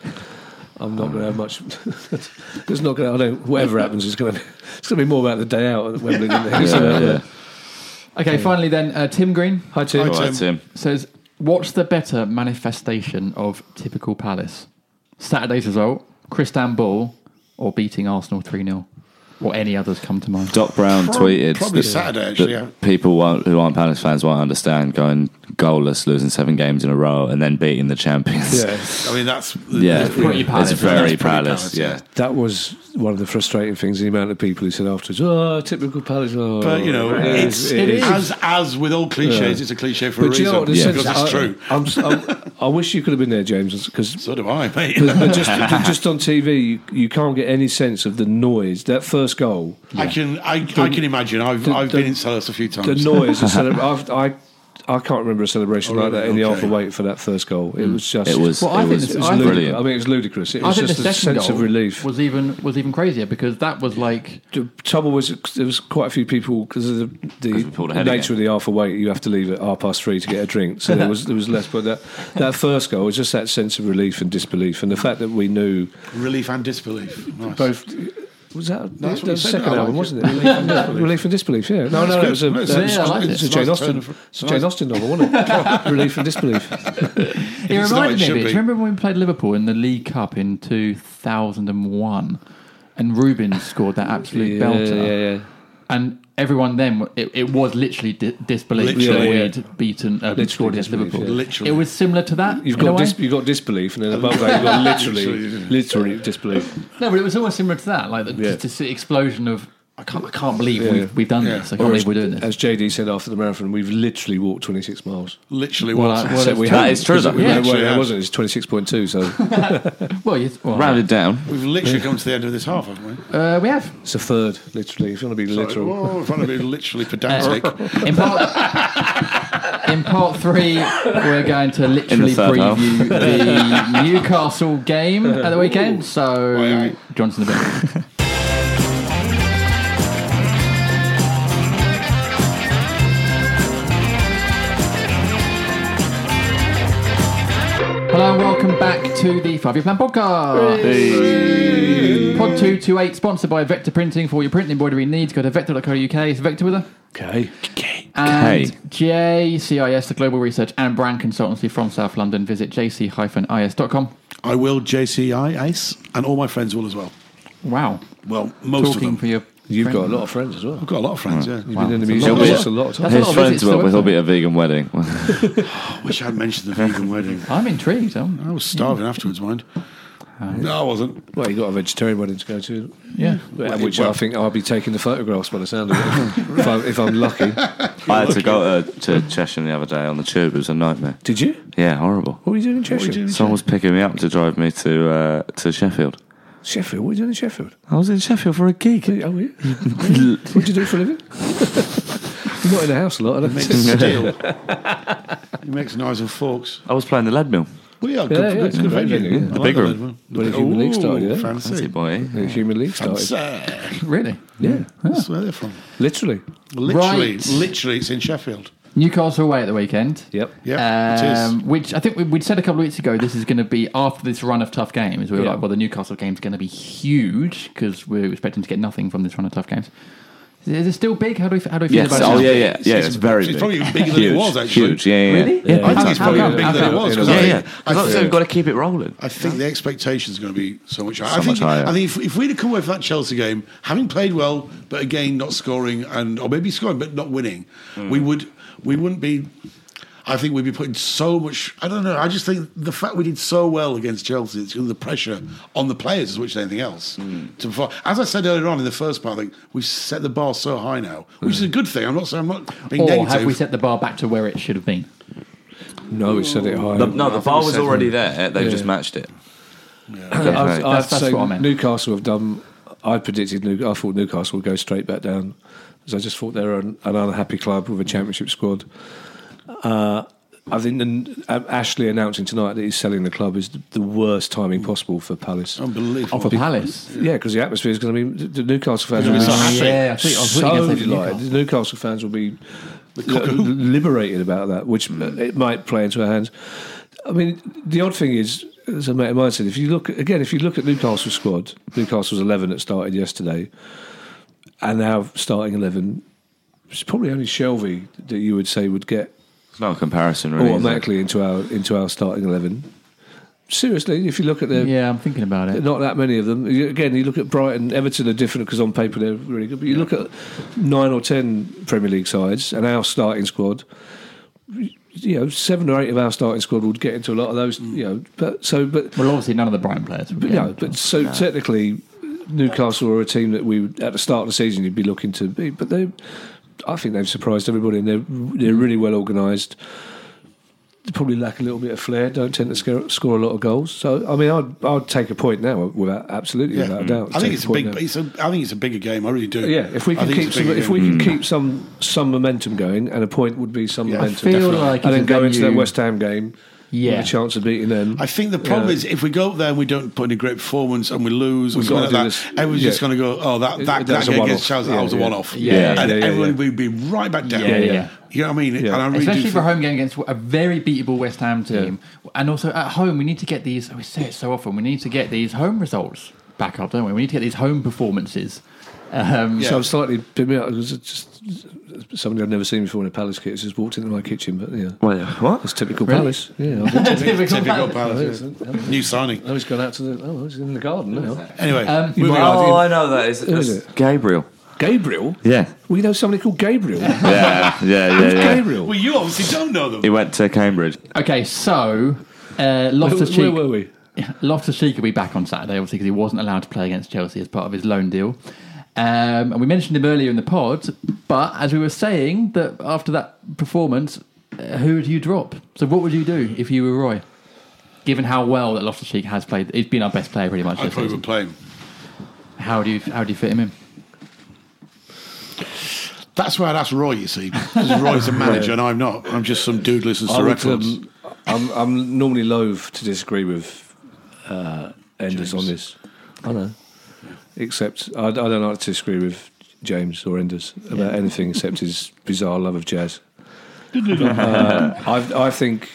E: I'm not going to have much. it's not going. to I don't. Whatever happens, it's going to. It's going to be more about the day out at Wembley. Than the
C: Yeah, yeah. Okay, finally then, uh, Tim Green
E: Hi Tim.
F: All right, Tim.
C: says, "What's the better manifestation of typical Palace? Saturday's result, Christian Ball, or beating Arsenal three 0 or any others come to mind?"
F: Doc Brown
D: Prob-
F: tweeted
D: probably
F: that-
D: Saturday, actually,
F: that
D: yeah.
F: People won't, who aren't Palace fans won't understand going goalless, losing seven games in a row, and then beating the champions.
E: Yeah,
D: I mean that's
F: Yeah,
D: that's
C: pretty Palace,
F: It's
C: isn't it?
F: very
D: It's pretty
F: Palace.
D: Palace,
F: Yeah,
E: that was one of the frustrating things. The amount of people who said afterwards, "Oh, typical Palace." Oh,
D: But you know,
E: it
D: it's,
E: is, it is."
D: as as with all cliches, it's a cliche for a
E: But do you know
D: reason.
E: what? Uh, the
F: Yeah.
E: sense-
D: because that's
E: I-
D: true.
E: I'm, I'm, I wish you could have been there, James, because
D: So do I, mate.
E: but, but just just on TV, you, you can't get any sense of the noise. That first goal,
D: I can I, I can imagine. I've
E: The-
D: I've been
E: the-
D: in Salas a few
E: the
D: times.
E: noise. the celebra- I've, I I can't remember a celebration
D: Oh,
E: like that
D: really?
E: in the
D: Okay.
E: Alpha Wait for that first goal. It was just
F: Mm. it was.
C: Well, I
F: it
C: think
F: was,
C: this-
E: It
F: it
E: was
F: was
C: I think-
E: brilliant. I
F: brilliant.
E: mean, it was ludicrous. It
C: I
E: was
C: think the
E: just a
C: second
E: sense
C: goal
E: of relief.
C: was even was even crazier because that was like
E: The trouble was, there was quite a few people because of the,
F: we pulled
E: the
F: ahead
E: nature
F: again.
E: of the Alpha Wait. You have to leave at half past three to get a drink, so there was there was less. But that that first goal was just that sense of relief and disbelief, and the fact that we knew
D: Relief and disbelief. Nice.
E: both. Was that,
D: That's
E: that
D: what you
E: was the
D: said,
E: second
D: I
E: album,
D: like
E: wasn't it? Relief and Disbelief. Relief and Disbelief, yeah. No, no,
D: That's
E: no, it was a,
D: good. No, it's
E: that
D: a
E: was-
C: nice- I like
E: it's
D: it.
E: a
D: It's
E: Jane
D: nice
E: Austen,
D: turn of-
E: it's a Jane Austen novel, wasn't it? Relief and Disbelief.
C: It
D: It's not,
C: reminded
D: it
C: me of
D: should
C: it. Do
D: be.
C: you remember when we played Liverpool in the League Cup in 2001 and Ruben scored that absolute belter? And everyone then, it, it was literally di- disbelief
D: Literally,
C: that
E: yeah.
C: we'd beaten, uh, scored against
E: disbelief,
C: Liverpool.
E: yeah.
D: Literally.
C: It was similar to that.
E: You've
C: in a
E: got,
C: way.
E: dis- you've got disbelief, and then above that, you've got literally, literally disbelief.
C: No, but it was almost similar to that. Like the,
E: Yeah.
C: just this explosion of, I can't, I can't believe
E: Yeah.
C: we've, we've done
D: Yeah.
C: this. I can't
E: Or as-
C: believe we're doing this.
E: As JD said after the marathon, we've literally walked 26 miles.
D: literally
C: Well,
D: what
C: I- well,
E: Except we
C: that's
E: haven't,
F: is true,
E: because
F: though.
E: it- well,
D: Yeah.
E: it
D: Actually, yeah.
E: wasn't, it's 26.2, so
C: well, yes, well,
F: Rounded down.
D: we've literally come to the end of this half, haven't we?
C: uh, we have.
E: it's a third, literally, if you want to be literal.
D: Oh, if I'm being literally pedantic.
C: In part, in part three, we're going to literally
F: third
C: preview the Newcastle game at the weekend. So,
D: Aye, aye.
C: Johnson the bit. Hello and welcome back to the Five Year Plan Podcast. Pod 228, sponsored by Vector Printing. For all your print and embroidery needs, go to vector.co.uk. Is Vector with us?
E: Okay.
C: And
F: K.
C: JCIS, the global research and brand consultancy from South London. Visit jc-is.com.
D: I will JCI Ace, and all my friends will as well.
C: Wow.
D: Well, most
C: Talking
D: of
C: for
D: them.
C: your.
E: You've
C: friend.
E: got a lot of friends as well.
D: I've got a lot of friends. Yeah,
E: You've been in the music
F: lot.
E: business a lot of times.
C: That's a lot
F: His
C: of
F: friends
C: visits
F: will
C: to
F: he'll
C: Wembley.
F: be at a vegan wedding.
D: I wish I'd mentioned the vegan wedding.
C: I'm intrigued. I'm,
D: I was starving afterwards, mind. No, I wasn't.
E: Well, you've got a vegetarian wedding to go to,
C: yeah.
E: uh, which
D: well-
E: I think I'll be taking the photographs by the sound of it, if, I'm, if I'm lucky.
F: I had to go to, to Cheshire the other day on the tube. It was a nightmare.
E: Did you?
F: Yeah, horrible.
E: What were you doing in Cheshire?
F: Someone was picking me up to drive me to uh, to Sheffield.
E: Sheffield. What were you doing in Sheffield?
F: I was in Sheffield for a gig.
E: Oh, were you? what did you do for a living? You're not in the house a lot, I don't
D: Makes
E: think.
D: steel. he makes knives and forks.
F: I was playing the lead mill.
D: We are
E: Yeah,
D: good.
E: yeah,
D: good,
E: it's
D: good
E: a great
D: venue.
E: venue, yeah.
D: I
E: The
D: like
F: big
D: that
F: room.
D: venue.
E: Where the Human League started,
D: Ooh,
E: yeah.
F: That's
D: Fancy.
F: it, boy.
E: The Human League started.
D: Fancy.
C: Really?
E: Yeah,
D: That's where they're from.
E: literally.
D: Literally,
C: Right.
D: literally, it's in Sheffield.
C: Newcastle away at the weekend. Um,
E: Yep.
D: Yeah,
E: Um,
D: it is.
C: Which I think we, we'd said a couple of weeks ago, this is going to be after this run of tough games. We were
E: Yeah.
C: like, well, the Newcastle game's going to be huge because we're expecting to get nothing from this run of tough games. Is it still big? How do we, how do we feel
F: Yes.
C: about it?
F: Oh
C: now?
F: yeah, yeah, yeah. It's, very
D: it's
F: big.
D: probably even bigger than it
F: Huge.
D: was, actually.
F: Huge. Yeah, yeah.
C: Really?
F: Yeah.
C: Yeah.
D: I think it's
C: How
D: probably
C: come?
D: bigger
C: How
D: than it
C: come?
D: was.
E: Yeah,
D: 'cause
F: Yeah,
D: I
F: yeah.
D: think- I
F: As long as
D: think-
F: we've got to keep it rolling.
D: I think the expectations are going to be so much higher. I
F: So
D: think,
F: much higher.
D: I think if, if we'd have come away from that Chelsea game, having played well, but again not scoring and or maybe scoring but not winning,
F: Hmm.
D: we would we wouldn't be. I think we'd be putting so much. I don't know. I just think the fact we did so well against Chelsea, it's because of the pressure on the players as much as anything else.
F: Hmm.
D: To perform. As I said earlier on in the first part, I think we've set the bar so
F: Hmm.
D: high now, which is a good thing. I'm not saying I'm not being
C: Or
D: negative.
C: have we set the bar back to where it should have been?
E: No, it said it higher.
F: no, the bar was already there. They
E: Yeah.
F: just matched it.
E: I, was-
C: Yeah,
E: I have
C: that's-
E: to
C: that's
E: say,
C: what I meant.
E: Newcastle have done. I predicted. New, I thought Newcastle would go straight back down because I just thought they were an, an unhappy club with a championship squad. Uh, I think the, um, Ashley announcing tonight that he's selling the club is the worst timing possible for Palace.
D: Unbelievable.
C: Oh, for Palace.
E: Yeah, because the atmosphere is going to be the the Newcastle fans
D: They're
E: will be
D: gonna
E: so,
D: be so happy.
C: Yeah, I think- I was thinking of the
E: delighted. The Newcastle fans will be liberated about that, which it might play into our hands. I mean, the odd thing is, as a mate of mine said, if you look again, if you look at Newcastle's squad, Newcastle's eleven that started yesterday, and now starting eleven, it's probably only Shelby that you would say would get
F: There's no comparison, really. is there?
E: automatically into our into our starting eleven. Seriously, if you look at their
C: Yeah, I'm thinking about it.
E: not that many of them. You- Again, you look at Brighton, Everton are different because on paper they're really good. But you look at nine or ten Premier League sides and our starting squad. You know, seven or eight of our starting squad would get into a lot of those. You know, but so but
C: Well, obviously, none of the Brighton players.
E: but no, but so technically, Newcastle are a team that we would- at the start of the season you'd be looking to be, but they, I think they've surprised everybody and they're they're really well organised. They probably lack a little bit of flair. Don't tend to score, score a lot of goals. So I mean, I'd I'd take a point now without absolutely
D: Yeah.
E: without a doubt.
D: I
E: Take
D: think it's a
E: point
D: big.
E: now.
D: It's a, I think it's a bigger game. I really do.
E: yeah, if we
D: I
E: can
D: think
E: keep
D: it's a
E: some,
D: bigger
E: if we
D: game.
C: Mm.
E: can keep some some momentum going, and a point would be some
D: Yeah, I
C: I
E: momentum,
C: feel
D: Definitely.
C: like
E: and
C: it's
E: then
C: a
E: go into that
C: venue-
E: West Ham game
C: Yeah.
E: with a chance of beating them.
D: I think the problem
E: Yeah.
D: is if we go up there and we don't put in a great performance and we lose, or
E: We've
D: something
E: gotta
D: like
E: do
D: that,
E: this.
D: everyone's
E: Yeah.
D: just going to go, "Oh, that
E: It-
D: that,
E: it-
D: that
E: that's a
D: game
E: one-off.
D: against Chelsea,
E: Yeah,
D: that was a
E: yeah.
D: one-off."
C: Yeah, yeah,
D: and
E: yeah, yeah,
D: everyone
E: yeah.
D: would be right back down.
C: Yeah, yeah.
D: You know what I mean?
E: Yeah.
D: And I really
C: Especially
D: do
C: for a
D: think-
C: home game against a very beatable West Ham team, and also at home, we need to get these. We say it so often. We need to get these home results back up, don't we? We need to get these home performances. Um,
D: Yeah.
E: So I'm slightly bit me out because it's just somebody I've never seen before in a palace kit has just walked into my kitchen. But yeah,
F: Well, yeah. What?
E: it's typical
C: Really?
E: palace. Yeah, I've walked-
C: Typical
D: Typical
C: Palace.
D: Palace, yeah. New signing.
E: now he's gone out to the. Oh, he's in the garden now.
D: Anyway,
C: Um,
D: moving on.
F: Oh, I know that. Is,
E: Who is
F: that's Gabriel.
E: Gabriel.
F: Yeah.
E: We know somebody called Gabriel. Who's
F: Yeah, yeah, yeah, yeah.
E: Gabriel.
D: Well, you obviously don't know them.
F: He went to Cambridge.
C: Okay, so uh,
E: where,
C: Loftus
E: where
C: Cheek.
E: were we?
C: Loftus Cheek will be back on Saturday, obviously, because he wasn't allowed to play against Chelsea as part of his loan deal. Um, and we mentioned him earlier in the pod, but as we were saying, that after that performance, uh, who would you drop? So, what would you do if you were Roy? Given how well that Loftus Cheek has played, he's been our best player pretty much.
D: I
C: This
D: probably
C: season.
D: would play him.
C: How do you how do you fit him in?
D: That's why I'd ask Roy. You see, because Roy's a manager and I'm not. I'm just some dude listens to
E: I would,
D: records.
E: um, I'm, I'm normally loath to disagree with uh, Enders on this. I know. Except I, I don't like to disagree with James or Enders about anything except his bizarre love of jazz. uh, I, I think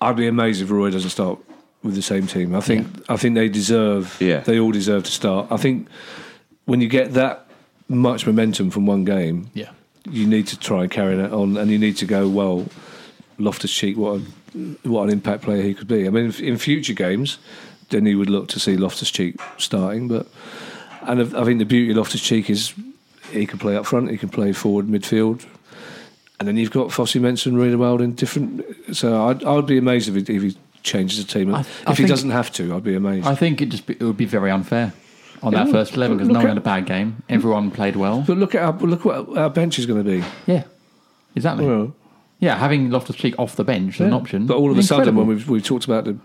E: I'd be amazed if Roy doesn't start with the same team. I think I think they deserve.
F: Yeah.
E: They all deserve to start. I think when you get that much momentum from one game,
C: Yeah,
E: you need to try and carry that on, and you need to go well. Loftus Cheek, what a, what an impact player he could be. I mean, if- in future games, then you would look to see Loftus Cheek starting. But and I I think the beauty of Loftus Cheek is he can play up front, he can play forward, midfield, and then you've got Fossey Menson, Riedewald in different. So I'd, I'd be amazed if he, if he changes the team.
C: I- I
E: if he
C: think-
E: doesn't have to, I'd be amazed.
C: I think it just be, it would be very unfair on that
E: would.
C: first eleven because
E: Look
C: no one had
E: at-
C: a bad game. Everyone played well.
E: but look at our, look what our bench is going to be.
C: Yeah, exactly.
E: Well,
C: Yeah, having Loftus Cheek off the bench is an option.
E: But all of a sudden,
C: Incredible.
E: when we've, we've talked about the,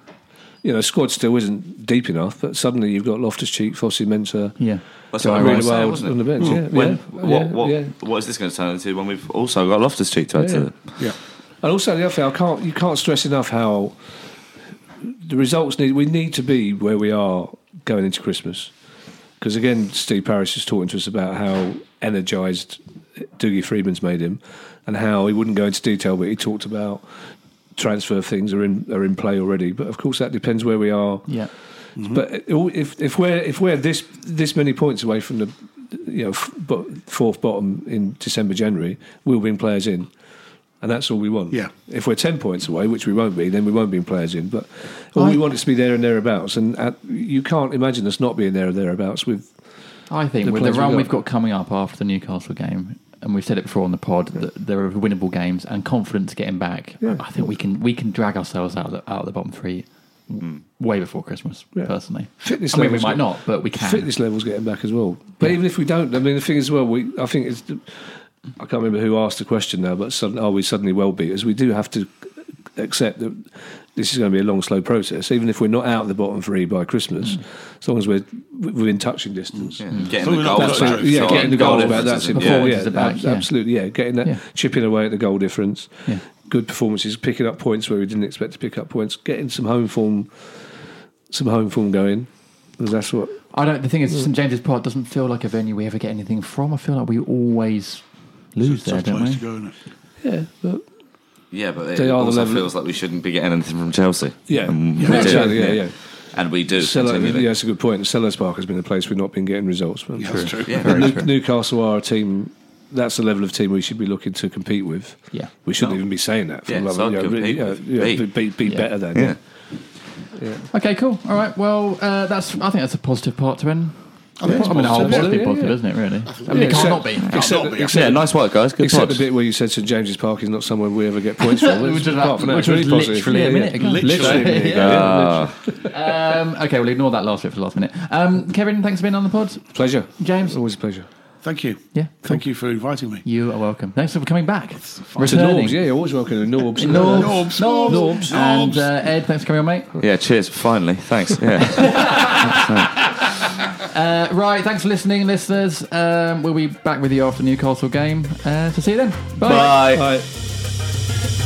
E: you know, squad still isn't deep enough, but suddenly you've got Loftus Cheek, Fossey Mensah,
C: Yeah.
F: That's
E: Guy
F: what I really
E: Ridewell
F: well, wasn't it?
E: on the bench. Yeah,
F: When,
E: yeah,
F: what,
E: yeah,
F: what,
E: yeah.
F: what is this going to turn into when we've also got Loftus Cheek to add to
E: Yeah.
F: it?
E: And also the other thing, I can't you can't stress enough how the results need. We need to be where we are going into Christmas, because again, Steve Parish is talking to us about how energised Doogie Freeman's made him, and how he wouldn't go into detail, but he talked about transfer things are in are in play already. But of course, that depends where we are.
C: Yeah.
E: But it all- if if we're if we're this this many points away from the you know f- bo- fourth bottom in December January, we'll bring players in, and that's all we want.
D: Yeah.
E: If we're ten points away, which we won't be, then we won't bring players in. But all we
C: I-
E: want is to be there and thereabouts, and at, you can't imagine us not being there and thereabouts with
C: I think
E: The
C: with the
E: players we
C: run
E: got.
C: we've got coming up after the Newcastle game, and we've said it before on the pod, that there are winnable games and confidence getting back.
E: Yeah.
C: I think we can we can drag ourselves out of the, out of the bottom three way before Christmas.
E: Hmm. Yeah.
C: Personally,
E: Fitness
C: I mean, we
E: levels
C: might
E: get-
C: not, but we can.
E: fitness levels getting back as well. But even if we don't, I mean, the thing as well, we I think it's I can't remember who asked the question now, but sudden, are we suddenly well beaters? We do have to accept that this is going to be a long, slow process. Even if we're not out of the bottom three by
C: Mm.
E: Christmas, as long as we're within touching distance.
F: Yeah, getting
D: Something
F: the
D: like
F: goals
D: that,
F: back.
E: Yeah,
F: So
E: getting the
F: goal
E: goal about
F: difference
E: that's
F: is-
E: it.
F: yeah.
E: Before, yeah,
C: Performances about,
E: ab-
C: yeah.
E: absolutely. Yeah, getting that,
C: Yeah.
E: chipping away at the goal difference.
C: Yeah.
E: Good performances, picking up points where we didn't expect to pick up points, getting some home form, some home form going. 'Cause that's what
C: I don't. The thing is, St James's Park doesn't feel like a venue we ever get anything from. I feel like we always lose there,
D: Tough
C: don't
D: place
C: we?
D: to go, isn't it?
E: Yeah, but
F: Yeah, but it
E: They are the
F: also
E: level-
F: feels like we shouldn't be getting anything from Chelsea.
E: yeah,
F: And we
E: yeah,
F: do.
E: exactly, yeah, yeah.
F: And we do.
E: Cellar, yeah,
F: continually.
E: that's a good point. Sellers Park has been a place we've not been getting results from.
D: That's true.
F: Yeah,
E: But
F: very
E: New-
F: true.
E: Newcastle are a team. That's the level of team we should be looking to compete with.
C: Yeah.
E: we shouldn't even be saying that.
F: Yeah,
E: the love
F: so
E: of-
F: compete
E: really,
F: with,
E: yeah,
F: beat.
E: be, be, be
C: Yeah.
E: better than.
F: Yeah.
C: Okay, cool. All right. Well, uh, that's. I think that's a positive part to end. I
D: think it's
C: mean, a whole
E: positive,
C: positive,
E: yeah,
C: positive,
E: yeah.
C: isn't it? Really. I
E: Yeah,
C: mean, it
E: except-
C: can't not be.
E: Except,
D: not be.
E: except,
F: Yeah, nice work, guys. Good
E: except
F: pod.
E: the bit where you said St James's Park is not somewhere we ever get points from.
C: Which was
E: Apart from that,
C: about-
E: it's
C: which was
E: really positive.
C: literally a
E: Yeah,
C: minute
E: yeah.
C: ago.
E: Literally a minute ago.
F: Ah,
C: Um, okay, we'll ignore that last bit for the last minute. Um, Kevin, thanks for being on the pod.
E: Pleasure,
C: James?
E: Always a pleasure.
D: Thank you.
C: Yeah,
D: Thank you for inviting me.
C: You are welcome. Thanks for coming back.
E: To
C: Returning.
E: Norbs, yeah, you're always welcome to Norbs.
C: Norbs.
D: Norbs.
C: Norbs.
D: Norbs.
C: And uh, Ed, thanks for coming on, mate.
F: yeah, cheers. Finally. Thanks. Yeah.
C: Uh, right, thanks for listening, listeners. Um, we'll be back with you after the Newcastle game. Uh, so see you then. Bye.
F: Bye.
E: All right.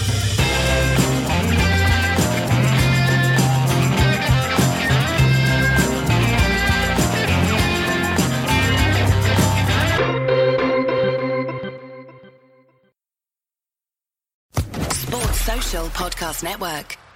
G: Sports Social Podcast Network.